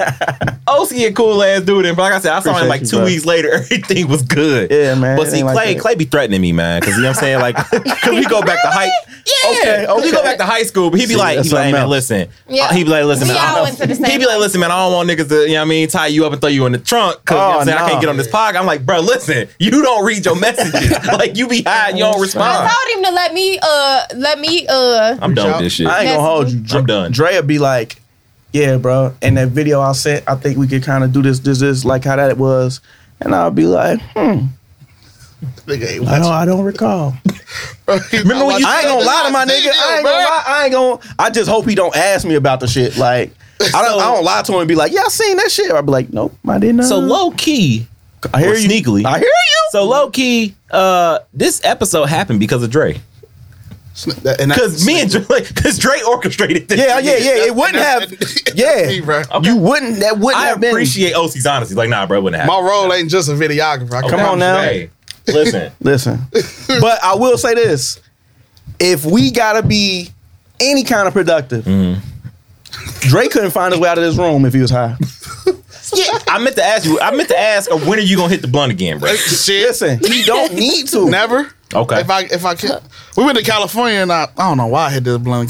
[SPEAKER 1] OC a cool ass dude, and like I said, I saw him
[SPEAKER 4] Appreciate
[SPEAKER 1] like
[SPEAKER 4] you,
[SPEAKER 1] two
[SPEAKER 4] bro.
[SPEAKER 1] weeks later. Everything was good.
[SPEAKER 4] Yeah, man,
[SPEAKER 1] But
[SPEAKER 4] it
[SPEAKER 1] see,
[SPEAKER 4] ain't like
[SPEAKER 1] Clay,
[SPEAKER 4] that.
[SPEAKER 1] Clay be threatening me, man, because you know what I'm saying. Like, because we go back to high. Yeah,
[SPEAKER 4] Okay,
[SPEAKER 1] 'cause we go
[SPEAKER 4] okay.
[SPEAKER 1] back to high school, but he be
[SPEAKER 4] See,
[SPEAKER 1] like,
[SPEAKER 4] that's
[SPEAKER 1] he be like, hey, man,
[SPEAKER 4] something else.
[SPEAKER 1] listen.
[SPEAKER 2] Yeah.
[SPEAKER 1] He be like, listen,
[SPEAKER 2] We
[SPEAKER 1] man. I
[SPEAKER 2] all
[SPEAKER 1] don't-
[SPEAKER 2] went to the same
[SPEAKER 1] He be like,
[SPEAKER 2] place.
[SPEAKER 1] listen, man. I don't want niggas to, you know what I mean, tie you up and throw you in the trunk because
[SPEAKER 4] Oh,
[SPEAKER 1] you know what I'm saying I
[SPEAKER 4] nah.
[SPEAKER 1] can't get on this podcast. I'm like, bro, listen, you don't read your messages. like, you be high, and you don't
[SPEAKER 2] I
[SPEAKER 1] respond.
[SPEAKER 2] told him to let me uh let me uh
[SPEAKER 1] I'm done with this shit.
[SPEAKER 4] I ain't gonna hold you.
[SPEAKER 1] I'm done.
[SPEAKER 4] Drea be like, "Yeah, bro." And that video I sent, I think we could kind of do this, this, this, like how that was. And I'll be like, "Hmm,
[SPEAKER 5] Nigga ain't
[SPEAKER 4] I don't,
[SPEAKER 5] watching.
[SPEAKER 4] I don't recall."
[SPEAKER 5] Remember
[SPEAKER 1] when you-
[SPEAKER 4] I ain't gonna lie to my nigga. I ain't gonna lie. I ain't gonna. I just hope he don't ask me about the shit. Like I don't. I don't lie to him and be like, "Yeah, I seen that shit." I'd be like, "Nope, I didn't." Know.
[SPEAKER 1] So low key,
[SPEAKER 4] I hear
[SPEAKER 1] or
[SPEAKER 4] you.
[SPEAKER 1] sneakily.
[SPEAKER 4] I hear you.
[SPEAKER 1] so low key, uh, this episode happened because of Dre. Because me and Dre, because Dre orchestrated this.
[SPEAKER 4] Yeah, yeah, yeah. It wouldn't have. Yeah,
[SPEAKER 5] me, bro.
[SPEAKER 4] you wouldn't. That wouldn't
[SPEAKER 1] I
[SPEAKER 4] have been.
[SPEAKER 1] appreciate OC's honesty. Like, nah, bro, it wouldn't
[SPEAKER 5] my
[SPEAKER 1] happen.
[SPEAKER 5] role ain't just a videographer. I
[SPEAKER 4] Come
[SPEAKER 5] promise
[SPEAKER 4] on
[SPEAKER 5] you
[SPEAKER 4] now.
[SPEAKER 5] that.
[SPEAKER 1] Hey, listen,
[SPEAKER 4] Listen, but I will say this: if we gotta be any kind of productive,
[SPEAKER 1] Mm.
[SPEAKER 4] Dre couldn't find his way out of this room if he was high.
[SPEAKER 1] yeah, I meant to ask you. I meant to ask, uh, when are you gonna hit the blunt again, bro?
[SPEAKER 5] Shit.
[SPEAKER 4] Listen, he don't need to.
[SPEAKER 5] Never.
[SPEAKER 1] Okay.
[SPEAKER 5] If I if I can, we went to California and I, I don't know why I hit this blunt in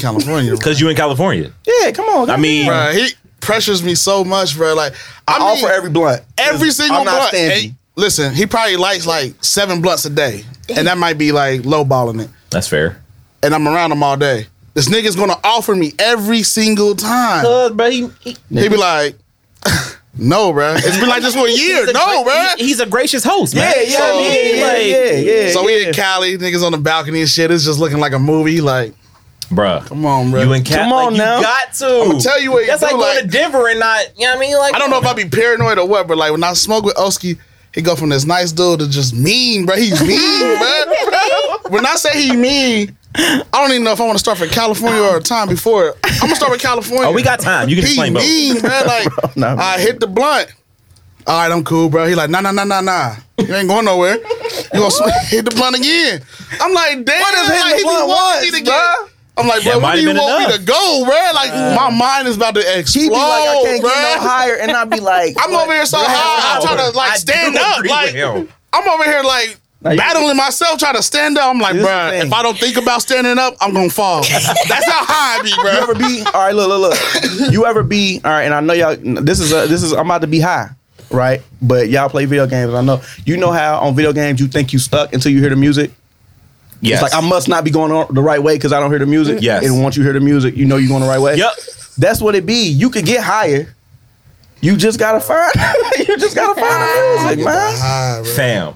[SPEAKER 5] California. bro.
[SPEAKER 1] Because you in California.
[SPEAKER 4] Yeah, come on.
[SPEAKER 1] I mean,
[SPEAKER 5] Bruh, he pressures me so much, bro. Like I,
[SPEAKER 4] I
[SPEAKER 5] mean,
[SPEAKER 4] offer every blunt.
[SPEAKER 5] every single
[SPEAKER 4] I'm not
[SPEAKER 5] blunt.
[SPEAKER 4] stingy.
[SPEAKER 5] And listen, he probably likes like seven blunts a day, and that might be like lowballing it.
[SPEAKER 1] that's fair.
[SPEAKER 5] And I'm around him all day. This nigga's gonna offer me every single time.
[SPEAKER 1] Cause, bro, he, he-
[SPEAKER 5] He be like, "No, bro. It's been like this for a year.
[SPEAKER 1] he's a
[SPEAKER 5] no,
[SPEAKER 1] great-
[SPEAKER 5] bro."
[SPEAKER 1] he- he's a gracious host, man.
[SPEAKER 4] Yeah, yeah,
[SPEAKER 1] So,
[SPEAKER 4] yeah, yeah,
[SPEAKER 1] like,
[SPEAKER 4] yeah, yeah.
[SPEAKER 5] so
[SPEAKER 4] yeah.
[SPEAKER 5] we in Cali, niggas on the balcony and shit. It's just looking like a movie. Like,
[SPEAKER 1] bruh.
[SPEAKER 5] come on, bro.
[SPEAKER 1] You in Cal-
[SPEAKER 4] Come on
[SPEAKER 1] like,
[SPEAKER 4] now.
[SPEAKER 1] You got to.
[SPEAKER 5] I'ma tell you what you
[SPEAKER 1] That's like
[SPEAKER 5] do,
[SPEAKER 1] going
[SPEAKER 5] like-
[SPEAKER 1] to Denver and not. You know what I mean? Like
[SPEAKER 5] I don't know if I be paranoid or what, but like when I smoke with Oski, he go from this nice dude to just mean, bro. He's mean, bro. when I say he mean, I don't even know if I want to start from California or a time before. it. I'm gonna start with California.
[SPEAKER 1] Oh, we got time. You can
[SPEAKER 5] he
[SPEAKER 1] explain both.
[SPEAKER 5] mean, bro. Like
[SPEAKER 4] nah, man.
[SPEAKER 5] I hit the blunt. All right, I'm cool, bro. He like, nah, nah, nah, nah, nah. You ain't going nowhere. You gonna sm- hit the blunt again? I'm like, damn.
[SPEAKER 4] What is hitting
[SPEAKER 5] like,
[SPEAKER 4] the
[SPEAKER 5] he be
[SPEAKER 4] blunt
[SPEAKER 5] wanting me
[SPEAKER 4] once,
[SPEAKER 5] to get-
[SPEAKER 4] bruh?
[SPEAKER 5] I'm like, bro,
[SPEAKER 1] might
[SPEAKER 5] where
[SPEAKER 1] have
[SPEAKER 5] do you
[SPEAKER 1] been
[SPEAKER 5] want me
[SPEAKER 1] enough.
[SPEAKER 5] to go, bro? Like, my mind is about to explode.
[SPEAKER 4] he be like, I can't get
[SPEAKER 5] bruh.
[SPEAKER 4] no higher, and I'd be like,
[SPEAKER 5] I'm
[SPEAKER 4] what?
[SPEAKER 5] over here so high, I'm trying to like
[SPEAKER 1] I
[SPEAKER 5] stand
[SPEAKER 1] do
[SPEAKER 5] up.
[SPEAKER 1] agree
[SPEAKER 5] Like
[SPEAKER 1] with him.
[SPEAKER 5] I'm over here like
[SPEAKER 4] Now you-
[SPEAKER 5] battling myself, trying to stand up. I'm like,
[SPEAKER 4] This
[SPEAKER 5] bruh,
[SPEAKER 4] thing.
[SPEAKER 5] if I don't think about standing up, I'm gonna fall. That's how high I be,
[SPEAKER 4] You ever
[SPEAKER 5] bruh.
[SPEAKER 4] be? All right, look, look, look. You ever be? All right, and I know y'all. This is a, this is. I'm about to be high, right? But y'all play video games. I know. You know how on video games you think you stuck until you hear the music.
[SPEAKER 1] Yes.
[SPEAKER 4] It's like I must not be going on the right way because I don't hear the music.
[SPEAKER 1] Yes.
[SPEAKER 4] And once you hear the music, you know you're going the right way.
[SPEAKER 1] Yup.
[SPEAKER 4] That's what it be. You could get higher. You just gotta find. you just gotta find the music, man.
[SPEAKER 5] High, bruh.
[SPEAKER 1] Fam,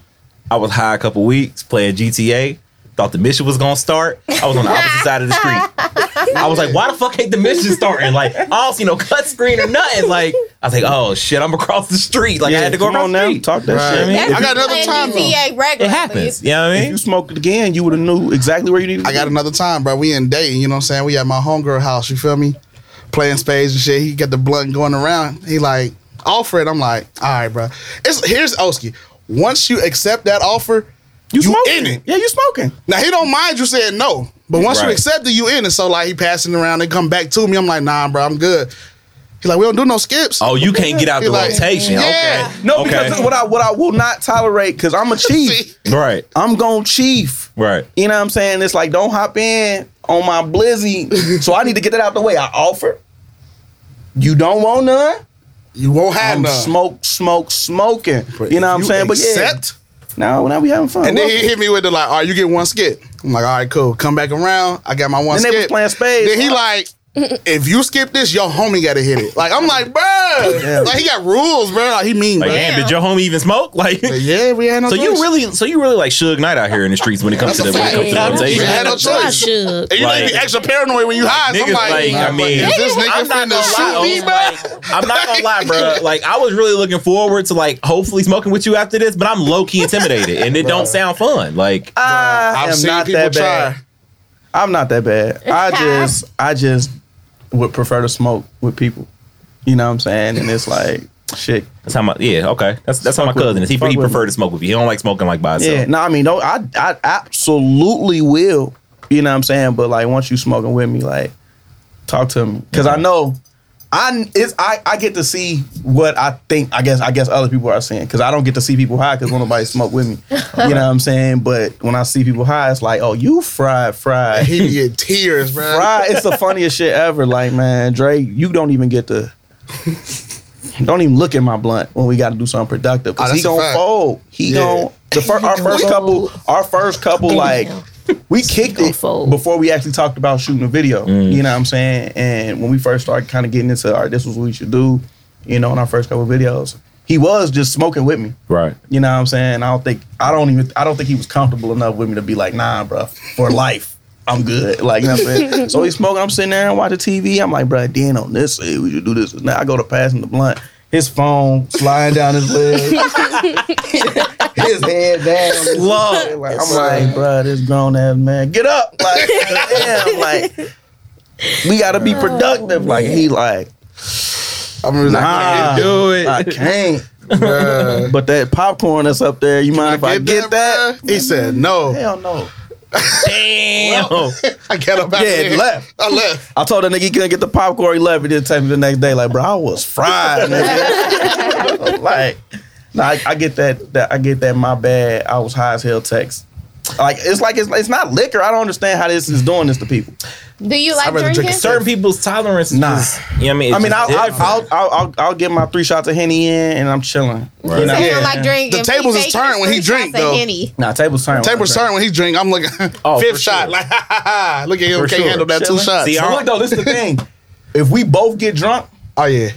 [SPEAKER 1] I was high a couple weeks playing GTA. Thought the mission was gonna start. I was on the opposite side of the street. I was like, why the fuck ain't the mission starting? Like, I don't see no cut screen or nothing. Like, I was like, oh shit, I'm across the street. Like, I had to go
[SPEAKER 4] come
[SPEAKER 1] across
[SPEAKER 4] on
[SPEAKER 1] the
[SPEAKER 4] now.
[SPEAKER 1] street.
[SPEAKER 4] Talk that
[SPEAKER 5] Right.
[SPEAKER 4] shit.
[SPEAKER 5] I mean,
[SPEAKER 2] That's
[SPEAKER 5] I got another
[SPEAKER 2] playing
[SPEAKER 5] time, though.
[SPEAKER 2] GTA regularly.
[SPEAKER 1] It happens. You know what I
[SPEAKER 4] If
[SPEAKER 1] mean?
[SPEAKER 4] you smoked it again, you would have knew exactly where you needed. to
[SPEAKER 5] I got
[SPEAKER 4] be.
[SPEAKER 5] another time, bro. We in Dayton, you know what I'm saying? We at my homegirl house, you feel me? Playing spades and shit. He got the blunt going around. He like, Alfred, I'm like, all right, bro. It's here's Oski. Once you accept that offer, you, in it.
[SPEAKER 4] Yeah, you smoking.
[SPEAKER 5] Now he don't mind you saying no, but once you
[SPEAKER 1] Right.
[SPEAKER 5] accept it, you in it. So like he passing around, they come back to me. I'm like, nah, bro, I'm good. He like, we don't do no skips.
[SPEAKER 1] Oh, you can't get out
[SPEAKER 5] He
[SPEAKER 1] the
[SPEAKER 5] like,
[SPEAKER 1] rotation.
[SPEAKER 5] Yeah.
[SPEAKER 1] Okay.
[SPEAKER 4] No,
[SPEAKER 1] Okay.
[SPEAKER 4] because what I what I will not tolerate because I'm a
[SPEAKER 5] See?
[SPEAKER 4] chief.
[SPEAKER 1] Right.
[SPEAKER 4] I'm gon' chief.
[SPEAKER 1] Right.
[SPEAKER 4] You know what I'm saying? It's like don't hop in on my blizzy. so I need to get that out the way. I offer. You don't want none.
[SPEAKER 5] You won't have
[SPEAKER 4] I'm
[SPEAKER 5] none.
[SPEAKER 4] smoke, smoke, smoking.
[SPEAKER 5] But
[SPEAKER 4] you know what I'm
[SPEAKER 5] if
[SPEAKER 4] saying?
[SPEAKER 5] Accept,
[SPEAKER 4] But yeah, now now we having fun.
[SPEAKER 5] and then
[SPEAKER 4] Welcome.
[SPEAKER 5] he hit me with the like, all right, you get one skip. I'm like, all right, cool. Come back around. I got my one
[SPEAKER 4] Then they was
[SPEAKER 5] skip.
[SPEAKER 4] playing spades.
[SPEAKER 5] Then he like, if you skip this, your homie gotta hit it. Like I'm like, bro, like he got rules, bro. Like he mean,
[SPEAKER 1] Like,
[SPEAKER 5] bro.
[SPEAKER 1] damn, did your homie even smoke? Like,
[SPEAKER 5] Like, yeah, we had no.
[SPEAKER 1] so you
[SPEAKER 5] choice.
[SPEAKER 1] really, so you really like Suge Knight out here in the streets when it comes to the
[SPEAKER 5] That's
[SPEAKER 1] when it
[SPEAKER 5] a
[SPEAKER 1] comes to the rotation.
[SPEAKER 5] fact. You had no
[SPEAKER 3] I
[SPEAKER 5] choice.
[SPEAKER 3] should.
[SPEAKER 5] And you know, you be
[SPEAKER 1] Like-
[SPEAKER 5] extra paranoid when you high. so I'm
[SPEAKER 1] Niggas, like, I mean-
[SPEAKER 5] is this nigga
[SPEAKER 1] I'm not
[SPEAKER 5] finna
[SPEAKER 1] gonna
[SPEAKER 5] shoot
[SPEAKER 1] lie,
[SPEAKER 5] me,
[SPEAKER 1] Oz,
[SPEAKER 5] bro?
[SPEAKER 1] like, I'm not gonna lie, bro. Like I was really looking forward to like hopefully smoking with you after this, but I'm low key intimidated, and it don't sound fun. Like
[SPEAKER 4] Uh, I
[SPEAKER 5] I've
[SPEAKER 4] am
[SPEAKER 5] seen
[SPEAKER 4] not
[SPEAKER 5] people
[SPEAKER 4] that bad.
[SPEAKER 5] try.
[SPEAKER 4] I'm not that bad. I just I just would prefer to smoke with people. You know what I'm saying? And it's like shit.
[SPEAKER 1] that's how my yeah okay. That's that's how my
[SPEAKER 4] Fuck with
[SPEAKER 1] cousin is. He
[SPEAKER 4] me. Fuck
[SPEAKER 1] he
[SPEAKER 4] with
[SPEAKER 1] preferred to smoke with you. He don't like smoking like by
[SPEAKER 4] Yeah.
[SPEAKER 1] himself.
[SPEAKER 4] No, I mean, no, I I absolutely will. You know what I'm saying? But like once you smoking with me, like talk to me because I know I it's I I get to see what I think. I guess I guess other people are seeing because I don't get to see people high because won't nobody smoke with me. You know what I'm saying? But when I see people high, it's like, oh, you fried, fried.
[SPEAKER 5] He be in tears, bro.
[SPEAKER 4] Right, it's the funniest shit ever. Like, man, Drake, you don't even get to. Don't even look at my blunt when we got to do something productive.
[SPEAKER 5] Oh,
[SPEAKER 4] Cause
[SPEAKER 5] that's
[SPEAKER 4] he
[SPEAKER 5] a
[SPEAKER 4] gonna
[SPEAKER 5] fact.
[SPEAKER 4] fold. He
[SPEAKER 5] Yeah.
[SPEAKER 4] gon' the first our first couple our first couple like we kicked
[SPEAKER 3] gonna
[SPEAKER 4] it
[SPEAKER 3] fold.
[SPEAKER 4] before we actually talked about shooting a video. You know what I'm saying? And when we first started kind of getting into all right, this was what we should do. You know, in our first couple videos, he was just smoking with me.
[SPEAKER 1] Right.
[SPEAKER 4] You know what I'm saying? I don't think I don't even I don't think he was comfortable enough with me to be like, nah, bro, for life. I'm good. Like you know what I'm saying? so he's smoking, I'm sitting there and watching TV. I'm like, bro, then on this, hey, we should do this. Now I go to pass him the blunt. His phone sliding down his leg. his head down.
[SPEAKER 1] Love.
[SPEAKER 4] Like, I'm like, bro, this grown ass man, get up. Like, damn, like we gotta be productive. Like he like,
[SPEAKER 5] I'm really like,
[SPEAKER 4] nah,
[SPEAKER 1] do it.
[SPEAKER 4] I can't.
[SPEAKER 5] bruh.
[SPEAKER 4] But that popcorn that's up there, you mind if I get that?
[SPEAKER 5] bruh? He said no.
[SPEAKER 4] Hell no.
[SPEAKER 1] Damn.
[SPEAKER 5] I got up out
[SPEAKER 4] Yeah,
[SPEAKER 5] there.
[SPEAKER 4] left.
[SPEAKER 5] I left.
[SPEAKER 4] I told that nigga he couldn't get the popcorn. He left. He didn't text me the next day. Like, bro, I was fried. nigga. like, nah, I, I get that, that. I get that. My bad. I was high as hell. Text. Like, it's like it's, it's not liquor. I don't understand how this is doing this to people.
[SPEAKER 2] Do you like
[SPEAKER 5] rather drink
[SPEAKER 2] drinking?
[SPEAKER 5] a
[SPEAKER 1] Certain people's tolerance.
[SPEAKER 4] Nah.
[SPEAKER 1] Nah. You know what I mean?
[SPEAKER 4] I
[SPEAKER 1] It's
[SPEAKER 4] mean, I'll,
[SPEAKER 1] just
[SPEAKER 4] I'll,
[SPEAKER 1] different.
[SPEAKER 4] I'll, I'll, I'll, I'll get my three shots of henny in, and I'm chilling.
[SPEAKER 1] Right.
[SPEAKER 2] So you
[SPEAKER 5] Yeah.
[SPEAKER 2] don't like drinking.
[SPEAKER 5] The tables is turned when he drink, though.
[SPEAKER 4] Nah, tables turn.
[SPEAKER 5] Table's turned when he drink. I'm looking
[SPEAKER 4] Oh,
[SPEAKER 5] fifth
[SPEAKER 4] for
[SPEAKER 5] shot.
[SPEAKER 4] sure.
[SPEAKER 5] Like, ha, ha, ha. look at him.
[SPEAKER 1] For
[SPEAKER 5] can't
[SPEAKER 1] sure.
[SPEAKER 5] handle that two
[SPEAKER 4] Chilling.
[SPEAKER 5] shots.
[SPEAKER 1] See,
[SPEAKER 4] But
[SPEAKER 1] I-
[SPEAKER 4] look though, this is the thing. If we both get drunk,
[SPEAKER 5] oh yeah.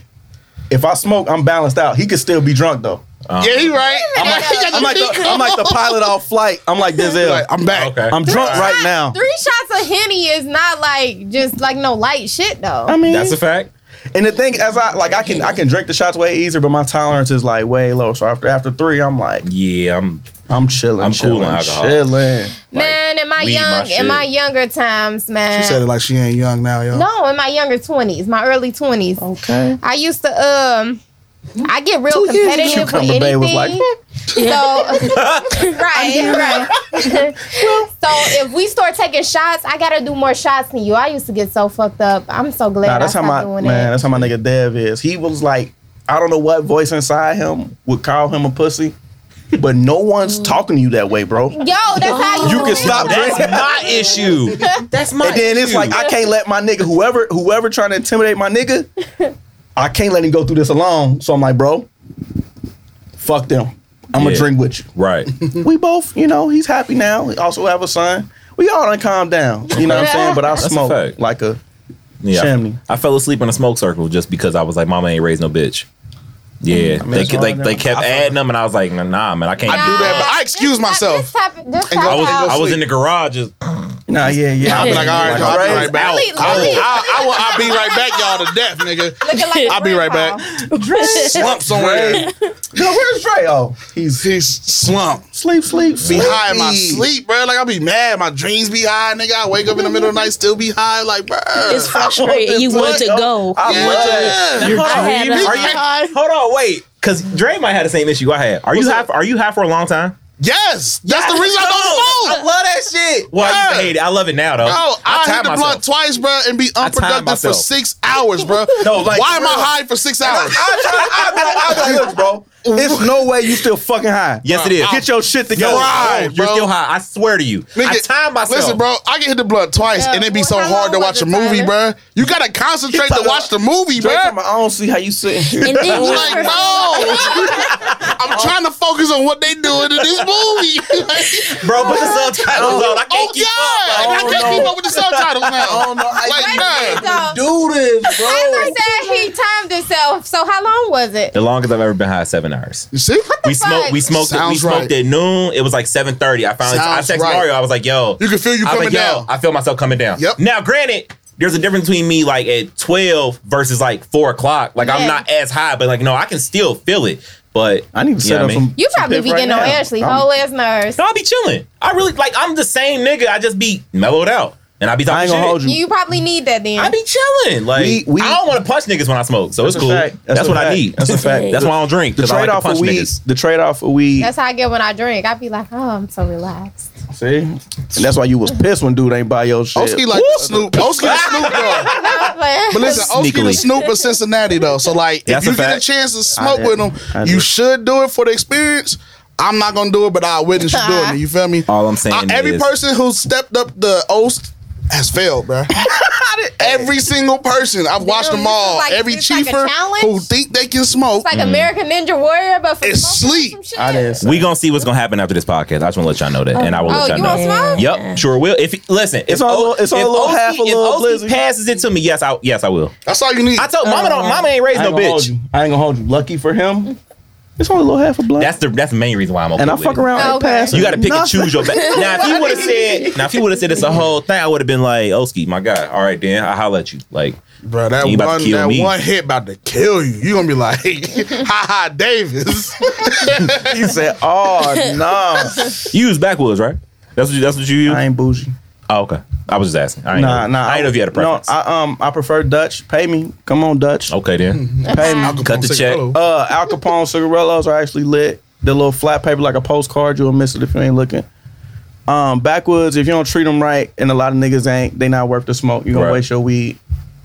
[SPEAKER 4] if I smoke, I'm balanced out. He could still be drunk though.
[SPEAKER 5] yeah, he right. I'm like, he got
[SPEAKER 4] Oh. I'm like, uh, the, I'm like the pilot off flight. I'm like Denzel.
[SPEAKER 5] like, I'm back.
[SPEAKER 1] Okay.
[SPEAKER 4] I'm drunk right now.
[SPEAKER 2] Three shots of henny is not like just like no light shit though.
[SPEAKER 4] I mean,
[SPEAKER 1] That's a fact.
[SPEAKER 4] and the thing as I like, I can I can drink the shots way easier, but my tolerance is like way low. So after after three, I'm like,
[SPEAKER 1] Yeah, I'm
[SPEAKER 4] I'm chilling.
[SPEAKER 1] I'm cool
[SPEAKER 4] chilling,
[SPEAKER 1] on alcohol.
[SPEAKER 4] Chilling.
[SPEAKER 2] man, in
[SPEAKER 1] weed,
[SPEAKER 2] my
[SPEAKER 1] my
[SPEAKER 2] young
[SPEAKER 1] shit.
[SPEAKER 2] in my younger times, man.
[SPEAKER 5] She said it like she ain't young now, yo.
[SPEAKER 2] no, in my younger twenties, my early twenties.
[SPEAKER 4] Okay.
[SPEAKER 2] I used to um I get real
[SPEAKER 4] Two years ago.
[SPEAKER 2] competitive with
[SPEAKER 4] Cucumber Bay
[SPEAKER 2] anything.
[SPEAKER 4] was like,
[SPEAKER 2] so right, right. so if we start taking shots, I gotta do more shots than you. I used to get so fucked up. I'm so glad
[SPEAKER 4] Nah, that's
[SPEAKER 2] I
[SPEAKER 4] how
[SPEAKER 2] stopped
[SPEAKER 4] my
[SPEAKER 2] doing
[SPEAKER 4] man.
[SPEAKER 2] that.
[SPEAKER 4] That's how my nigga Dev is. He was like, I don't know what voice inside him would call him a pussy, but no one's
[SPEAKER 2] Mm.
[SPEAKER 4] talking to you that way, bro.
[SPEAKER 2] Yo, that's how you.
[SPEAKER 4] You can stop
[SPEAKER 1] That's
[SPEAKER 4] drinking.
[SPEAKER 1] my issue. That's my
[SPEAKER 4] And then it's
[SPEAKER 1] issue.
[SPEAKER 4] like I can't let my nigga whoever whoever trying to intimidate my nigga, I can't let him go through this alone. So I'm like, bro, fuck them. I'm gonna
[SPEAKER 1] Yeah.
[SPEAKER 4] drink with you.
[SPEAKER 1] Right.
[SPEAKER 4] We both, you know, he's happy now. We also have a son. We all done calm down. You know what I'm saying? But I
[SPEAKER 1] a
[SPEAKER 4] smoke
[SPEAKER 1] fact.
[SPEAKER 4] like a
[SPEAKER 1] Yeah.
[SPEAKER 4] Chimney.
[SPEAKER 1] I fell asleep in a smoke circle just because I was like, Mama ain't raised no bitch. Yeah,
[SPEAKER 4] mean,
[SPEAKER 1] they
[SPEAKER 4] that's
[SPEAKER 1] ke-
[SPEAKER 4] wrong,
[SPEAKER 1] they, they
[SPEAKER 4] yeah.
[SPEAKER 1] kept adding them, and I was like, nah, man, I can't do
[SPEAKER 5] do
[SPEAKER 1] that.
[SPEAKER 5] that, but I excuse myself.
[SPEAKER 2] This type, this type
[SPEAKER 5] go-
[SPEAKER 1] I was
[SPEAKER 2] of-
[SPEAKER 1] I was in the garage. Just,
[SPEAKER 4] Nah, yeah, yeah.
[SPEAKER 5] I'll be like, all right, y'all, I'll be right back.
[SPEAKER 2] Really?
[SPEAKER 5] I will, I, I will, I'll be right back, y'all, to death, nigga.
[SPEAKER 2] Looking like a
[SPEAKER 5] I'll be right
[SPEAKER 2] grandpa.
[SPEAKER 5] back. Slump somewhere.
[SPEAKER 4] Yo, where's Dre? Oh, he's
[SPEAKER 5] He's slumped.
[SPEAKER 4] sleep, sleep,
[SPEAKER 5] Be
[SPEAKER 4] sleep.
[SPEAKER 5] high in my sleep, bro. Like, I'll be mad. My dreams be high, nigga. I wake up in the middle of the night, still be high. Like, bro.
[SPEAKER 3] It's frustrating. You want to go.
[SPEAKER 4] I
[SPEAKER 5] Yeah.
[SPEAKER 4] love your
[SPEAKER 3] I had
[SPEAKER 4] dreams.
[SPEAKER 3] a-
[SPEAKER 4] Are you-
[SPEAKER 1] Hold on, wait. Cause Dre might have the same issue I had. Are you high? For, are you high for a long time?
[SPEAKER 5] Yes. That's the reason I don't
[SPEAKER 1] I
[SPEAKER 5] smoke.
[SPEAKER 1] love that shit. Well, I used to
[SPEAKER 5] Yeah.
[SPEAKER 1] hate it. I love it now though.
[SPEAKER 5] Bro, I,
[SPEAKER 1] time
[SPEAKER 5] hit the blunt twice, bro, and be
[SPEAKER 1] time
[SPEAKER 5] unproductive for
[SPEAKER 1] myself.
[SPEAKER 5] six hours, bro.
[SPEAKER 1] No, like,
[SPEAKER 5] Why am I
[SPEAKER 1] real.
[SPEAKER 5] high for six hours?
[SPEAKER 4] I be like, look, bro. It's no way you still fucking high.
[SPEAKER 1] Yes, it is.
[SPEAKER 4] Get your shit
[SPEAKER 1] No,
[SPEAKER 4] together.
[SPEAKER 5] Right,
[SPEAKER 1] no, you're
[SPEAKER 5] bro.
[SPEAKER 1] still high. I swear to you. I time myself.
[SPEAKER 5] Listen, bro, I can hit the blunt twice,
[SPEAKER 2] Yeah,
[SPEAKER 5] and it be
[SPEAKER 2] well,
[SPEAKER 5] so
[SPEAKER 2] how
[SPEAKER 5] hard to
[SPEAKER 2] long
[SPEAKER 5] watch
[SPEAKER 2] was
[SPEAKER 5] a
[SPEAKER 2] it,
[SPEAKER 5] movie,
[SPEAKER 2] Tyler?
[SPEAKER 5] bruh. You gotta concentrate
[SPEAKER 4] He
[SPEAKER 5] to
[SPEAKER 4] talking
[SPEAKER 5] watch the movie,
[SPEAKER 4] Dre,
[SPEAKER 5] bruh.
[SPEAKER 4] talking about, I don't see how you sitting here.
[SPEAKER 3] And then you
[SPEAKER 5] Like, no, I'm trying to focus on what they doing in this movie. Like,
[SPEAKER 1] Bro, put the subtitles on. I can't
[SPEAKER 5] oh
[SPEAKER 1] keep
[SPEAKER 5] God,
[SPEAKER 1] up.
[SPEAKER 5] I can't keep up with the subtitles now.
[SPEAKER 4] know how
[SPEAKER 5] Like, man,
[SPEAKER 2] So,
[SPEAKER 4] do this, bro.
[SPEAKER 2] Tyler said he timed himself. So how long was it?
[SPEAKER 1] The longest I've ever been high is seven hours.
[SPEAKER 5] you see,
[SPEAKER 1] We
[SPEAKER 2] fuck?
[SPEAKER 1] smoked. We smoked. we
[SPEAKER 5] Sounds
[SPEAKER 1] smoked
[SPEAKER 5] right.
[SPEAKER 1] at noon. It was like seven thirty. I finally.
[SPEAKER 5] Sounds
[SPEAKER 1] I texted
[SPEAKER 5] right.
[SPEAKER 1] Mario. I was like, "Yo,
[SPEAKER 5] You can feel you
[SPEAKER 1] I was
[SPEAKER 5] coming
[SPEAKER 1] like, yo,
[SPEAKER 5] down.
[SPEAKER 1] I feel myself coming down.
[SPEAKER 5] Yep.
[SPEAKER 1] Now, granted, there's a difference between me like at twelve versus like four o'clock. Like
[SPEAKER 2] Yeah.
[SPEAKER 1] I'm not as high, but like no, I can still feel it. But
[SPEAKER 4] I need to
[SPEAKER 1] You know
[SPEAKER 4] set up
[SPEAKER 1] what I mean?
[SPEAKER 4] some.
[SPEAKER 2] You
[SPEAKER 4] some
[SPEAKER 2] probably
[SPEAKER 4] piff
[SPEAKER 2] be
[SPEAKER 4] right
[SPEAKER 2] getting
[SPEAKER 4] now.
[SPEAKER 2] on Ashley,
[SPEAKER 4] I'm-
[SPEAKER 2] whole ass nerves.
[SPEAKER 1] no, I'll be chilling. I really like. I'm the same nigga. I just be mellowed out, and I be talking
[SPEAKER 4] I ain't gonna
[SPEAKER 1] shit.
[SPEAKER 4] hold you.
[SPEAKER 2] You probably need that then.
[SPEAKER 1] I be chilling. Like
[SPEAKER 4] We- we-
[SPEAKER 1] I don't want to punch niggas when I smoke, so
[SPEAKER 4] That's
[SPEAKER 1] it's
[SPEAKER 4] a
[SPEAKER 1] cool.
[SPEAKER 4] fact.
[SPEAKER 1] That's,
[SPEAKER 4] That's a
[SPEAKER 1] what I
[SPEAKER 4] fact.
[SPEAKER 1] need.
[SPEAKER 4] That's a fact.
[SPEAKER 1] That's why I don't drink.
[SPEAKER 4] The
[SPEAKER 1] because
[SPEAKER 4] trade
[SPEAKER 1] I like
[SPEAKER 4] off
[SPEAKER 1] to punch
[SPEAKER 4] of weed.
[SPEAKER 1] niggas.
[SPEAKER 4] The trade off of weed.
[SPEAKER 2] That's how I get when I drink. I be like, oh, I'm so relaxed.
[SPEAKER 4] see, and that's why you was pissed when dude ain't buy your shit.
[SPEAKER 5] Oski like the Snoop, Oski the Snoop dog. But listen, Oski the
[SPEAKER 1] Sneakily.
[SPEAKER 5] Snoop of Cincinnati though. So like,
[SPEAKER 1] That's
[SPEAKER 5] if you
[SPEAKER 1] a
[SPEAKER 5] get a
[SPEAKER 1] fact.
[SPEAKER 5] chance to smoke
[SPEAKER 4] I
[SPEAKER 5] with
[SPEAKER 4] did. I
[SPEAKER 5] him, you
[SPEAKER 4] did.
[SPEAKER 5] should do it for the experience. I'm not gonna do it, but I witness you doing it. You feel me?
[SPEAKER 1] All
[SPEAKER 4] Uh,
[SPEAKER 1] I'm saying
[SPEAKER 5] I- every
[SPEAKER 1] is-
[SPEAKER 5] person who stepped up the oath has failed, bro. every single person I've watched
[SPEAKER 2] Damn,
[SPEAKER 5] them all.
[SPEAKER 2] this is like-
[SPEAKER 5] every
[SPEAKER 2] it's like a
[SPEAKER 5] chiefer
[SPEAKER 2] challenge?
[SPEAKER 5] who think they can smoke.
[SPEAKER 2] It's like American Ninja Warrior, but for
[SPEAKER 5] It's
[SPEAKER 2] smoking
[SPEAKER 5] sleep.
[SPEAKER 2] some shit.
[SPEAKER 4] I didn't. say-
[SPEAKER 1] We gonna see what's gonna happen after this podcast. I just wanna let y'all know that, and I will
[SPEAKER 2] Oh,
[SPEAKER 1] let y'all
[SPEAKER 2] you
[SPEAKER 1] know.
[SPEAKER 2] want smoke?
[SPEAKER 1] Yep, sure will. If listen, if
[SPEAKER 4] It's all a little- it's all a
[SPEAKER 1] if
[SPEAKER 4] little half a
[SPEAKER 1] if
[SPEAKER 4] little
[SPEAKER 1] OC
[SPEAKER 4] blizzard.
[SPEAKER 1] passes it to me, yes, I yes I will.
[SPEAKER 5] That's all you need.
[SPEAKER 1] I told mama don't mama ain't raised
[SPEAKER 4] I ain't
[SPEAKER 1] no
[SPEAKER 4] gonna hold
[SPEAKER 1] bitch.
[SPEAKER 4] you. I ain't gonna hold you. Lucky for him, it's only a little half a blunt.
[SPEAKER 1] That's the that's the main reason why I'm okay.
[SPEAKER 4] and I
[SPEAKER 1] with
[SPEAKER 4] fuck
[SPEAKER 1] it.
[SPEAKER 4] around
[SPEAKER 2] Okay.
[SPEAKER 4] and pass.
[SPEAKER 1] You got to pick and
[SPEAKER 4] Nothing.
[SPEAKER 1] choose your. Ba- now if he would have said now if he would have said it's a whole thing, I would have been like, Oski, my God, all right then, I holla at you. Like
[SPEAKER 5] bro, that
[SPEAKER 1] You
[SPEAKER 5] one
[SPEAKER 1] about to kill
[SPEAKER 5] that
[SPEAKER 1] me.
[SPEAKER 5] one hit about to kill you. You gonna be like, ha ha Davis.
[SPEAKER 4] He said, "Oh no,
[SPEAKER 1] you use backwoods, right? That's what you, that's what you use.
[SPEAKER 4] I ain't bougie."
[SPEAKER 1] Oh, okay. I was just asking. I ain't
[SPEAKER 4] Nah,
[SPEAKER 1] know.
[SPEAKER 4] nah.
[SPEAKER 1] I ain't know if you had a preference.
[SPEAKER 4] No, I um, I prefer Dutch. Pay me. Come on, Dutch.
[SPEAKER 1] okay then.
[SPEAKER 4] Pay me.
[SPEAKER 1] Cut the check.
[SPEAKER 4] Uh, Al Capone cigarillos are actually lit. The little flat paper like a postcard. You'll miss it if you ain't looking. Um, backwoods. If you don't treat them right, and a lot of niggas ain't, they not worth the smoke. You gonna
[SPEAKER 1] Right.
[SPEAKER 4] waste your weed.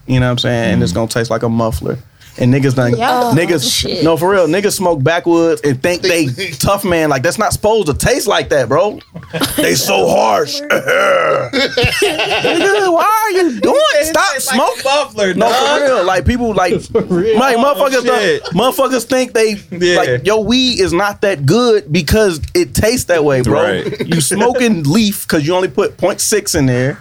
[SPEAKER 4] You know what I'm saying? And it's gonna taste like a muffler. And niggas done,
[SPEAKER 2] Yeah.
[SPEAKER 4] niggas,
[SPEAKER 3] shit.
[SPEAKER 4] no for real, niggas smoke backwoods and think they tough man. Like that's not supposed to taste like that, bro. They so harsh. Nigga, Why are you doing? it? Stop smoking.
[SPEAKER 1] muffler.
[SPEAKER 4] No, for real. Like people, like, like motherfuckers,
[SPEAKER 1] shit.
[SPEAKER 4] don't- motherfuckers think they
[SPEAKER 1] Yeah.
[SPEAKER 4] like your weed is not that good because it tastes that way, bro.
[SPEAKER 1] Right.
[SPEAKER 4] You smoking leaf because you only put 0.6 in there.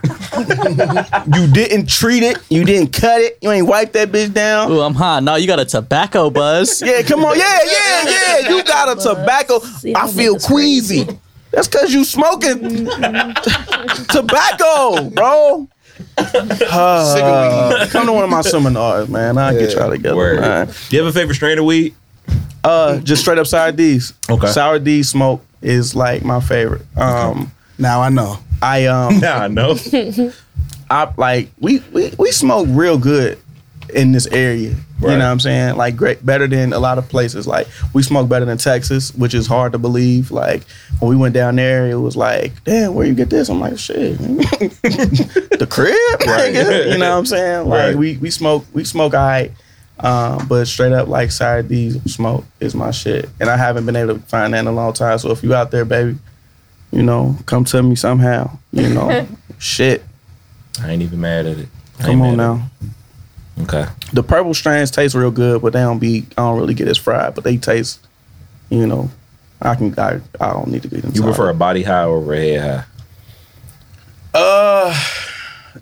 [SPEAKER 4] you didn't treat it. You didn't cut it. You ain't wipe that bitch down.
[SPEAKER 6] Ooh, I'm high. No, you got a tobacco buzz.
[SPEAKER 4] Yeah, come on. Yeah, yeah, yeah. You got a tobacco. I
[SPEAKER 3] y'all
[SPEAKER 4] feel
[SPEAKER 3] niggas crazy.
[SPEAKER 4] queasy. That's cause you smoking tobacco, bro. Uh, come to one of my seminars, man. I'll get y'all together.
[SPEAKER 1] Word.
[SPEAKER 4] man.
[SPEAKER 1] Do you have a favorite strain of weed?
[SPEAKER 4] Uh, just straight up sour D's.
[SPEAKER 1] Okay.
[SPEAKER 4] Sour D smoke is like my favorite. Um,
[SPEAKER 5] Now I know.
[SPEAKER 4] I um,
[SPEAKER 1] Nah, no. Right.
[SPEAKER 4] I like we we we smoke real good in this area.
[SPEAKER 1] Right.
[SPEAKER 4] You know what I'm saying? Like great, better than a lot of places. Like we smoke better than Texas, which is hard to believe. Like when we went down there, it was like, damn, where you get this? I'm like, shit, the crib.
[SPEAKER 1] Right.
[SPEAKER 4] nigga. You know what I'm saying? Like
[SPEAKER 1] Right.
[SPEAKER 4] we we smoke we smoke I. Um, but straight up, like side D's smoke is my shit, and I haven't been able to find that in a long time. So if you out there, baby, you know, come to me somehow. You know, shit.
[SPEAKER 1] I ain't even mad at it. I ain't
[SPEAKER 4] Come on
[SPEAKER 1] mad at
[SPEAKER 4] now.
[SPEAKER 1] it. Okay.
[SPEAKER 4] The purple strains taste real good, but they don't be. I don't really get as fried, but they taste. You know, I can. I, I don't need to get them.
[SPEAKER 1] You
[SPEAKER 4] fried.
[SPEAKER 1] prefer a body high over a head high?
[SPEAKER 4] Uh,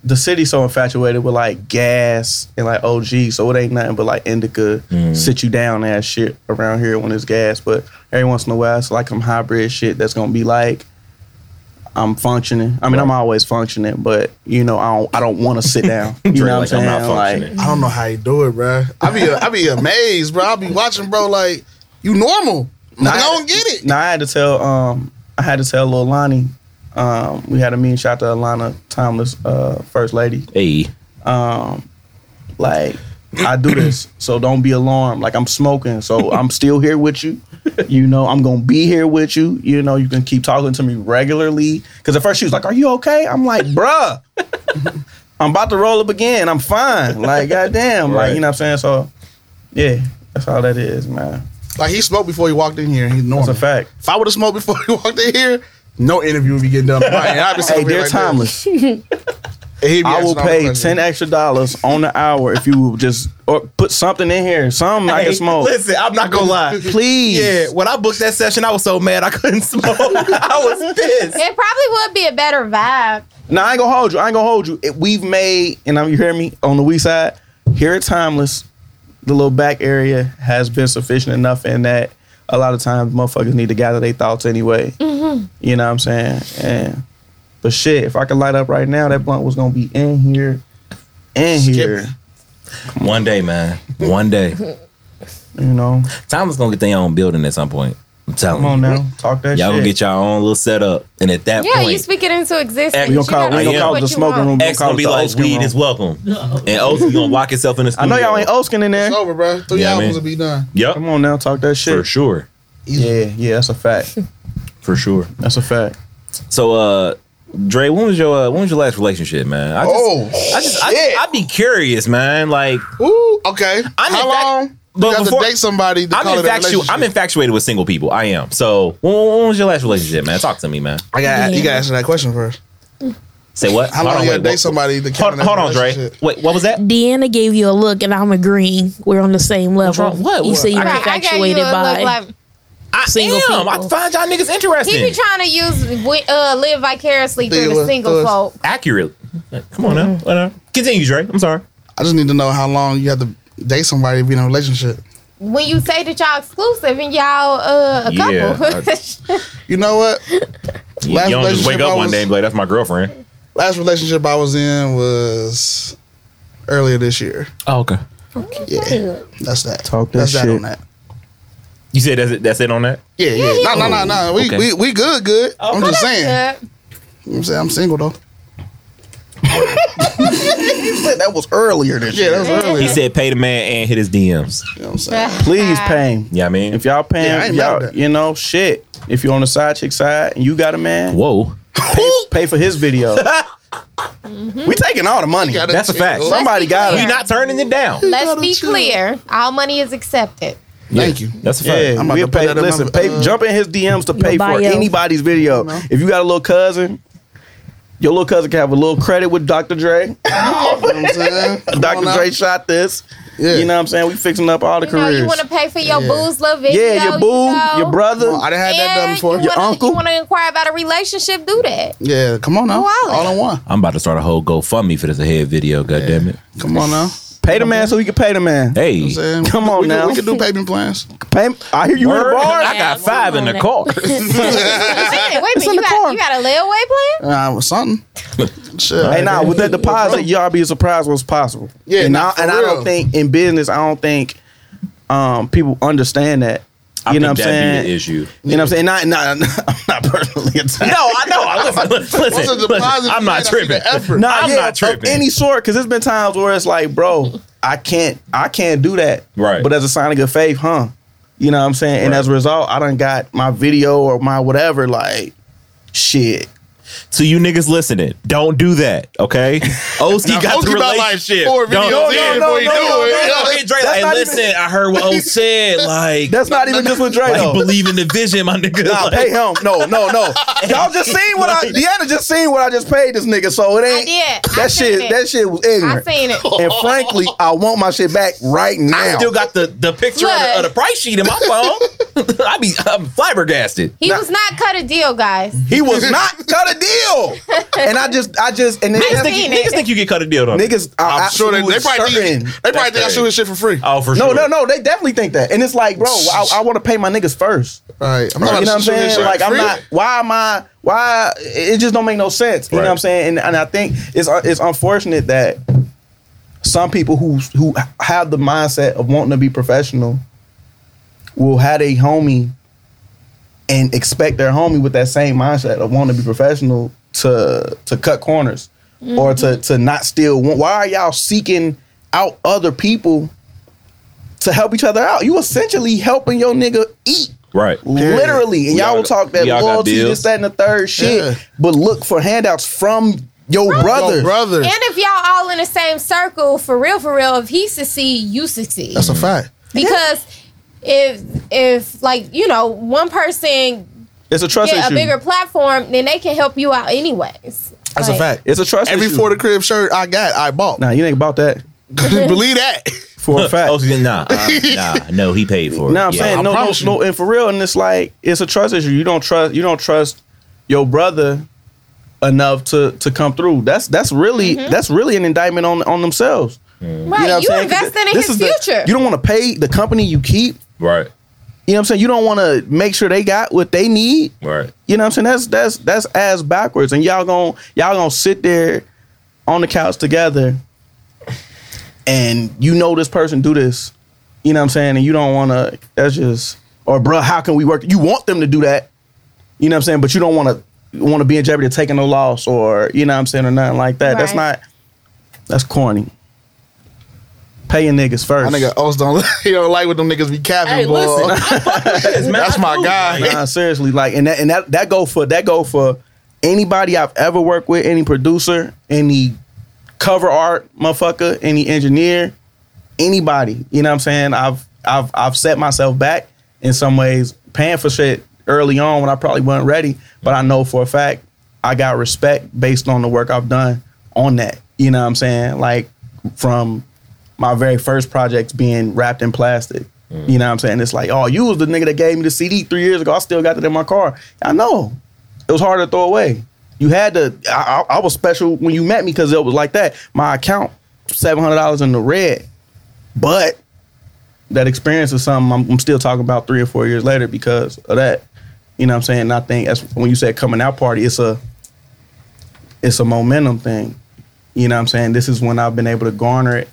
[SPEAKER 4] the city's so infatuated with like gas and like OG, so it ain't nothing but like indica
[SPEAKER 1] Mm-hmm.
[SPEAKER 4] sit you down ass shit around here when it's gas. But every once in a while, it's like some hybrid shit that's gonna be like. I'm functioning. I mean, I'm always functioning, but you know, I don't I don't want to sit down. You know what I'm
[SPEAKER 1] like,
[SPEAKER 4] saying?
[SPEAKER 1] I'm not
[SPEAKER 4] like,
[SPEAKER 1] functioning.
[SPEAKER 5] I don't know how you do it, bro. I be I be amazed, bro. I be watching, bro. Like you normal. Like, I don't get it.
[SPEAKER 4] Now I had to tell um I had to tell Lil Lonnie. Um, we had a meeting shot to Alana Timeless, uh, first lady.
[SPEAKER 1] Hey,
[SPEAKER 4] Like, I do this, so don't be alarmed. Like I'm smoking, so I'm still here with you. You know, I'm gonna be here with you. You know, you can keep talking to me regularly. Cause at first she was like, Are you okay? I'm like, bruh. I'm about to roll up again. I'm fine. Like, goddamn. Like, you know what I'm saying? So yeah, that's all that is, man.
[SPEAKER 5] Like he smoked before he walked in here. He's normal.
[SPEAKER 4] That's a fact.
[SPEAKER 5] If I would have smoked before he walked in here, no interview would be getting done. Right? I'd be sitting
[SPEAKER 4] Hey,
[SPEAKER 5] over here
[SPEAKER 4] they're
[SPEAKER 5] like this.
[SPEAKER 4] timeless.
[SPEAKER 5] And he'd be
[SPEAKER 4] I will
[SPEAKER 5] asking all the
[SPEAKER 4] pay
[SPEAKER 5] questions.
[SPEAKER 4] ten extra dollars on the hour if you will just or put something in here, something I can smoke.
[SPEAKER 1] Listen, I'm not gonna lie.
[SPEAKER 4] Please,
[SPEAKER 1] Yeah, when I booked that session, I was so mad I couldn't smoke. I was pissed.
[SPEAKER 2] It probably would be a better vibe.
[SPEAKER 4] Now I ain't gonna hold you. I ain't gonna hold you. It- we've made, and I'm, you hear me on the weak side here at Timeless. The little back area has been sufficient enough in that a lot of times motherfuckers need to gather their thoughts anyway. You know what I'm saying? And but shit, if I could light up right now, that blunt was gonna be in here, in here.
[SPEAKER 1] One day, man. One day.
[SPEAKER 4] You know,
[SPEAKER 1] Time is gonna get their own building at some point. I'm telling
[SPEAKER 4] come on
[SPEAKER 1] you.
[SPEAKER 4] now, talk that
[SPEAKER 1] Y'all
[SPEAKER 4] shit.
[SPEAKER 1] gonna get y'all own little setup, and at that
[SPEAKER 2] Yeah,
[SPEAKER 1] point,
[SPEAKER 2] you speak it into existence.
[SPEAKER 1] We
[SPEAKER 2] You
[SPEAKER 4] we gonna call,
[SPEAKER 2] gotta
[SPEAKER 4] we
[SPEAKER 1] I
[SPEAKER 4] gonna
[SPEAKER 1] am.
[SPEAKER 2] do
[SPEAKER 4] call
[SPEAKER 2] what
[SPEAKER 4] the
[SPEAKER 2] you
[SPEAKER 4] smoking
[SPEAKER 2] want.
[SPEAKER 4] room. we
[SPEAKER 1] X gonna
[SPEAKER 4] it
[SPEAKER 1] be
[SPEAKER 4] the
[SPEAKER 1] like,
[SPEAKER 4] Oaken
[SPEAKER 1] "Weed
[SPEAKER 4] room.
[SPEAKER 1] is welcome," and O's is gonna lock itself in the
[SPEAKER 4] I
[SPEAKER 1] studio.
[SPEAKER 4] know y'all ain't Oskin in there.
[SPEAKER 5] It's over, bro. Three
[SPEAKER 1] Yeah, I
[SPEAKER 5] albums
[SPEAKER 1] mean-
[SPEAKER 5] will be done.
[SPEAKER 1] Yep,
[SPEAKER 4] Come on now, talk that shit.
[SPEAKER 1] for sure,
[SPEAKER 4] Yeah, yeah, that's a fact.
[SPEAKER 1] for sure.
[SPEAKER 4] That's a fact.
[SPEAKER 1] So, uh, Dre, when was your uh, when was your last relationship, man? I just,
[SPEAKER 5] Oh,
[SPEAKER 1] I just, I,
[SPEAKER 5] shit.
[SPEAKER 1] I'd be curious, man. Like,
[SPEAKER 5] Ooh, okay.
[SPEAKER 1] I'm in
[SPEAKER 5] How
[SPEAKER 1] fact-
[SPEAKER 5] long?
[SPEAKER 1] but
[SPEAKER 5] you have
[SPEAKER 1] before-
[SPEAKER 5] to date somebody to call
[SPEAKER 1] I'm
[SPEAKER 5] it a
[SPEAKER 1] infatuated.
[SPEAKER 5] relationship.
[SPEAKER 1] I'm infatuated with single people. I am. So, when, when when was your last relationship, man? Talk to me, man.
[SPEAKER 5] I got
[SPEAKER 3] Yeah.
[SPEAKER 5] you. Got to answer that question first.
[SPEAKER 1] Say what?
[SPEAKER 5] How long you got to
[SPEAKER 1] wait,
[SPEAKER 5] date
[SPEAKER 1] what-
[SPEAKER 5] somebody to
[SPEAKER 1] Hold,
[SPEAKER 5] count it as a
[SPEAKER 1] hold on, Dre.
[SPEAKER 5] relationship?
[SPEAKER 1] Wait, what was that?
[SPEAKER 3] Deanna gave you a look, and I'm agreeing. We're on the same level.
[SPEAKER 1] wrong? What?
[SPEAKER 3] You
[SPEAKER 1] What?
[SPEAKER 3] say you're
[SPEAKER 2] Right, I gave you
[SPEAKER 3] infatuated
[SPEAKER 2] a
[SPEAKER 3] by.
[SPEAKER 2] look like
[SPEAKER 1] I
[SPEAKER 3] Single
[SPEAKER 1] am. I
[SPEAKER 3] people.
[SPEAKER 1] find y'all niggas
[SPEAKER 2] he
[SPEAKER 1] interesting.
[SPEAKER 2] be trying to use wi- uh, live vicariously through
[SPEAKER 5] Through
[SPEAKER 2] the
[SPEAKER 5] us-
[SPEAKER 2] single
[SPEAKER 5] through us.
[SPEAKER 2] folk.
[SPEAKER 1] Accurate. Come on
[SPEAKER 2] Mm-hmm.
[SPEAKER 1] now. Whatever. Continue, Dre. I'm sorry.
[SPEAKER 5] I just need to know how long you have to date somebody to be in a relationship.
[SPEAKER 2] When you say that y'all exclusive and y'all uh, a
[SPEAKER 1] Yeah,
[SPEAKER 2] couple,
[SPEAKER 5] You know what?
[SPEAKER 1] You,
[SPEAKER 5] Last
[SPEAKER 1] you don't just
[SPEAKER 5] relationship
[SPEAKER 1] wake up
[SPEAKER 5] I
[SPEAKER 1] one
[SPEAKER 5] was-
[SPEAKER 1] day and be like, "That's my girlfriend."
[SPEAKER 5] Last relationship I was in was earlier this year.
[SPEAKER 1] Oh, okay.
[SPEAKER 5] Yeah, that's that.
[SPEAKER 4] Talk that
[SPEAKER 5] that's that
[SPEAKER 4] shit.
[SPEAKER 5] on that.
[SPEAKER 1] You said that's it, that's it on that.
[SPEAKER 5] Yeah, yeah.
[SPEAKER 2] he-
[SPEAKER 5] No, no, no, no. We,
[SPEAKER 1] Okay.
[SPEAKER 5] we we good, good.
[SPEAKER 2] Oh,
[SPEAKER 5] I'm just saying.
[SPEAKER 2] yeah.
[SPEAKER 5] You know what I'm saying I'm single though.
[SPEAKER 4] That was earlier this
[SPEAKER 5] Yeah, that was earlier.
[SPEAKER 1] He said, "Pay the man and hit his DMs."
[SPEAKER 5] you know what I'm saying.
[SPEAKER 4] Please pay him.
[SPEAKER 1] Yeah, I mean,
[SPEAKER 4] If y'all paying,
[SPEAKER 5] Yeah, I ain't mad at
[SPEAKER 4] y'all,
[SPEAKER 5] that.
[SPEAKER 4] you know, shit. If you're on the side chick side and you got a man,
[SPEAKER 1] whoa,
[SPEAKER 4] pay, pay for his video. We taking all the money.
[SPEAKER 5] Gotta
[SPEAKER 1] That's a
[SPEAKER 5] take
[SPEAKER 1] fact.
[SPEAKER 5] it.
[SPEAKER 2] Let's
[SPEAKER 4] Somebody
[SPEAKER 2] be
[SPEAKER 4] got
[SPEAKER 2] clear.
[SPEAKER 1] we not turning it down.
[SPEAKER 2] Let's be
[SPEAKER 5] chill.
[SPEAKER 2] clear. All money is accepted.
[SPEAKER 5] Thank you.
[SPEAKER 1] That's a fact.
[SPEAKER 4] Yeah,
[SPEAKER 5] I'm about
[SPEAKER 4] we'll
[SPEAKER 5] to put
[SPEAKER 4] pay.
[SPEAKER 5] that in my,
[SPEAKER 4] Listen, pay,
[SPEAKER 2] Uh-huh.
[SPEAKER 5] uh,
[SPEAKER 4] jump in his DMs to pay for
[SPEAKER 3] bio.
[SPEAKER 4] anybody's video. If you got a little cousin, your little cousin can have a little credit with Dr. Dre.
[SPEAKER 5] You know what I'm saying? Come
[SPEAKER 4] Dr.
[SPEAKER 5] on now.
[SPEAKER 4] Dre shot this.
[SPEAKER 5] Yeah.
[SPEAKER 4] You know what I'm saying? We fixing up all the
[SPEAKER 2] You know,
[SPEAKER 4] careers.
[SPEAKER 2] you want to pay for your
[SPEAKER 5] Yeah.
[SPEAKER 2] boo's little video.
[SPEAKER 4] yeah, your boo,
[SPEAKER 2] you know?
[SPEAKER 4] your brother.
[SPEAKER 5] I done had that done
[SPEAKER 2] And
[SPEAKER 5] before.
[SPEAKER 2] You
[SPEAKER 5] Your
[SPEAKER 2] wanna,
[SPEAKER 4] uncle?
[SPEAKER 2] You want to inquire about a relationship? Do that.
[SPEAKER 5] Yeah, come on now.
[SPEAKER 2] Wallet.
[SPEAKER 5] All in one.
[SPEAKER 1] I'm about to start a whole GoFundMe for this ahead video. God damn it.
[SPEAKER 5] Come on now.
[SPEAKER 4] pay the man so he can pay the man.
[SPEAKER 1] Hey,
[SPEAKER 5] You know what I'm saying?
[SPEAKER 4] Come
[SPEAKER 5] We
[SPEAKER 4] on
[SPEAKER 5] could-
[SPEAKER 4] now.
[SPEAKER 5] We can do payment plans.
[SPEAKER 4] Pay, I hear you in the
[SPEAKER 1] word?
[SPEAKER 4] bar.
[SPEAKER 1] I got five in the
[SPEAKER 3] Yeah,
[SPEAKER 1] car.
[SPEAKER 2] Wait a minute. Wait a minute. You got, you got a layaway plan?
[SPEAKER 5] Uh, something. Shit.
[SPEAKER 4] Hey, now with that deposit, y'all be surprised what's possible.
[SPEAKER 5] Yeah,
[SPEAKER 4] and,
[SPEAKER 5] nah,
[SPEAKER 4] I,
[SPEAKER 5] for
[SPEAKER 4] and I
[SPEAKER 5] real.
[SPEAKER 4] don't think in business, I don't think um, people understand that. You know what
[SPEAKER 1] that'd
[SPEAKER 4] I'm saying?
[SPEAKER 1] be the issue.
[SPEAKER 4] You know what I'm saying? Not, not, I'm not personally attacked.
[SPEAKER 1] No, I
[SPEAKER 4] Oh,
[SPEAKER 1] know. I listen, listen,
[SPEAKER 5] What's a
[SPEAKER 1] listen,
[SPEAKER 5] deposit?
[SPEAKER 1] I'm not
[SPEAKER 5] I see the
[SPEAKER 1] tripping.
[SPEAKER 5] effort.
[SPEAKER 4] Nah,
[SPEAKER 1] I'm
[SPEAKER 4] yeah,
[SPEAKER 1] not
[SPEAKER 4] of
[SPEAKER 1] tripping.
[SPEAKER 4] any sort. Because there's been times where it's like, bro, I can't, I can't do that.
[SPEAKER 1] Right.
[SPEAKER 4] But as a sign of good faith, huh? You know what I'm saying? And
[SPEAKER 1] Right.
[SPEAKER 4] as a result, I done got my video or my whatever. Like, shit.
[SPEAKER 1] So you niggas listening, don't do that, okay? Oski got the
[SPEAKER 5] Oski about, like,
[SPEAKER 1] relationship.
[SPEAKER 5] four
[SPEAKER 1] Don't-
[SPEAKER 5] videos in
[SPEAKER 1] don't-
[SPEAKER 5] before he do it.
[SPEAKER 1] don't hit Drake,
[SPEAKER 4] That's
[SPEAKER 1] like,
[SPEAKER 4] not even-
[SPEAKER 1] listen, I heard what O said. Like,
[SPEAKER 4] That's not even just with Dre.
[SPEAKER 1] like
[SPEAKER 4] though.
[SPEAKER 1] believe in the vision, my nigga.
[SPEAKER 4] Nah,
[SPEAKER 1] like,
[SPEAKER 4] pay him. No, no, no. Y'all just seen what I Deanna just seen what I just paid this nigga, so it
[SPEAKER 2] I
[SPEAKER 4] ain't
[SPEAKER 2] did. I
[SPEAKER 4] that
[SPEAKER 2] seen
[SPEAKER 4] shit
[SPEAKER 2] It.
[SPEAKER 4] that shit was
[SPEAKER 2] I
[SPEAKER 4] ignorant.
[SPEAKER 2] seen it.
[SPEAKER 4] And frankly, I want my shit back right
[SPEAKER 1] I
[SPEAKER 4] now.
[SPEAKER 1] still got the, the picture of the, of the price sheet in my phone. I be I'm flabbergasted.
[SPEAKER 2] He was not cut a deal, guys.
[SPEAKER 4] He was not cut a cut a deal. And I just, I just, and then
[SPEAKER 2] I
[SPEAKER 4] that's-
[SPEAKER 2] seen
[SPEAKER 1] Niggas think you get cut a deal though.
[SPEAKER 4] niggas,
[SPEAKER 5] I'm
[SPEAKER 4] I'm
[SPEAKER 5] sure they, they probably think, they probably think I
[SPEAKER 1] That's
[SPEAKER 5] shoot his shit for free.
[SPEAKER 1] Oh, for
[SPEAKER 4] No,
[SPEAKER 1] sure.
[SPEAKER 4] no, no. They definitely think that, and it's like, bro, I, I want to pay my niggas first.
[SPEAKER 5] Right. I'm
[SPEAKER 4] You know what
[SPEAKER 5] not
[SPEAKER 4] I'm
[SPEAKER 5] about to shoot his
[SPEAKER 4] saying?
[SPEAKER 5] shit
[SPEAKER 4] Like,
[SPEAKER 5] for
[SPEAKER 4] I'm
[SPEAKER 5] free.
[SPEAKER 4] not. Why am I? Why? It just don't make no sense. You know
[SPEAKER 1] Right.
[SPEAKER 4] what I'm saying? And, and I think it's uh, it's unfortunate that some people who who have the mindset of wanting to be professional will have a homie and expect their homie with that same mindset of wanting to be professional to to cut corners or to to not steal. Why are y'all seeking out other people to help each other out? You essentially helping your nigga eat.
[SPEAKER 1] Right.
[SPEAKER 4] Literally, and
[SPEAKER 1] We
[SPEAKER 4] y'all
[SPEAKER 1] all
[SPEAKER 4] will
[SPEAKER 1] got-
[SPEAKER 4] talk that
[SPEAKER 1] we all got
[SPEAKER 4] loyalty,
[SPEAKER 1] bills.
[SPEAKER 4] this, that, and the third shit.
[SPEAKER 5] Yeah.
[SPEAKER 4] But look for handouts from your brother.
[SPEAKER 5] Yo, brother.
[SPEAKER 2] And if y'all all in the same circle, for real, for real, if he succeed, you succeed.
[SPEAKER 5] That's a fact.
[SPEAKER 2] because if if like you know one person
[SPEAKER 4] It's a trust
[SPEAKER 2] get a
[SPEAKER 4] issue.
[SPEAKER 2] bigger platform, then they can help you out anyways.
[SPEAKER 5] That's a
[SPEAKER 2] Like,
[SPEAKER 5] fact.
[SPEAKER 4] It's a trust
[SPEAKER 5] Every
[SPEAKER 4] issue.
[SPEAKER 5] for the crib shirt I got, I bought.
[SPEAKER 4] nah, you ain't about that
[SPEAKER 5] Believe that.
[SPEAKER 4] for a fact.
[SPEAKER 1] Oh, so, nah, uh, nah, no, he paid for it.
[SPEAKER 4] No, I'm
[SPEAKER 1] Yeah.
[SPEAKER 4] saying
[SPEAKER 5] I
[SPEAKER 4] no, no,
[SPEAKER 5] promise you.
[SPEAKER 4] no, and for real, and it's like it's a trust issue. You don't trust you don't trust your brother enough to to come through. That's that's really that's really an indictment on on themselves.
[SPEAKER 2] Mm-hmm. Right, you,
[SPEAKER 4] know what I'm saying? 'Cause
[SPEAKER 2] investing in
[SPEAKER 4] this
[SPEAKER 2] his
[SPEAKER 4] is the-
[SPEAKER 2] future.
[SPEAKER 4] you don't want to pay the company you keep.
[SPEAKER 1] Right,
[SPEAKER 4] You know what I'm saying? You don't want to make sure they got what they need.
[SPEAKER 1] right.
[SPEAKER 4] You know what I'm saying? That's that's that's ass backwards. And y'all gon' y'all gonna sit there on the couch together and you know this person do this. You know what I'm saying? And you don't wanna that's just or bruh, how can we work? You want them to do that. You know what I'm saying? But you don't wanna wanna be in jeopardy of taking no loss or you know what I'm saying or nothing like that. That's
[SPEAKER 2] Right.
[SPEAKER 4] not that's corny. Paying niggas
[SPEAKER 5] My
[SPEAKER 4] first.
[SPEAKER 5] nigga O's don't he don't like what them niggas be capping,
[SPEAKER 1] Hey,
[SPEAKER 5] boy.
[SPEAKER 1] listen, I
[SPEAKER 5] That's my guy.
[SPEAKER 4] Nah, seriously, like, and that and that that go for that go for anybody I've ever worked with, any producer, any cover art motherfucker, any engineer, anybody. You know what I'm saying? I've I've I've set myself back in some ways, paying for shit early on when I probably wasn't ready, but I know for a fact I got respect based on the work I've done on that. You know what I'm saying? Like from my very first projects being wrapped in plastic. You know what I'm saying? It's like, oh, you was the nigga that gave me the CD three years ago. I still got it in my car. I know. It was hard to throw away. You had to. I, I, I was special when you met me because it was like that. My account seven hundred dollars in the red, but that experience is something I'm, I'm still talking about three or four years later because of that. You know what I'm saying? And I think that's when you said coming out party. It's a it's a momentum thing. You know what I'm saying? This is when I've been able to garner it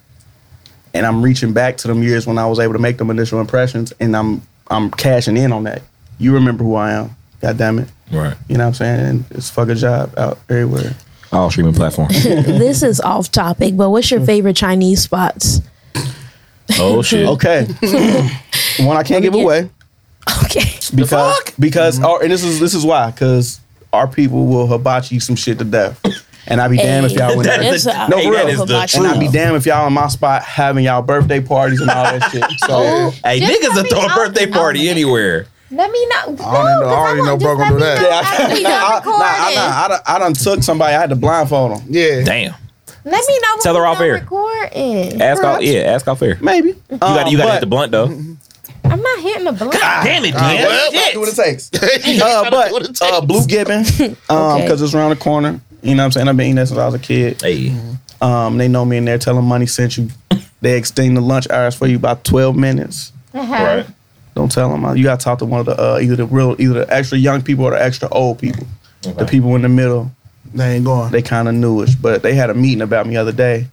[SPEAKER 4] and I'm reaching back to them years when I was able to make them initial impressions, and I'm I'm cashing in on that. You remember who I am? God damn it!
[SPEAKER 1] Right.
[SPEAKER 4] You know what I'm saying? And it's fuck a job out everywhere.
[SPEAKER 1] All streaming platforms.
[SPEAKER 3] this is off topic, but what's your favorite Chinese spots?
[SPEAKER 1] oh shit.
[SPEAKER 4] Okay, one I can't give
[SPEAKER 3] get-
[SPEAKER 4] away
[SPEAKER 3] Okay.
[SPEAKER 4] because because or, and this is this is why because our people will hibachi some shit to death, and I'd be damned if y'all went
[SPEAKER 1] That
[SPEAKER 4] there.
[SPEAKER 1] is the-
[SPEAKER 4] No,
[SPEAKER 1] hey,
[SPEAKER 4] for
[SPEAKER 1] that
[SPEAKER 4] real.
[SPEAKER 1] is the
[SPEAKER 4] And I'd be
[SPEAKER 1] truth.
[SPEAKER 4] damned if y'all in my spot having y'all birthday parties and all that shit. So
[SPEAKER 1] Hey,
[SPEAKER 2] Just
[SPEAKER 1] niggas
[SPEAKER 2] let
[SPEAKER 1] will
[SPEAKER 2] me
[SPEAKER 1] throw a
[SPEAKER 2] know.
[SPEAKER 1] birthday party anywhere.
[SPEAKER 2] Let me know. No, 'cause
[SPEAKER 5] I already know- I already
[SPEAKER 2] want-
[SPEAKER 5] know
[SPEAKER 2] just
[SPEAKER 5] bro
[SPEAKER 2] let
[SPEAKER 5] gonna
[SPEAKER 2] me
[SPEAKER 5] do that.
[SPEAKER 2] know
[SPEAKER 4] yeah,
[SPEAKER 2] after
[SPEAKER 4] I,
[SPEAKER 2] we
[SPEAKER 4] nah, I,
[SPEAKER 2] done
[SPEAKER 4] nah, I,
[SPEAKER 2] recording.
[SPEAKER 4] nah, I, done, I done took somebody. I had to blindfold them.
[SPEAKER 5] Yeah.
[SPEAKER 1] Damn.
[SPEAKER 2] Let me know.
[SPEAKER 1] Tell her
[SPEAKER 2] when we
[SPEAKER 1] off
[SPEAKER 2] done
[SPEAKER 1] air.
[SPEAKER 2] Recording.
[SPEAKER 1] Ask
[SPEAKER 4] Right.
[SPEAKER 1] off. Yeah, ask off air. You
[SPEAKER 4] Maybe. Um, You
[SPEAKER 1] got to you got to hit the blunt though.
[SPEAKER 2] I'm not hitting the blunt.
[SPEAKER 1] Damn it,
[SPEAKER 5] Ah, well,
[SPEAKER 1] Dan.
[SPEAKER 5] that's
[SPEAKER 1] Shit.
[SPEAKER 4] do what it takes. uh,
[SPEAKER 5] what it
[SPEAKER 4] but uh,
[SPEAKER 5] takes.
[SPEAKER 4] blue gibbon, um,
[SPEAKER 3] Okay.
[SPEAKER 4] because it's around the corner. You know what I'm saying? I've been eating that since I was a kid.
[SPEAKER 1] Hey,
[SPEAKER 4] Um, they know me in there. Tell them money sent you. They extend the lunch hours for you by 12 minutes.
[SPEAKER 2] Uh-huh.
[SPEAKER 4] Don't tell them. You gotta talk to one of the uh, either the real, either the extra young people or the extra old people. The people in the middle,
[SPEAKER 5] They ain't going.
[SPEAKER 4] they kind of newish, but they had a meeting about me the other day.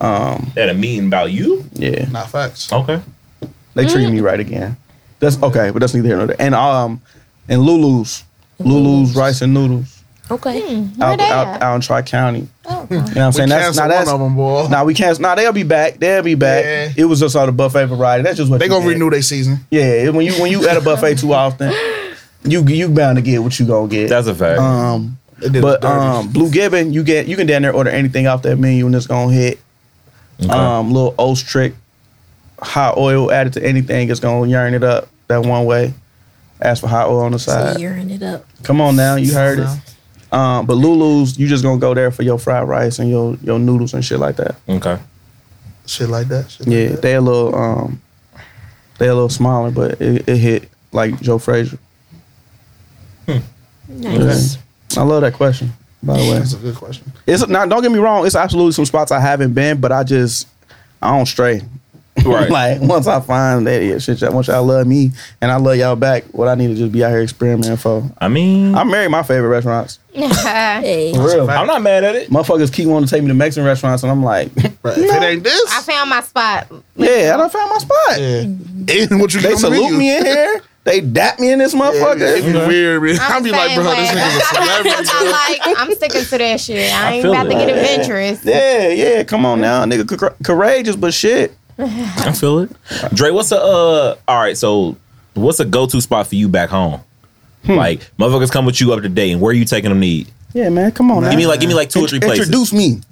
[SPEAKER 1] That a meeting about you?
[SPEAKER 4] Yeah,
[SPEAKER 5] Not facts.
[SPEAKER 1] Okay.
[SPEAKER 4] they treated me right again. That's okay, but that's neither here nor there. And um, and Lulu's, Lulu's rice and noodles
[SPEAKER 3] Okay.
[SPEAKER 2] Where
[SPEAKER 4] out,
[SPEAKER 2] they
[SPEAKER 4] out,
[SPEAKER 2] at?
[SPEAKER 4] out in Tri County.
[SPEAKER 2] Oh,
[SPEAKER 4] You know what I'm saying?
[SPEAKER 5] we
[SPEAKER 4] That's
[SPEAKER 5] canceled
[SPEAKER 4] now that's
[SPEAKER 5] one of them, boy.
[SPEAKER 4] now we can't now they'll be back. They'll be back.
[SPEAKER 5] Yeah.
[SPEAKER 4] It was just all the buffet variety. That's just what
[SPEAKER 5] they
[SPEAKER 4] you
[SPEAKER 5] gonna
[SPEAKER 4] get.
[SPEAKER 5] renew their season.
[SPEAKER 4] Yeah, when you when you at a buffet too often, you you bound to get what you gonna get.
[SPEAKER 1] That's a fact.
[SPEAKER 4] um
[SPEAKER 5] They did
[SPEAKER 4] but
[SPEAKER 5] us dirty.
[SPEAKER 4] um Blue Gibbon, you get you can down there order anything off that menu and it's gonna hit. Um little oats trick, hot oil added to anything, it's gonna yarn it up that one way. Ask for hot oil on the
[SPEAKER 3] So
[SPEAKER 4] side.
[SPEAKER 3] you're in it up.
[SPEAKER 4] Come on now, you heard it. Um, but Lulu's, you just gonna go there for your fried rice and your your noodles and shit like that.
[SPEAKER 1] okay.
[SPEAKER 5] shit like that. Shit
[SPEAKER 4] Yeah,
[SPEAKER 5] like that.
[SPEAKER 4] they a little um, they a little smaller, but it, it hit like Joe Frazier.
[SPEAKER 3] Nice.
[SPEAKER 4] I love that question. By the way,
[SPEAKER 5] That's a good question.
[SPEAKER 4] it's not. Don't get me wrong. It's absolutely some spots I haven't been, but I just I don't stray.
[SPEAKER 1] Right.
[SPEAKER 4] like once I find that yeah, shit, y'all- once y'all love me and I love y'all back, what I need to just be out here experimenting for.
[SPEAKER 1] I mean,
[SPEAKER 4] I
[SPEAKER 1] I'm,
[SPEAKER 4] marry my favorite restaurants.
[SPEAKER 2] I
[SPEAKER 3] Hey.
[SPEAKER 4] real.
[SPEAKER 1] not mad at it.
[SPEAKER 4] Motherfuckers keep wanting to take me to Mexican restaurants, and I'm like,
[SPEAKER 5] Right. If it ain't this,
[SPEAKER 2] found my spot.
[SPEAKER 4] yeah, and I found my spot.
[SPEAKER 5] yeah. Ain't what you
[SPEAKER 4] They
[SPEAKER 5] come
[SPEAKER 4] salute
[SPEAKER 5] to
[SPEAKER 4] me in here. They dap me in this
[SPEAKER 5] Yeah,
[SPEAKER 4] motherfucker.
[SPEAKER 5] it be weird, man.
[SPEAKER 2] I'm
[SPEAKER 5] I'd be like,
[SPEAKER 2] saying,
[SPEAKER 5] bro, this
[SPEAKER 2] like-
[SPEAKER 5] nigga's a celebrity.
[SPEAKER 2] I'm like, I'm sticking to that shit. I ain't
[SPEAKER 1] feel
[SPEAKER 2] about to
[SPEAKER 1] it.
[SPEAKER 2] get adventurous.
[SPEAKER 4] Yeah, yeah. Come on now, nigga. cour- Courageous, but shit.
[SPEAKER 1] I feel it. Dre, what's a uh? All right, so what's a go to spot for you back home? Like motherfuckers come with you up to date, and where are you taking them to eat?
[SPEAKER 4] Yeah, man. Come on.
[SPEAKER 5] Give
[SPEAKER 1] Give
[SPEAKER 4] now.
[SPEAKER 1] me like, give me like two or three places.
[SPEAKER 4] Introduce me.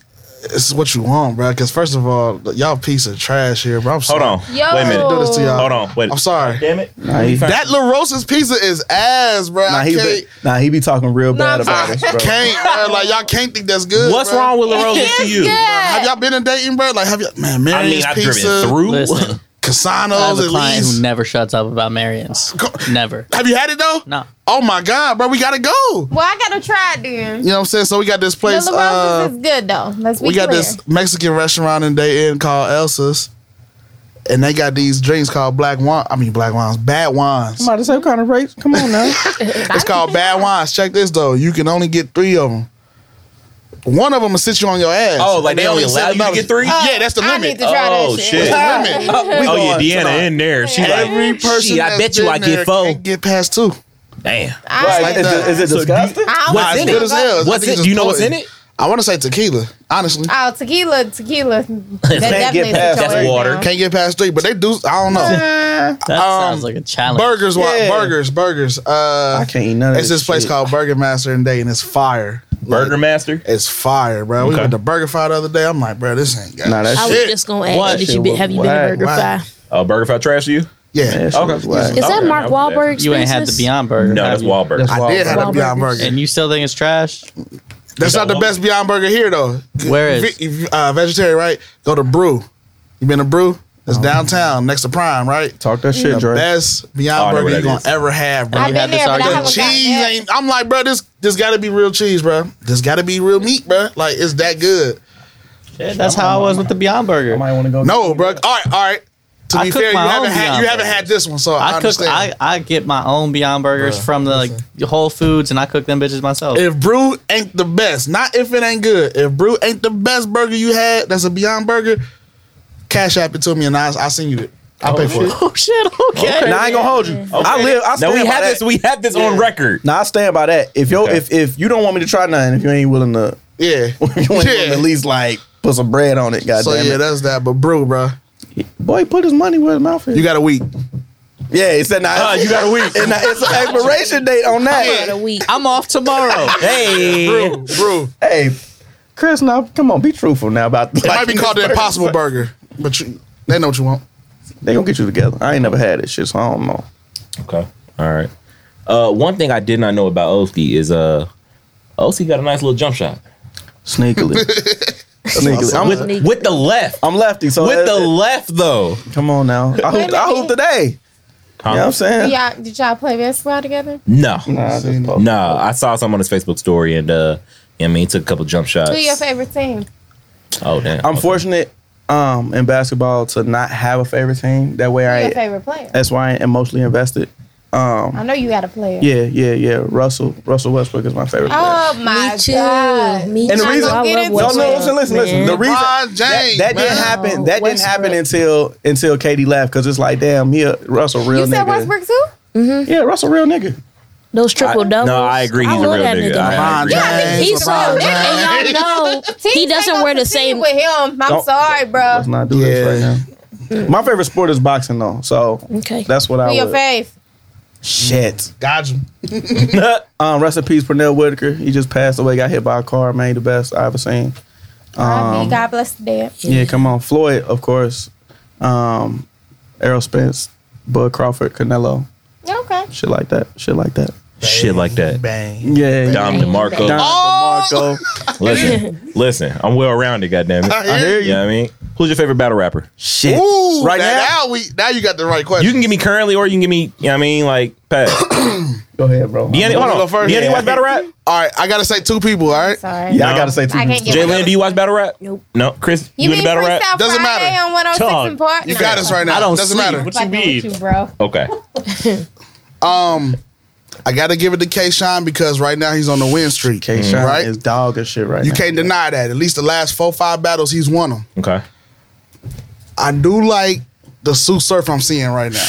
[SPEAKER 5] This is what you want, bro. Because first of all, y'all piece of trash here, bro. I'm
[SPEAKER 1] Hold
[SPEAKER 5] sorry.
[SPEAKER 1] on,
[SPEAKER 2] Yo.
[SPEAKER 1] wait a minute.
[SPEAKER 5] Do this to y'all.
[SPEAKER 1] Hold on, wait.
[SPEAKER 5] I'm sorry.
[SPEAKER 1] Damn it.
[SPEAKER 4] Nah, he,
[SPEAKER 5] That La Rosa's pizza is ass, bro.
[SPEAKER 4] nah,
[SPEAKER 5] I
[SPEAKER 4] he be-
[SPEAKER 5] can't.
[SPEAKER 4] nah, he be talking real bad
[SPEAKER 2] I'm
[SPEAKER 4] about us, bro.
[SPEAKER 5] Can't, bro. Like y'all can't think that's good.
[SPEAKER 1] What's
[SPEAKER 5] bro.
[SPEAKER 1] wrong with La Rosa
[SPEAKER 2] It's
[SPEAKER 1] to you?
[SPEAKER 2] good.
[SPEAKER 5] Have y'all been in Dayton, bro? Like, have you, man,
[SPEAKER 1] I mean,
[SPEAKER 5] Marion's
[SPEAKER 1] I've
[SPEAKER 5] Pizza,
[SPEAKER 1] driven through.
[SPEAKER 6] Listen, I have
[SPEAKER 5] Casanos,
[SPEAKER 6] a
[SPEAKER 5] at
[SPEAKER 6] client who
[SPEAKER 5] least.
[SPEAKER 6] never shuts up about Marion's. Never.
[SPEAKER 5] Have you had it though?
[SPEAKER 6] No.
[SPEAKER 5] Oh my god, bro, we gotta go.
[SPEAKER 2] Well, I gotta try it then.
[SPEAKER 5] You know what I'm saying? So we got this place.
[SPEAKER 2] the La
[SPEAKER 5] uh,
[SPEAKER 2] Rosa's is good though. Let's be
[SPEAKER 5] we got
[SPEAKER 2] clear.
[SPEAKER 5] this Mexican restaurant in Dayton called Elsa's, and they got these drinks called black wine. I mean, black wines, bad wines.
[SPEAKER 4] Somebody say what kind of race? Come on now.
[SPEAKER 5] It's called bad wines. Check this though. You can only get three of them. One of them will sit you on your ass.
[SPEAKER 1] Oh, like
[SPEAKER 5] And
[SPEAKER 1] they only
[SPEAKER 5] sell
[SPEAKER 1] allow you to
[SPEAKER 5] another-
[SPEAKER 1] get three?
[SPEAKER 5] Yeah, that's the
[SPEAKER 2] I
[SPEAKER 5] limit.
[SPEAKER 2] need to try
[SPEAKER 1] Oh,
[SPEAKER 2] that
[SPEAKER 1] shit.
[SPEAKER 2] shit.
[SPEAKER 5] That's the limit.
[SPEAKER 1] Oh yeah,
[SPEAKER 5] going
[SPEAKER 1] Deanna
[SPEAKER 5] tonight.
[SPEAKER 1] in there. She
[SPEAKER 5] Every
[SPEAKER 1] like,
[SPEAKER 5] person.
[SPEAKER 1] "Shit, I
[SPEAKER 5] that's
[SPEAKER 1] bet you
[SPEAKER 5] been
[SPEAKER 1] I get
[SPEAKER 5] there
[SPEAKER 1] four.
[SPEAKER 5] can't Get past two.
[SPEAKER 1] Damn.
[SPEAKER 2] I
[SPEAKER 5] like
[SPEAKER 4] is, it, is it
[SPEAKER 1] So do you-
[SPEAKER 4] disgusting?
[SPEAKER 2] I
[SPEAKER 1] What's in
[SPEAKER 2] always
[SPEAKER 5] Nah,
[SPEAKER 1] it?
[SPEAKER 5] it's good as hell.
[SPEAKER 1] What's
[SPEAKER 5] I think
[SPEAKER 1] it?
[SPEAKER 5] it's
[SPEAKER 1] Do you know what's in
[SPEAKER 5] important.
[SPEAKER 1] it?
[SPEAKER 5] I want to say tequila. Honestly,
[SPEAKER 2] Oh, tequila, tequila. That definitely
[SPEAKER 4] past
[SPEAKER 2] sit your
[SPEAKER 1] that.
[SPEAKER 2] ass
[SPEAKER 1] Water.
[SPEAKER 2] down.
[SPEAKER 5] can't get past three, but they do. I don't know.
[SPEAKER 6] That sounds
[SPEAKER 5] Um,
[SPEAKER 6] like a challenge.
[SPEAKER 5] burgers, wa-
[SPEAKER 4] Yeah.
[SPEAKER 5] burgers, burgers. Uh,
[SPEAKER 4] I can't eat none of
[SPEAKER 5] It's
[SPEAKER 4] this
[SPEAKER 5] this place
[SPEAKER 4] shit.
[SPEAKER 5] called Burger Master in Dayton. It's fire.
[SPEAKER 1] Burger
[SPEAKER 5] Like,
[SPEAKER 1] Master.
[SPEAKER 5] It's fire, bro. We
[SPEAKER 1] Okay.
[SPEAKER 5] went to Burger Fry the other day. I'm like, bro, this ain't got
[SPEAKER 4] Nah, that
[SPEAKER 3] I
[SPEAKER 4] shit.
[SPEAKER 3] was
[SPEAKER 5] shit.
[SPEAKER 3] just gonna ask
[SPEAKER 6] What?
[SPEAKER 3] you, did you
[SPEAKER 4] Shit
[SPEAKER 3] be,
[SPEAKER 4] was
[SPEAKER 3] have you been to
[SPEAKER 4] whack.
[SPEAKER 3] Burger
[SPEAKER 5] Why?
[SPEAKER 3] Fry?
[SPEAKER 1] Uh, Burger Fry trash to you?
[SPEAKER 5] yeah.
[SPEAKER 4] That shit was whack.
[SPEAKER 3] Is that
[SPEAKER 1] Okay,
[SPEAKER 3] Mark
[SPEAKER 1] I was there.
[SPEAKER 3] Wahlberg?
[SPEAKER 6] you ain't had the Beyond Burger.
[SPEAKER 1] No,
[SPEAKER 6] have
[SPEAKER 1] that's
[SPEAKER 6] you?
[SPEAKER 1] Wahlberg.
[SPEAKER 4] That's
[SPEAKER 5] I did
[SPEAKER 4] wild,
[SPEAKER 5] have a
[SPEAKER 4] bro.
[SPEAKER 5] Beyond Burger.
[SPEAKER 6] And you still think it's trash?
[SPEAKER 5] That's
[SPEAKER 1] You got
[SPEAKER 5] not the
[SPEAKER 1] one?
[SPEAKER 5] best Beyond Burger here though.
[SPEAKER 6] Where is?
[SPEAKER 5] Ve- uh, vegetarian? Right? Go to Brew. You been to Brew? It's
[SPEAKER 4] Oh.
[SPEAKER 5] downtown next to Prime, right?
[SPEAKER 4] Talk that shit,
[SPEAKER 5] The
[SPEAKER 4] Dre.
[SPEAKER 5] best
[SPEAKER 1] I
[SPEAKER 5] Beyond
[SPEAKER 1] know
[SPEAKER 5] Burger
[SPEAKER 1] where
[SPEAKER 5] you're
[SPEAKER 1] that
[SPEAKER 5] gonna
[SPEAKER 1] is.
[SPEAKER 5] ever have, bro.
[SPEAKER 2] I've
[SPEAKER 6] You
[SPEAKER 2] been
[SPEAKER 6] had this
[SPEAKER 2] there, but I
[SPEAKER 6] argument.
[SPEAKER 2] haven't gotten
[SPEAKER 5] cheese
[SPEAKER 2] that.
[SPEAKER 5] ain't. I'm like, bro, this this got to be real cheese, bro. This got to be real meat, bro. Like it's that good.
[SPEAKER 6] Yeah, that's how I was with the Beyond Burger.
[SPEAKER 4] Might want to go.
[SPEAKER 5] No, bro. All right, all right. To
[SPEAKER 6] I
[SPEAKER 5] be
[SPEAKER 6] cook
[SPEAKER 5] fair, you
[SPEAKER 6] my own
[SPEAKER 5] haven't had
[SPEAKER 6] Beyond
[SPEAKER 5] you haven't
[SPEAKER 6] Burgers.
[SPEAKER 5] had this one, so I,
[SPEAKER 6] I cook.
[SPEAKER 5] understand.
[SPEAKER 6] I, I get my own Beyond Burgers
[SPEAKER 5] Bruh,
[SPEAKER 6] from the like Whole Foods, and I cook them bitches myself.
[SPEAKER 5] if brew ain't the best, not if it ain't good. If brew ain't the best burger you had, that's a Beyond Burger. Cash app it to me, and I I send you it. I'll pay for it.
[SPEAKER 6] oh shit! Okay.
[SPEAKER 4] Now I ain't gonna hold you. I live. I
[SPEAKER 1] Now
[SPEAKER 4] stand
[SPEAKER 1] we
[SPEAKER 4] by
[SPEAKER 1] have
[SPEAKER 4] that.
[SPEAKER 1] this. We have this on record.
[SPEAKER 4] Now I stand by that. If yo,
[SPEAKER 1] Okay.
[SPEAKER 4] if if you don't want me to try nothing, if you ain't willing to,
[SPEAKER 5] Yeah,
[SPEAKER 4] if you ain't willing to at
[SPEAKER 5] yeah.
[SPEAKER 4] least like put some bread on it. God
[SPEAKER 5] So
[SPEAKER 4] damn
[SPEAKER 5] yeah,
[SPEAKER 4] it,
[SPEAKER 5] that's that. But brew, bro,
[SPEAKER 4] boy, put his money where his mouth is.
[SPEAKER 5] you got a week.
[SPEAKER 4] yeah, it's said now.
[SPEAKER 1] you got a week.
[SPEAKER 4] and now it's an expiration date on that.
[SPEAKER 3] About a week.
[SPEAKER 6] I'm off tomorrow.
[SPEAKER 1] Hey.
[SPEAKER 5] Brew, brew. It
[SPEAKER 4] Hey, Chris, now come on, be truthful now about. It
[SPEAKER 5] might be called the Impossible Burger, but you, they know what you want.
[SPEAKER 4] They gonna get you together. I ain't never had this shit, so I don't know.
[SPEAKER 1] Okay. All right. Uh, one thing I did not know about Oski is uh, Oski got a nice little jump shot
[SPEAKER 4] Sneakily, sneakily.
[SPEAKER 5] awesome.
[SPEAKER 4] I'm,
[SPEAKER 1] with with the left.
[SPEAKER 4] I'm lefty, so
[SPEAKER 1] With
[SPEAKER 4] that-
[SPEAKER 1] the left though.
[SPEAKER 4] come on now. I hooped, I hooped today. You know what I'm saying?
[SPEAKER 2] Yeah, did y'all play basketball together?
[SPEAKER 1] No.
[SPEAKER 4] Nah, I just poke.
[SPEAKER 1] No. I saw some on his Facebook story and uh, I mean, he took a couple jump shots.
[SPEAKER 2] Who your favorite team?
[SPEAKER 1] Oh damn.
[SPEAKER 4] I'm fortunate um, in basketball to not have a favorite team. That way,
[SPEAKER 2] Who
[SPEAKER 4] I
[SPEAKER 2] your favorite player?
[SPEAKER 4] that's why I am emotionally invested. Um,
[SPEAKER 2] I know you got a player.
[SPEAKER 4] Yeah, yeah, yeah. Russell Russell Westbrook is my favorite. player.
[SPEAKER 2] Oh my
[SPEAKER 3] Me too.
[SPEAKER 2] god.
[SPEAKER 3] Me too.
[SPEAKER 4] And the
[SPEAKER 2] Not
[SPEAKER 4] reason-
[SPEAKER 2] gonna
[SPEAKER 3] I
[SPEAKER 2] get
[SPEAKER 3] love
[SPEAKER 2] into
[SPEAKER 4] No,
[SPEAKER 3] Westbrook.
[SPEAKER 4] no, listen, listen, listen. The
[SPEAKER 3] man.
[SPEAKER 4] reason
[SPEAKER 5] LeBron James.
[SPEAKER 4] that didn't
[SPEAKER 5] man.
[SPEAKER 4] happen. That didn't happen until until Katie left because it's like, damn, he a Russell real
[SPEAKER 2] You
[SPEAKER 4] nigga.
[SPEAKER 2] said Westbrook too?
[SPEAKER 4] Mm-hmm. Yeah, Russell real nigga.
[SPEAKER 3] Those triple doubles.
[SPEAKER 1] No, I agree. He's
[SPEAKER 3] I
[SPEAKER 1] a
[SPEAKER 3] love
[SPEAKER 1] real
[SPEAKER 3] that
[SPEAKER 1] nigga. I, I agree.
[SPEAKER 5] Yeah, I think
[SPEAKER 3] He's real
[SPEAKER 5] LeBron
[SPEAKER 3] nigga. And y'all know he
[SPEAKER 2] Teams ain't
[SPEAKER 3] doesn't
[SPEAKER 2] gonna
[SPEAKER 3] wear the
[SPEAKER 2] compete
[SPEAKER 3] same.
[SPEAKER 2] with him. I'm
[SPEAKER 4] Don't-
[SPEAKER 2] sorry, bro.
[SPEAKER 4] Let's not do this right now. My favorite sport is boxing though, so
[SPEAKER 3] Okay.
[SPEAKER 4] that's what
[SPEAKER 2] Mm. Who
[SPEAKER 4] I
[SPEAKER 2] your
[SPEAKER 4] would.
[SPEAKER 2] faith?
[SPEAKER 4] Shit.
[SPEAKER 5] Dodge him.
[SPEAKER 4] Um, rest in peace, Pernell Whitaker. He just passed away. Got hit by a car. Man, he the best I ever seen.
[SPEAKER 2] R.I.P. God bless the dead.
[SPEAKER 4] Yeah, come on. Floyd, of course. Um, Errol Spence, Bud Crawford, Canelo,
[SPEAKER 2] Okay.
[SPEAKER 4] shit like that. Shit like that.
[SPEAKER 1] Shit like that.
[SPEAKER 5] Bang.
[SPEAKER 4] Yeah.
[SPEAKER 1] Dom
[SPEAKER 2] Bang.
[SPEAKER 1] DeMarco.
[SPEAKER 4] Don
[SPEAKER 5] Oh!
[SPEAKER 4] DeMarco.
[SPEAKER 1] Listen, listen. I'm well rounded. Goddamn it.
[SPEAKER 5] I hear
[SPEAKER 1] You know what I mean? Who's your favorite battle rapper?
[SPEAKER 4] Shit.
[SPEAKER 5] Ooh,
[SPEAKER 4] right
[SPEAKER 5] now,
[SPEAKER 4] now.
[SPEAKER 5] now we now you got the right question.
[SPEAKER 1] You can give me currently or you can give me, you know what I mean, like past.
[SPEAKER 4] Go ahead, bro.
[SPEAKER 1] Deanna, hold
[SPEAKER 5] wanna
[SPEAKER 1] on.
[SPEAKER 5] go first?
[SPEAKER 1] Deanna, you watch Battle Rap?
[SPEAKER 5] All right, I gotta say two people. All right,
[SPEAKER 2] Sorry.
[SPEAKER 4] Yeah, I
[SPEAKER 1] No.
[SPEAKER 4] gotta say two.
[SPEAKER 2] I can't
[SPEAKER 4] people.
[SPEAKER 2] get
[SPEAKER 1] Jalen, do you watch Battle Rap?
[SPEAKER 3] Nope.
[SPEAKER 1] No. Chris, you,
[SPEAKER 2] You,
[SPEAKER 1] into
[SPEAKER 2] mean
[SPEAKER 1] Battle
[SPEAKER 2] Freestyle
[SPEAKER 1] Rap?
[SPEAKER 2] Friday
[SPEAKER 5] Doesn't matter.
[SPEAKER 2] on 106
[SPEAKER 7] Dog,
[SPEAKER 2] and Park?
[SPEAKER 5] you got us right now.
[SPEAKER 7] I don't
[SPEAKER 5] Doesn't
[SPEAKER 7] sleep.
[SPEAKER 5] matter.
[SPEAKER 7] What you mean?
[SPEAKER 2] You, bro.
[SPEAKER 1] Okay.
[SPEAKER 5] I gotta give it to K. Shine because right now he's on the win streak.
[SPEAKER 4] K. Shine
[SPEAKER 5] right?
[SPEAKER 4] is dog and shit right
[SPEAKER 5] You
[SPEAKER 4] now.
[SPEAKER 5] can't deny that. At least the last four five battles he's won them.
[SPEAKER 1] Okay.
[SPEAKER 5] I do like the Sue Surf I'm seeing right now.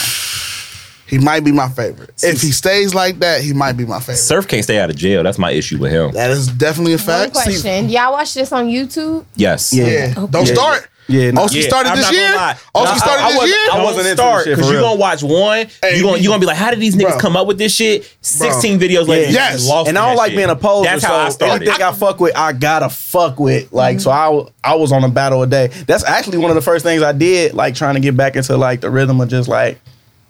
[SPEAKER 5] He might be my favorite. If he stays like that, he might be my favorite.
[SPEAKER 1] Surf can't stay out of jail. That's my issue with him.
[SPEAKER 5] That is definitely a
[SPEAKER 2] One
[SPEAKER 5] fact.
[SPEAKER 2] question. Y'all watch this on YouTube?
[SPEAKER 1] Yes.
[SPEAKER 5] Yeah. Don't
[SPEAKER 4] Yeah.
[SPEAKER 5] start.
[SPEAKER 4] Yeah, no.
[SPEAKER 5] Oski
[SPEAKER 1] Yeah,
[SPEAKER 5] started
[SPEAKER 1] I'm
[SPEAKER 5] this
[SPEAKER 1] not gonna
[SPEAKER 5] year.
[SPEAKER 1] lie.
[SPEAKER 5] Oski
[SPEAKER 1] No,
[SPEAKER 5] started
[SPEAKER 1] I, I
[SPEAKER 5] this
[SPEAKER 1] wasn't-
[SPEAKER 5] year.
[SPEAKER 1] I
[SPEAKER 4] wasn't
[SPEAKER 1] wasn't
[SPEAKER 4] into
[SPEAKER 1] start
[SPEAKER 4] this shit, for
[SPEAKER 1] because you
[SPEAKER 4] real.
[SPEAKER 1] gonna watch one.
[SPEAKER 5] Hey,
[SPEAKER 1] you gonna you gonna be like, how did these niggas
[SPEAKER 5] Bro.
[SPEAKER 1] come up with this shit? Sixteen videos later, you
[SPEAKER 5] Yes.
[SPEAKER 1] just lost
[SPEAKER 4] And
[SPEAKER 1] in
[SPEAKER 4] I don't
[SPEAKER 1] that
[SPEAKER 4] like
[SPEAKER 1] shit.
[SPEAKER 4] being a poser.
[SPEAKER 1] That's
[SPEAKER 4] so
[SPEAKER 1] how I started.
[SPEAKER 4] Anything I fuck with, I gotta fuck with. Like, so I w- I was on a battle a day. That's actually one of the first things I did, like trying to get back into like the rhythm of just like,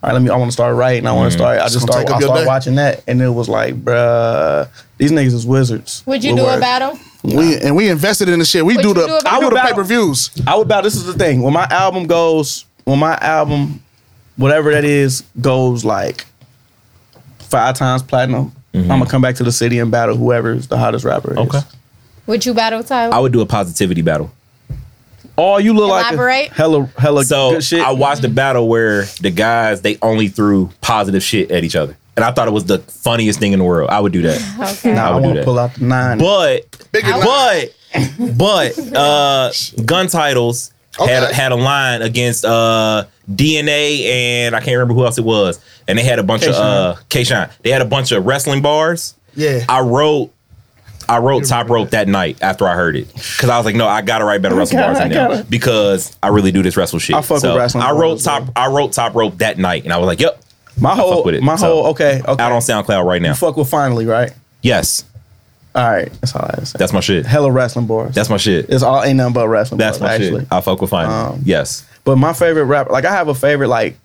[SPEAKER 4] all right, let me. I want to start writing. I
[SPEAKER 1] Mm-hmm.
[SPEAKER 4] want to start. I just
[SPEAKER 5] gonna
[SPEAKER 4] started.
[SPEAKER 5] take up
[SPEAKER 4] I
[SPEAKER 5] your
[SPEAKER 4] started
[SPEAKER 5] day.
[SPEAKER 4] watching that, and it was like, bruh, these niggas is wizards.
[SPEAKER 2] Would you
[SPEAKER 4] With
[SPEAKER 2] do
[SPEAKER 4] words.
[SPEAKER 2] a battle?
[SPEAKER 5] We and we invested in the shit. We
[SPEAKER 2] What
[SPEAKER 5] do
[SPEAKER 2] you
[SPEAKER 5] the
[SPEAKER 2] do about
[SPEAKER 5] I
[SPEAKER 2] it?
[SPEAKER 5] do the
[SPEAKER 4] About-
[SPEAKER 5] pay per views.
[SPEAKER 4] I would about this is the thing. When my album goes, when my album, whatever that is, goes like five times platinum, I'm gonna come back to the city and battle whoever's the hottest rapper. is.
[SPEAKER 1] Mm-hmm. Okay.
[SPEAKER 2] Would you battle Tyler?
[SPEAKER 1] I would do a positivity battle.
[SPEAKER 4] Oh, you look like
[SPEAKER 2] Elaborate.
[SPEAKER 4] a hella hella
[SPEAKER 1] So
[SPEAKER 4] good shit.
[SPEAKER 1] I watched the battle where the guys they only threw positive shit at each other, and I thought it was the funniest thing in the world. I would do that,
[SPEAKER 2] okay.
[SPEAKER 4] nah,
[SPEAKER 1] I
[SPEAKER 4] I,
[SPEAKER 1] would do
[SPEAKER 4] want
[SPEAKER 1] that.
[SPEAKER 4] to pull out the nine.
[SPEAKER 1] but
[SPEAKER 5] Bigger than-
[SPEAKER 1] but but uh, gun titles had a,
[SPEAKER 5] Okay.
[SPEAKER 1] had a line against uh, DNA and I can't remember who else it was, and they had a bunch of uh, K-Shine. They had a bunch of wrestling bars.
[SPEAKER 5] Yeah.
[SPEAKER 1] I wrote. I wrote top rope that night after I heard it because I was like, no, I gotta write better wrestle
[SPEAKER 4] gotta-
[SPEAKER 1] bars in
[SPEAKER 4] I
[SPEAKER 1] there
[SPEAKER 4] gotta-
[SPEAKER 1] because I really do this wrestle shit.
[SPEAKER 4] I fuck with wrestling
[SPEAKER 1] I
[SPEAKER 4] bars
[SPEAKER 1] wrote
[SPEAKER 4] as
[SPEAKER 1] top. I wrote top rope that night, and I was like, yep,
[SPEAKER 4] my
[SPEAKER 1] fuck
[SPEAKER 4] whole
[SPEAKER 1] with it.
[SPEAKER 4] my
[SPEAKER 1] So,
[SPEAKER 4] whole okay okay.
[SPEAKER 1] out on SoundCloud right now.
[SPEAKER 4] fuck with finally right.
[SPEAKER 1] Yes,
[SPEAKER 4] All right, that's all I say.
[SPEAKER 1] that's my shit.
[SPEAKER 4] Hella wrestling bars.
[SPEAKER 1] That's my shit.
[SPEAKER 4] it's all ain't nothing but wrestling
[SPEAKER 1] That's my
[SPEAKER 4] bars actually.
[SPEAKER 1] shit. I fuck with fine.
[SPEAKER 4] Um,
[SPEAKER 1] yes.
[SPEAKER 4] But my favorite rapper, like I have a favorite like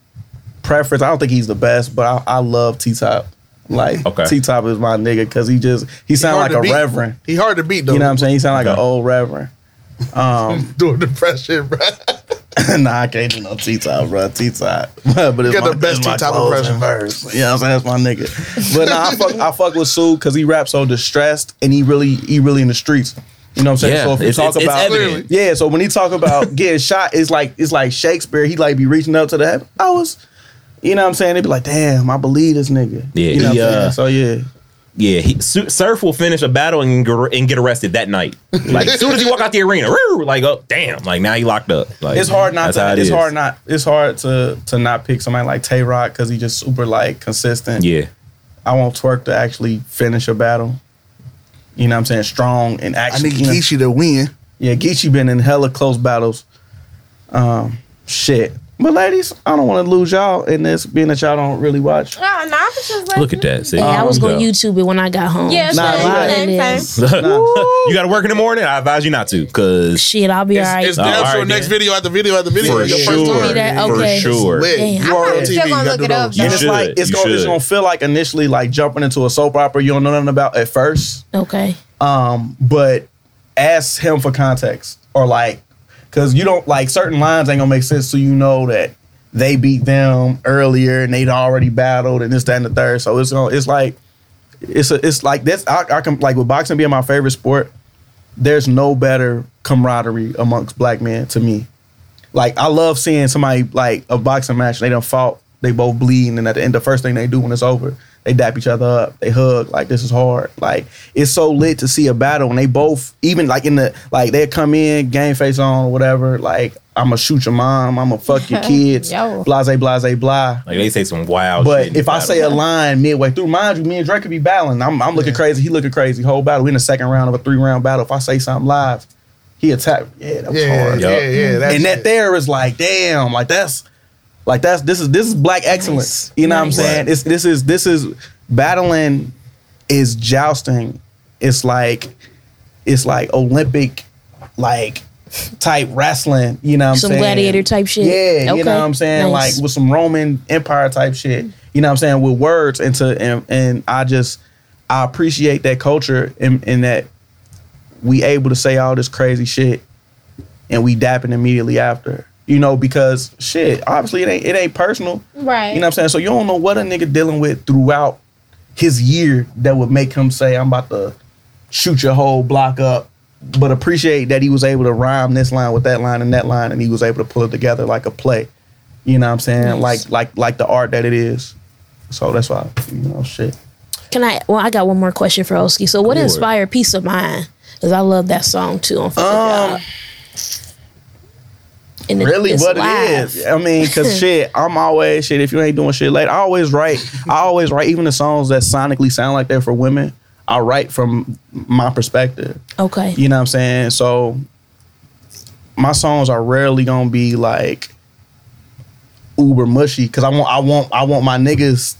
[SPEAKER 4] preference. I don't think he's the best, but I, I love T Top. Like
[SPEAKER 1] Okay.
[SPEAKER 4] T Top is my nigga because he just he sound like
[SPEAKER 5] hard to
[SPEAKER 4] a
[SPEAKER 5] beat.
[SPEAKER 4] reverend.
[SPEAKER 5] He hard to beat though.
[SPEAKER 4] You know what I'm saying? He sound like
[SPEAKER 1] Okay.
[SPEAKER 4] an old reverend.
[SPEAKER 5] Doing the press shit, bro.
[SPEAKER 4] nah, I can't do no T Top, bro. T Top, but it's
[SPEAKER 5] Get
[SPEAKER 4] my,
[SPEAKER 5] the best
[SPEAKER 4] it's my
[SPEAKER 5] T-Top
[SPEAKER 4] closing
[SPEAKER 5] impression.
[SPEAKER 4] verse. You know what I'm saying? That's my nigga. But nah, I fuck, I fuck with Sue because he raps so distressed and he really he really in the streets. You know what I'm saying?
[SPEAKER 1] Yeah,
[SPEAKER 4] so if you
[SPEAKER 1] it's-
[SPEAKER 4] talk
[SPEAKER 1] it's- it's
[SPEAKER 4] about
[SPEAKER 1] evident.
[SPEAKER 4] yeah, so when he talk about getting shot, it's like it's like Shakespeare. He like be reaching up to the heaven. I was, you know what I'm saying? They be like, damn, I believe this nigga.
[SPEAKER 1] Yeah,
[SPEAKER 4] you know
[SPEAKER 1] he,
[SPEAKER 4] what I'm
[SPEAKER 1] uh,
[SPEAKER 4] saying? So yeah,
[SPEAKER 1] Yeah, he, Su- Surf will finish a battle and, gr- and get arrested that night. Like as soon as he walk out the arena, roo, like oh damn, like now he locked up. Like
[SPEAKER 4] it's hard not
[SPEAKER 1] that's how
[SPEAKER 4] to.
[SPEAKER 1] it
[SPEAKER 4] it's
[SPEAKER 1] is.
[SPEAKER 4] hard not. It's hard to to not pick somebody like Tay Rock because he just super like consistent.
[SPEAKER 1] Yeah,
[SPEAKER 4] I want Twerk to actually finish a battle. You know what I'm saying? Strong and
[SPEAKER 5] I
[SPEAKER 4] actually.
[SPEAKER 5] need
[SPEAKER 4] you know-
[SPEAKER 5] Kishi to win.
[SPEAKER 4] yeah, Geechee been in hella close battles. Um, shit. But ladies, I don't want to lose y'all in this, being that y'all don't really watch.
[SPEAKER 2] Oh, no, I was just like,
[SPEAKER 1] look at that. See,
[SPEAKER 3] Yeah, I was going to
[SPEAKER 1] Yeah.
[SPEAKER 3] YouTube it when I got home.
[SPEAKER 2] Yeah,
[SPEAKER 4] Nah,
[SPEAKER 2] same,
[SPEAKER 4] lie.
[SPEAKER 2] same,
[SPEAKER 3] It
[SPEAKER 2] same.
[SPEAKER 3] is.
[SPEAKER 1] you got to work in the morning. I advise you not to, cause
[SPEAKER 3] Shit, I'll be all right.
[SPEAKER 5] It's down
[SPEAKER 1] all
[SPEAKER 5] to
[SPEAKER 1] right,
[SPEAKER 5] next
[SPEAKER 1] then.
[SPEAKER 5] video at the video at the video.
[SPEAKER 1] for
[SPEAKER 5] Your first
[SPEAKER 1] sure,
[SPEAKER 5] time.
[SPEAKER 3] that,
[SPEAKER 1] for
[SPEAKER 3] okay.
[SPEAKER 1] sure.
[SPEAKER 5] Lit.
[SPEAKER 3] Damn.
[SPEAKER 5] You are
[SPEAKER 2] I'm
[SPEAKER 5] on
[SPEAKER 2] still
[SPEAKER 5] TV. You
[SPEAKER 2] gonna
[SPEAKER 5] gotta
[SPEAKER 2] look
[SPEAKER 5] do
[SPEAKER 2] it up,
[SPEAKER 5] those.
[SPEAKER 1] You
[SPEAKER 4] and
[SPEAKER 1] should.
[SPEAKER 4] it's like it's
[SPEAKER 1] you
[SPEAKER 4] gonna it's
[SPEAKER 1] should.
[SPEAKER 4] gonna feel like initially like jumping into a soap opera you don't know nothing about at first.
[SPEAKER 3] Okay.
[SPEAKER 4] Um, but ask him for context or like, cause you don't like certain lines ain't gonna make sense so you know that they beat them earlier and they'd already battled and this that and the third. So it's gonna it's like it's a, it's like this. I, I can like with boxing being my favorite sport. There's no better camaraderie amongst black men to me. Like I love seeing somebody like a boxing match. They done fought. They both bleeding, and at the end, the first thing they do when it's over, they dap each other up. They hug. Like this is hard. Like it's so lit to see a battle, and they both even like in the like they come in game face on or whatever. Like I'ma shoot your mom. I'ma fuck your kids.
[SPEAKER 2] Yo.
[SPEAKER 4] blase blase blah.
[SPEAKER 1] Like they say some wild. shit in
[SPEAKER 4] But
[SPEAKER 1] the
[SPEAKER 4] if I
[SPEAKER 1] battle.
[SPEAKER 4] say a line midway through, mind you, me and Drake could be battling. I'm, I'm looking crazy. He looking crazy. Whole battle. We in the second round of a three round battle. If I say something live, he attack. Yeah, that was
[SPEAKER 5] Yeah,
[SPEAKER 4] hard.
[SPEAKER 5] yeah, yeah. That's
[SPEAKER 4] and that
[SPEAKER 5] it.
[SPEAKER 4] there is like, damn, like that's, like that's this is this is black excellence. You know
[SPEAKER 3] Nice.
[SPEAKER 4] what I'm saying? It's this is this is battling, is jousting. It's like, it's like Olympic, like type wrestling. You know what I'm
[SPEAKER 3] Some
[SPEAKER 4] saying?
[SPEAKER 3] gladiator type shit.
[SPEAKER 4] Yeah,
[SPEAKER 3] Okay.
[SPEAKER 4] you know what I'm saying?
[SPEAKER 3] Nice.
[SPEAKER 4] Like with some Roman Empire type shit. You know what I'm saying? With words and to and, and I just I appreciate that culture and, and that we able to say all this crazy shit and we dapping immediately after. You know, because shit, obviously it ain't it ain't personal.
[SPEAKER 2] Right.
[SPEAKER 4] You know what I'm saying? So you don't know what a nigga dealing with throughout his year that would make him say, I'm about to shoot your whole block up. But appreciate that he was able to rhyme this line with that line and that line and he was able to pull it together like a play. You know what I'm saying? Like like like the art that it is. So that's why, you know, shit.
[SPEAKER 3] Can I? Well, I got one more question for Oski. So, what
[SPEAKER 1] Go for it.
[SPEAKER 3] inspired "Peace of Mind"? Because I love that song too. On um, and it-
[SPEAKER 4] really
[SPEAKER 3] it's
[SPEAKER 4] what
[SPEAKER 3] live.
[SPEAKER 4] it is. I mean, cause shit, I'm always shit. If you ain't doing shit late, I always write. I always write even the songs that sonically sound like they're for women. I write from my perspective.
[SPEAKER 3] Okay.
[SPEAKER 4] You know what I'm saying? So my songs are rarely gonna be like uber mushy because I want I want I want my niggas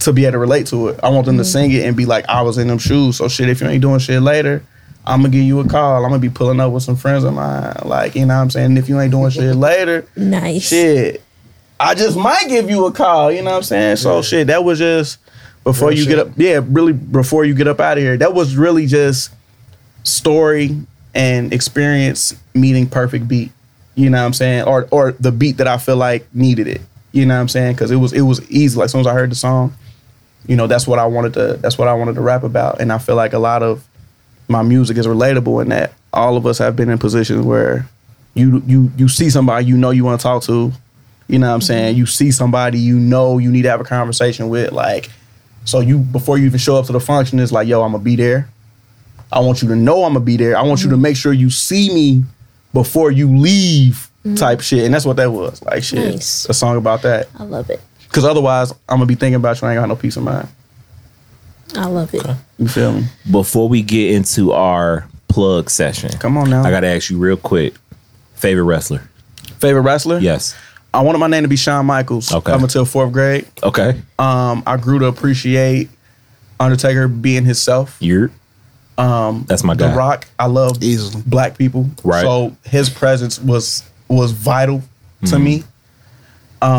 [SPEAKER 4] to be able to relate to it. I want them to sing it and be like, I was in them shoes. So shit, if you ain't doing shit later, I'm gonna give you a call. I'm gonna be pulling up with some friends of mine. Like, you know what I'm saying? If you ain't doing shit later,
[SPEAKER 3] Nice.
[SPEAKER 4] shit. I just might give you a call, you know what I'm saying? So shit, that was just before
[SPEAKER 5] Real
[SPEAKER 4] you
[SPEAKER 5] shit.
[SPEAKER 4] get up yeah, really before you get up out of here. That was really just story and experience meeting perfect beat. You know what I'm saying? Or or the beat that I feel like needed it. You know what I'm saying? Cause it was it was easy. Like as soon as I heard the song, you know, that's what I wanted to that's what I wanted to rap about. And I feel like a lot of my music is relatable in that all of us have been in positions where you you you see somebody you know you want to talk to, you know what I'm saying? You see somebody you know you need to have a conversation with, like so you before you even show up to the function, it's like, yo, I'm gonna be there. I want you to know I'm gonna be there. I want you to make sure you see me before you leave, type shit. And that's what that was. Like shit,
[SPEAKER 3] Nice.
[SPEAKER 4] a song about that.
[SPEAKER 3] I love it.
[SPEAKER 4] Because otherwise, I'm gonna be thinking about you. I ain't got no peace of mind.
[SPEAKER 3] I love it.
[SPEAKER 4] You feel me?
[SPEAKER 1] Before we get into our plug session,
[SPEAKER 4] Come on now.
[SPEAKER 1] I gotta ask you real quick. Favorite wrestler?
[SPEAKER 4] favorite wrestler.
[SPEAKER 1] Yes.
[SPEAKER 4] I wanted my name to be Shawn Michaels.
[SPEAKER 1] Okay.
[SPEAKER 4] Up until fourth grade,
[SPEAKER 1] Okay.
[SPEAKER 4] um, I grew to appreciate Undertaker being himself.
[SPEAKER 1] You're. Um. That's my
[SPEAKER 4] The
[SPEAKER 1] guy.
[SPEAKER 4] Rock, I love
[SPEAKER 5] Easily.
[SPEAKER 4] black people.
[SPEAKER 1] Right.
[SPEAKER 4] So his presence was was vital to
[SPEAKER 1] Mm-hmm.
[SPEAKER 4] me. Um,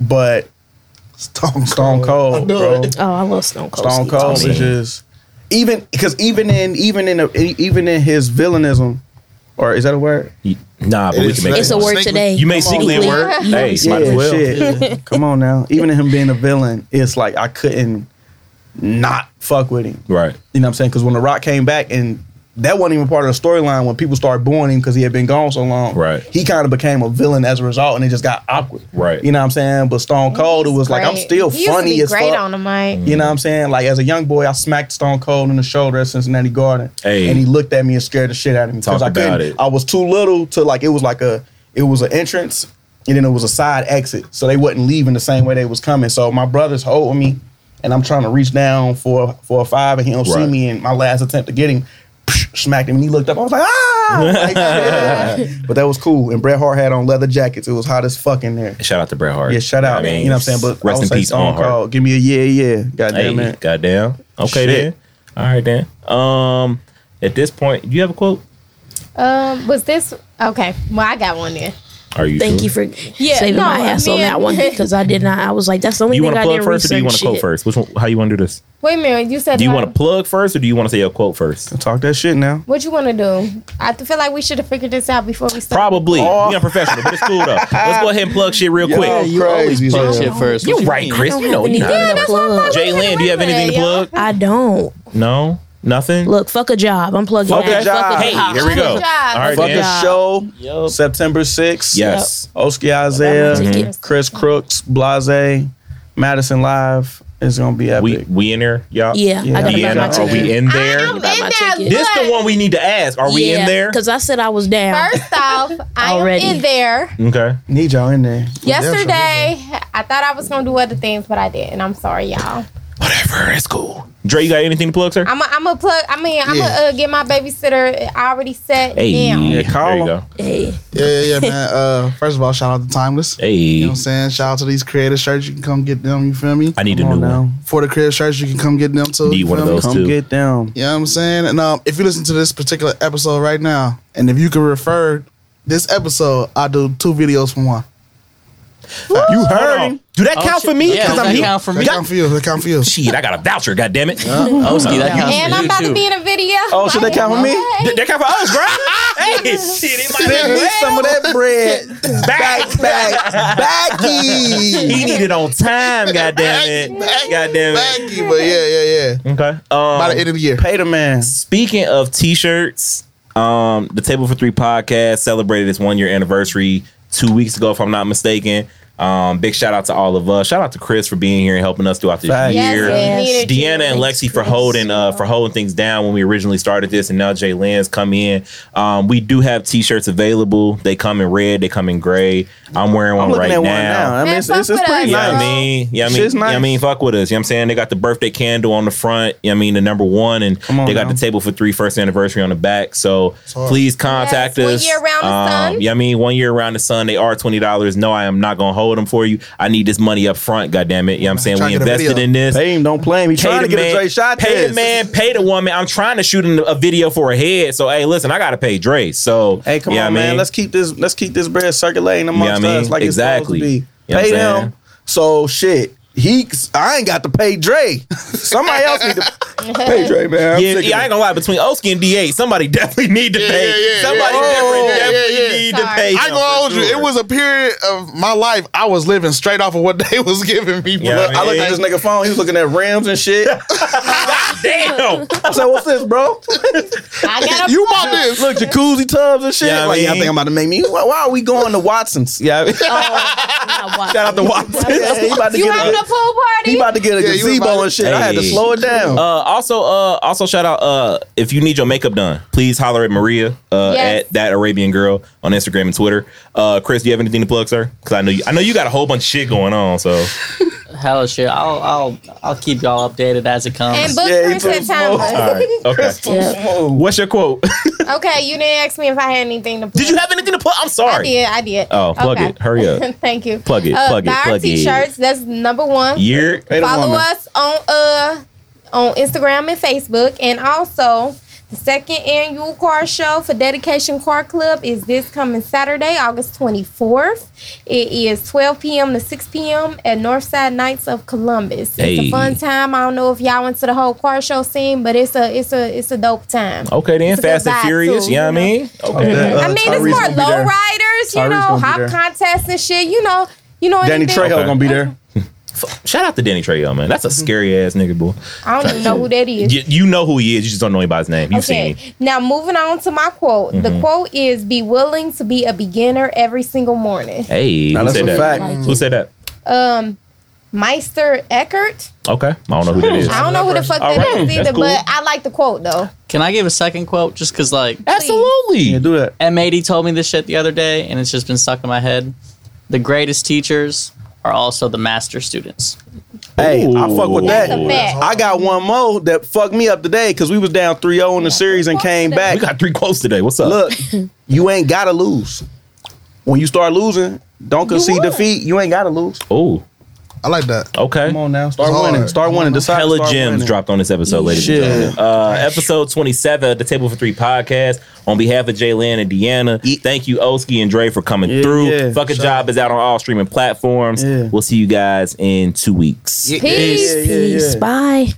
[SPEAKER 4] but
[SPEAKER 5] Stone Cold.
[SPEAKER 4] Stone Cold,
[SPEAKER 5] I knew
[SPEAKER 4] bro.
[SPEAKER 5] it.
[SPEAKER 3] Oh, I love Stone Cold.
[SPEAKER 4] Stone
[SPEAKER 3] Steve.
[SPEAKER 4] Cold
[SPEAKER 1] Thompson.
[SPEAKER 4] is just even because even in even in a, even in his villainism, or is that a word?
[SPEAKER 1] Y- Nah, but
[SPEAKER 5] It
[SPEAKER 1] we
[SPEAKER 5] is
[SPEAKER 1] can make
[SPEAKER 3] It's a
[SPEAKER 1] it.
[SPEAKER 3] word
[SPEAKER 5] Sneaky.
[SPEAKER 3] today.
[SPEAKER 1] You may singly
[SPEAKER 3] Sneaky.
[SPEAKER 1] work. Hey, might as well.
[SPEAKER 4] shit. Come on now. Even in him being a villain, it's like I couldn't not fuck with him.
[SPEAKER 1] Right.
[SPEAKER 4] You know what I'm saying? Because when The Rock came back and that wasn't even part of the storyline when people started booing him because he had been gone so long.
[SPEAKER 1] Right.
[SPEAKER 4] He kind of became a villain as a result and it just got awkward.
[SPEAKER 1] Right.
[SPEAKER 4] You know what I'm saying? But Stone Cold, it was like, I'm
[SPEAKER 2] Great.
[SPEAKER 4] still
[SPEAKER 2] He used to
[SPEAKER 4] funny
[SPEAKER 2] be
[SPEAKER 4] as
[SPEAKER 2] great
[SPEAKER 4] fuck.
[SPEAKER 2] on the mic.
[SPEAKER 4] You know what I'm saying? Like as a young boy, I smacked Stone Cold in the shoulder at Cincinnati Garden,
[SPEAKER 1] Hey.
[SPEAKER 4] and he looked at me and scared the shit out of me
[SPEAKER 1] Talk
[SPEAKER 4] I
[SPEAKER 1] about
[SPEAKER 4] couldn't.
[SPEAKER 1] it.
[SPEAKER 4] I was too little to like. It was like a it was an entrance, and then it was a side exit, so they wasn't leaving the same way they was coming. So my brother's holding me, and I'm trying to reach down for for a five, and he don't see
[SPEAKER 1] Right.
[SPEAKER 4] me. And my last attempt to get him. Smacked him and he looked up. I was like, ah! Like, but that was cool. And Bret Hart had on leather jackets. It was hot as fuck in there.
[SPEAKER 1] Shout out to Bret Hart.
[SPEAKER 4] Yeah, shout out.
[SPEAKER 1] I mean,
[SPEAKER 4] you know what I'm saying? But
[SPEAKER 1] rest
[SPEAKER 4] I would
[SPEAKER 1] in
[SPEAKER 4] say
[SPEAKER 1] peace,
[SPEAKER 4] Stone
[SPEAKER 1] on Hart.
[SPEAKER 4] Cold. Give me a yeah, yeah.
[SPEAKER 1] Hey,
[SPEAKER 4] Goddamn it.
[SPEAKER 1] goddamn. Okay then.
[SPEAKER 4] Shit.
[SPEAKER 1] All right then. Um, at this point, do you have a quote?
[SPEAKER 2] Um, was this okay? Well, I got one there.
[SPEAKER 1] Are you?
[SPEAKER 3] Thank
[SPEAKER 1] sure?
[SPEAKER 3] you for
[SPEAKER 2] Yeah,
[SPEAKER 3] saving
[SPEAKER 2] no,
[SPEAKER 3] my ass on
[SPEAKER 2] man.
[SPEAKER 3] that one because I did not. I was like, that's the only
[SPEAKER 1] You want to
[SPEAKER 3] thing I
[SPEAKER 1] plug
[SPEAKER 3] didn't
[SPEAKER 1] first, or do
[SPEAKER 3] research.
[SPEAKER 1] you want to quote
[SPEAKER 3] shit.
[SPEAKER 1] first? Which one? How you want to do this?
[SPEAKER 2] Wait a minute, you said
[SPEAKER 1] Do you
[SPEAKER 2] my-
[SPEAKER 1] want to plug first, or do you want to say your quote first?
[SPEAKER 4] Talk that shit now.
[SPEAKER 2] What you want to do? I feel like we should have figured this out before we started.
[SPEAKER 1] Probably.
[SPEAKER 4] Oh.
[SPEAKER 1] You're professional, but it's cool though. Let's go ahead and plug shit real
[SPEAKER 4] Yo,
[SPEAKER 1] quick.
[SPEAKER 5] You always
[SPEAKER 4] crazy,
[SPEAKER 5] plug
[SPEAKER 4] yeah.
[SPEAKER 6] shit first.
[SPEAKER 1] You're
[SPEAKER 6] What you
[SPEAKER 1] right,
[SPEAKER 6] mean?
[SPEAKER 1] Chris.
[SPEAKER 3] I
[SPEAKER 1] You
[SPEAKER 3] don't
[SPEAKER 1] know
[SPEAKER 3] have
[SPEAKER 1] you
[SPEAKER 3] anything
[SPEAKER 1] not.
[SPEAKER 3] to plug.
[SPEAKER 1] Jay Lynn, do you have anything to plug?
[SPEAKER 3] I don't.
[SPEAKER 1] No, nothing.
[SPEAKER 3] Look, fuck a job. I'm plugging
[SPEAKER 4] Fuck a
[SPEAKER 3] that.
[SPEAKER 4] job.
[SPEAKER 1] Hey, here we go. All
[SPEAKER 2] Good job.
[SPEAKER 1] right,
[SPEAKER 4] Fuck
[SPEAKER 1] then.
[SPEAKER 4] the show.
[SPEAKER 6] Yup.
[SPEAKER 4] September 6th.
[SPEAKER 1] Yes.
[SPEAKER 4] Oski Isaiah,
[SPEAKER 2] That
[SPEAKER 1] Mm-hmm.
[SPEAKER 2] one's-
[SPEAKER 4] Chris Crooks, Blase, Madison Live. It's gonna be epic.
[SPEAKER 1] We we in there, y'all.
[SPEAKER 3] Yeah,
[SPEAKER 4] Yeah.
[SPEAKER 3] I gotta
[SPEAKER 1] We
[SPEAKER 3] buy
[SPEAKER 1] in,
[SPEAKER 3] my
[SPEAKER 4] Vienna,
[SPEAKER 1] are
[SPEAKER 3] ticket.
[SPEAKER 1] we in there?
[SPEAKER 2] I'm in
[SPEAKER 3] Buy my
[SPEAKER 2] that
[SPEAKER 3] ticket.
[SPEAKER 1] This the one we need to ask. Are we in there?
[SPEAKER 3] Because I said I was down.
[SPEAKER 2] First off, I am
[SPEAKER 3] Already.
[SPEAKER 2] in there.
[SPEAKER 1] Okay.
[SPEAKER 4] need y'all in there.
[SPEAKER 2] Yesterday, I thought I was gonna do other things, but I didn't. I'm sorry, y'all.
[SPEAKER 1] Whatever. It's cool. Dre, you got anything to plug, sir?
[SPEAKER 2] I'm a, I'm a plug. I mean, I'm
[SPEAKER 5] Yeah.
[SPEAKER 2] gonna uh, get my babysitter already set
[SPEAKER 1] Hey,
[SPEAKER 2] down.
[SPEAKER 4] Yeah, call
[SPEAKER 1] there you
[SPEAKER 4] him.
[SPEAKER 1] go.
[SPEAKER 3] Hey,
[SPEAKER 5] Yeah, yeah, yeah, man. Uh, first of all, shout out to Timeless.
[SPEAKER 1] Hey,
[SPEAKER 5] You know what I'm saying? Shout out to these creative shirts. You can come get them. You feel me?
[SPEAKER 1] I need
[SPEAKER 4] Come
[SPEAKER 1] a
[SPEAKER 4] on
[SPEAKER 1] new one.
[SPEAKER 4] now.
[SPEAKER 5] For the creative shirts, you can come get them too.
[SPEAKER 1] Need
[SPEAKER 5] you
[SPEAKER 1] one of
[SPEAKER 5] feel me?
[SPEAKER 1] those.
[SPEAKER 4] Come
[SPEAKER 1] two.
[SPEAKER 4] get down.
[SPEAKER 5] You know what I'm saying? And um, if you listen to this particular episode right now, and if you can refer this episode, I do two videos for one.
[SPEAKER 1] You heard him. Do that
[SPEAKER 6] Oh,
[SPEAKER 1] count
[SPEAKER 6] shit.
[SPEAKER 1] for me?
[SPEAKER 6] Yeah,
[SPEAKER 1] Because
[SPEAKER 6] does
[SPEAKER 1] I'm
[SPEAKER 6] that
[SPEAKER 1] here.
[SPEAKER 6] count for
[SPEAKER 5] They
[SPEAKER 6] me?
[SPEAKER 5] come for you. They come for you.
[SPEAKER 1] Shit, I got a voucher. God damn it.
[SPEAKER 6] Oski, that counts
[SPEAKER 2] And
[SPEAKER 6] for
[SPEAKER 2] I'm
[SPEAKER 6] you
[SPEAKER 2] about
[SPEAKER 6] too.
[SPEAKER 2] to be in a video.
[SPEAKER 4] Oh, should they count for me?
[SPEAKER 1] Th- that count for us, bro. hey, shit, it might
[SPEAKER 4] Man, need some of that bread.
[SPEAKER 1] back,
[SPEAKER 4] Back, backy.
[SPEAKER 1] He needed on time. God damn it.
[SPEAKER 5] Back-
[SPEAKER 1] God damn
[SPEAKER 5] Thank
[SPEAKER 1] it.
[SPEAKER 5] you, but yeah, yeah, yeah.
[SPEAKER 1] Okay. Um,
[SPEAKER 5] By the end of the year.
[SPEAKER 4] Pay the man.
[SPEAKER 1] Speaking of t-shirts, um, the Table for Three podcast celebrated its one year anniversary two weeks ago, if I'm not mistaken. Um, big shout out to all of us. Shout out to Chris for being here and helping us throughout this
[SPEAKER 4] Facts.
[SPEAKER 2] Yes,
[SPEAKER 1] year.
[SPEAKER 3] Yes.
[SPEAKER 2] we needed you.
[SPEAKER 1] Deanna and Lexi for holding uh, for holding things down when we originally started this, and now Jay Lynn's come in. Um, we do have T-shirts available. They come in red. They come in gray. I'm wearing one
[SPEAKER 4] I'm looking
[SPEAKER 1] right
[SPEAKER 4] at one
[SPEAKER 1] now.
[SPEAKER 4] now. I mean,
[SPEAKER 2] Man,
[SPEAKER 4] it's, it's, it's
[SPEAKER 2] fuck
[SPEAKER 4] pretty
[SPEAKER 2] with
[SPEAKER 1] Yeah,
[SPEAKER 2] us,
[SPEAKER 1] I
[SPEAKER 4] nice.
[SPEAKER 2] bro.
[SPEAKER 1] mean, yeah, I mean,
[SPEAKER 4] Shit's
[SPEAKER 1] yeah, I
[SPEAKER 4] nice.
[SPEAKER 1] mean, fuck with us. You know what I'm saying? They got the birthday candle on the front. You know what I mean, the number one, and
[SPEAKER 4] Come on
[SPEAKER 1] they got
[SPEAKER 4] now.
[SPEAKER 1] the table for three first anniversary on the back. So
[SPEAKER 5] hard.
[SPEAKER 1] please contact
[SPEAKER 2] Yes, one
[SPEAKER 1] us. Um,
[SPEAKER 2] year around the sun.
[SPEAKER 1] Yeah, I mean, one year around the sun. They are twenty dollars. No, I am not gonna hold them for you. I need this money up front. God damn it. You know what I'm saying?
[SPEAKER 5] Trying
[SPEAKER 1] We
[SPEAKER 5] to get a
[SPEAKER 1] invested
[SPEAKER 5] video.
[SPEAKER 1] in this.
[SPEAKER 4] Pay him, don't play him. He trying to get a Dre shot.
[SPEAKER 1] pay
[SPEAKER 4] this.
[SPEAKER 1] the man, pay the woman. I'm trying to shoot in a video for a head. So hey, listen, I gotta pay Dre. So
[SPEAKER 4] Hey, come
[SPEAKER 1] you know
[SPEAKER 4] on,
[SPEAKER 1] what I
[SPEAKER 4] man.
[SPEAKER 1] mean?
[SPEAKER 4] Let's keep this. Let's keep this bread circulating amongst
[SPEAKER 1] Yeah, I mean,
[SPEAKER 4] us like
[SPEAKER 1] exactly.
[SPEAKER 4] it's supposed
[SPEAKER 1] You know
[SPEAKER 4] to be. Pay
[SPEAKER 1] what I'm
[SPEAKER 4] them.
[SPEAKER 1] saying?
[SPEAKER 4] So shit. He, I ain't got to pay Dre. Somebody else need to pay Dre, man. I'm
[SPEAKER 1] Yeah,
[SPEAKER 4] sick of
[SPEAKER 1] yeah, I ain't gonna lie. Between Oski and D8, somebody definitely need to
[SPEAKER 5] Yeah,
[SPEAKER 1] pay.
[SPEAKER 5] yeah, yeah,
[SPEAKER 1] somebody
[SPEAKER 5] yeah.
[SPEAKER 1] definitely,
[SPEAKER 5] Oh,
[SPEAKER 1] definitely
[SPEAKER 5] yeah, yeah.
[SPEAKER 1] need to
[SPEAKER 2] Sorry.
[SPEAKER 1] pay.
[SPEAKER 5] I ain't gonna hold you. It was a period of my life I was living straight off of what they was giving me.
[SPEAKER 1] Yeah,
[SPEAKER 5] bro.
[SPEAKER 1] I
[SPEAKER 4] it. I looked at this nigga phone. He was looking at rims and shit.
[SPEAKER 1] damn.
[SPEAKER 4] I said, "What's this, bro?
[SPEAKER 2] I got a
[SPEAKER 5] you bought this.
[SPEAKER 4] Look, jacuzzi tubs and shit."
[SPEAKER 1] Yeah, I
[SPEAKER 4] like, yeah, I
[SPEAKER 1] mean-
[SPEAKER 4] think I'm about to make me. Why, why are we going to Watsons? Yeah, I mean- shout out to Watsons. he about to
[SPEAKER 2] Oh. You
[SPEAKER 4] get
[SPEAKER 2] having
[SPEAKER 4] a,
[SPEAKER 2] a pool
[SPEAKER 4] he
[SPEAKER 2] party?
[SPEAKER 4] about to get a
[SPEAKER 5] Yeah, you
[SPEAKER 4] gazebo
[SPEAKER 5] invited-
[SPEAKER 4] and shit. I had to
[SPEAKER 1] Hey.
[SPEAKER 4] slow it down.
[SPEAKER 1] Uh, also, uh, also shout out uh, if you need your makeup done, please holler at Maria uh,
[SPEAKER 2] Yes.
[SPEAKER 1] at that Arabian girl on Instagram and Twitter. Uh, Chris, do you have anything to plug, sir? Because I know you, I know you got a whole bunch of shit going on. So
[SPEAKER 6] Hell shit. I'll I'll I'll keep y'all updated as it comes.
[SPEAKER 2] And book
[SPEAKER 4] Yeah, he
[SPEAKER 2] Chris
[SPEAKER 4] put
[SPEAKER 2] and
[SPEAKER 4] smoke.
[SPEAKER 2] Thomas.
[SPEAKER 1] okay, what's your quote?
[SPEAKER 2] Okay, you didn't ask me if I had anything to plug.
[SPEAKER 1] did you have anything to plug? I'm
[SPEAKER 2] I
[SPEAKER 1] sorry.
[SPEAKER 2] did. I did.
[SPEAKER 1] Oh, plug
[SPEAKER 2] Okay.
[SPEAKER 1] it. Hurry up.
[SPEAKER 2] Thank you.
[SPEAKER 1] Plug it,
[SPEAKER 2] Uh,
[SPEAKER 1] plug it,
[SPEAKER 2] buy our
[SPEAKER 1] plug it.
[SPEAKER 2] t-shirts. That's number one.
[SPEAKER 1] Year.
[SPEAKER 4] Pay the
[SPEAKER 2] Follow
[SPEAKER 4] woman.
[SPEAKER 2] us on uh on Instagram and Facebook, and also the second annual car show for Dedication Car Club is this coming Saturday, August 24th. It is 12 p.m. to 6 p.m. at Northside Knights of Columbus. It's
[SPEAKER 1] Hey.
[SPEAKER 2] a fun time. I don't know if y'all into the whole car show scene, but it's a it's a it's a dope time.
[SPEAKER 1] Okay, then
[SPEAKER 2] It's a good
[SPEAKER 1] Fast and
[SPEAKER 2] vibe,
[SPEAKER 1] Furious.
[SPEAKER 2] too,
[SPEAKER 1] you know
[SPEAKER 2] you
[SPEAKER 1] what I
[SPEAKER 2] know.
[SPEAKER 1] mean? Okay.
[SPEAKER 4] Okay.
[SPEAKER 2] I
[SPEAKER 4] Oh, Uh,
[SPEAKER 2] mean,
[SPEAKER 4] Tyrese
[SPEAKER 2] it's more
[SPEAKER 4] gonna be
[SPEAKER 2] low
[SPEAKER 4] there.
[SPEAKER 2] riders, you
[SPEAKER 4] Tyrese
[SPEAKER 2] know,
[SPEAKER 4] gonna be there.
[SPEAKER 2] hop contests and shit. You know, you know.
[SPEAKER 4] Danny
[SPEAKER 2] anything-
[SPEAKER 4] Trejo
[SPEAKER 1] Okay.
[SPEAKER 4] gonna be there.
[SPEAKER 1] Shout out to Danny Trejo, man. That's a scary ass nigga, boy.
[SPEAKER 2] I don't even know who that is.
[SPEAKER 1] You, you know who he is. You Mm-hmm. just don't know anybody's name. You've seen him.
[SPEAKER 2] Now moving on to my quote. The quote is be willing to be a beginner every single morning.
[SPEAKER 1] Hey,
[SPEAKER 4] Now,
[SPEAKER 1] who
[SPEAKER 4] that's
[SPEAKER 1] said
[SPEAKER 4] a
[SPEAKER 1] that?
[SPEAKER 4] fact.
[SPEAKER 1] Who said that?
[SPEAKER 2] Um Meister Eckert.
[SPEAKER 1] Okay, I don't know who that is.
[SPEAKER 2] I don't know who the fuck
[SPEAKER 1] All
[SPEAKER 2] that is
[SPEAKER 1] right, that's
[SPEAKER 2] either,
[SPEAKER 1] cool.
[SPEAKER 2] but I like the quote though.
[SPEAKER 6] Can I give a second quote just cause like
[SPEAKER 1] Absolutely.
[SPEAKER 4] Yeah, do that.
[SPEAKER 6] M80 told me this shit the other day and it's just been stuck in my head. The greatest teachers are also the master students.
[SPEAKER 4] Hey, I fuck with that.
[SPEAKER 2] That's a fact.
[SPEAKER 4] I got one more that fucked me up today because we was down 3-0 in the series and came
[SPEAKER 1] We
[SPEAKER 4] back.
[SPEAKER 1] got three quotes today. What's up?
[SPEAKER 4] Look, you ain't gotta lose. When you start losing, don't concede
[SPEAKER 2] won.
[SPEAKER 4] defeat. You ain't gotta lose.
[SPEAKER 1] Oh,
[SPEAKER 5] I like that.
[SPEAKER 1] okay.
[SPEAKER 4] Come on now, start
[SPEAKER 5] It's
[SPEAKER 4] winning.
[SPEAKER 5] hard.
[SPEAKER 4] Start winning. Decide. to
[SPEAKER 1] Hella
[SPEAKER 4] start
[SPEAKER 1] gems
[SPEAKER 4] winning.
[SPEAKER 1] dropped on this episode, ladies
[SPEAKER 4] Shit.
[SPEAKER 1] and gentlemen. Uh, episode 27 of the Table for Three podcast. On behalf of Jalen and Deanna, thank you, Oski and Dre, for coming
[SPEAKER 4] E- Yeah,
[SPEAKER 1] through.
[SPEAKER 4] yeah.
[SPEAKER 1] Fuck a Job is out on all streaming platforms.
[SPEAKER 4] Yeah.
[SPEAKER 1] We'll see you guys in two weeks.
[SPEAKER 2] Peace.
[SPEAKER 4] Yeah, yeah, yeah.
[SPEAKER 3] Peace. Bye.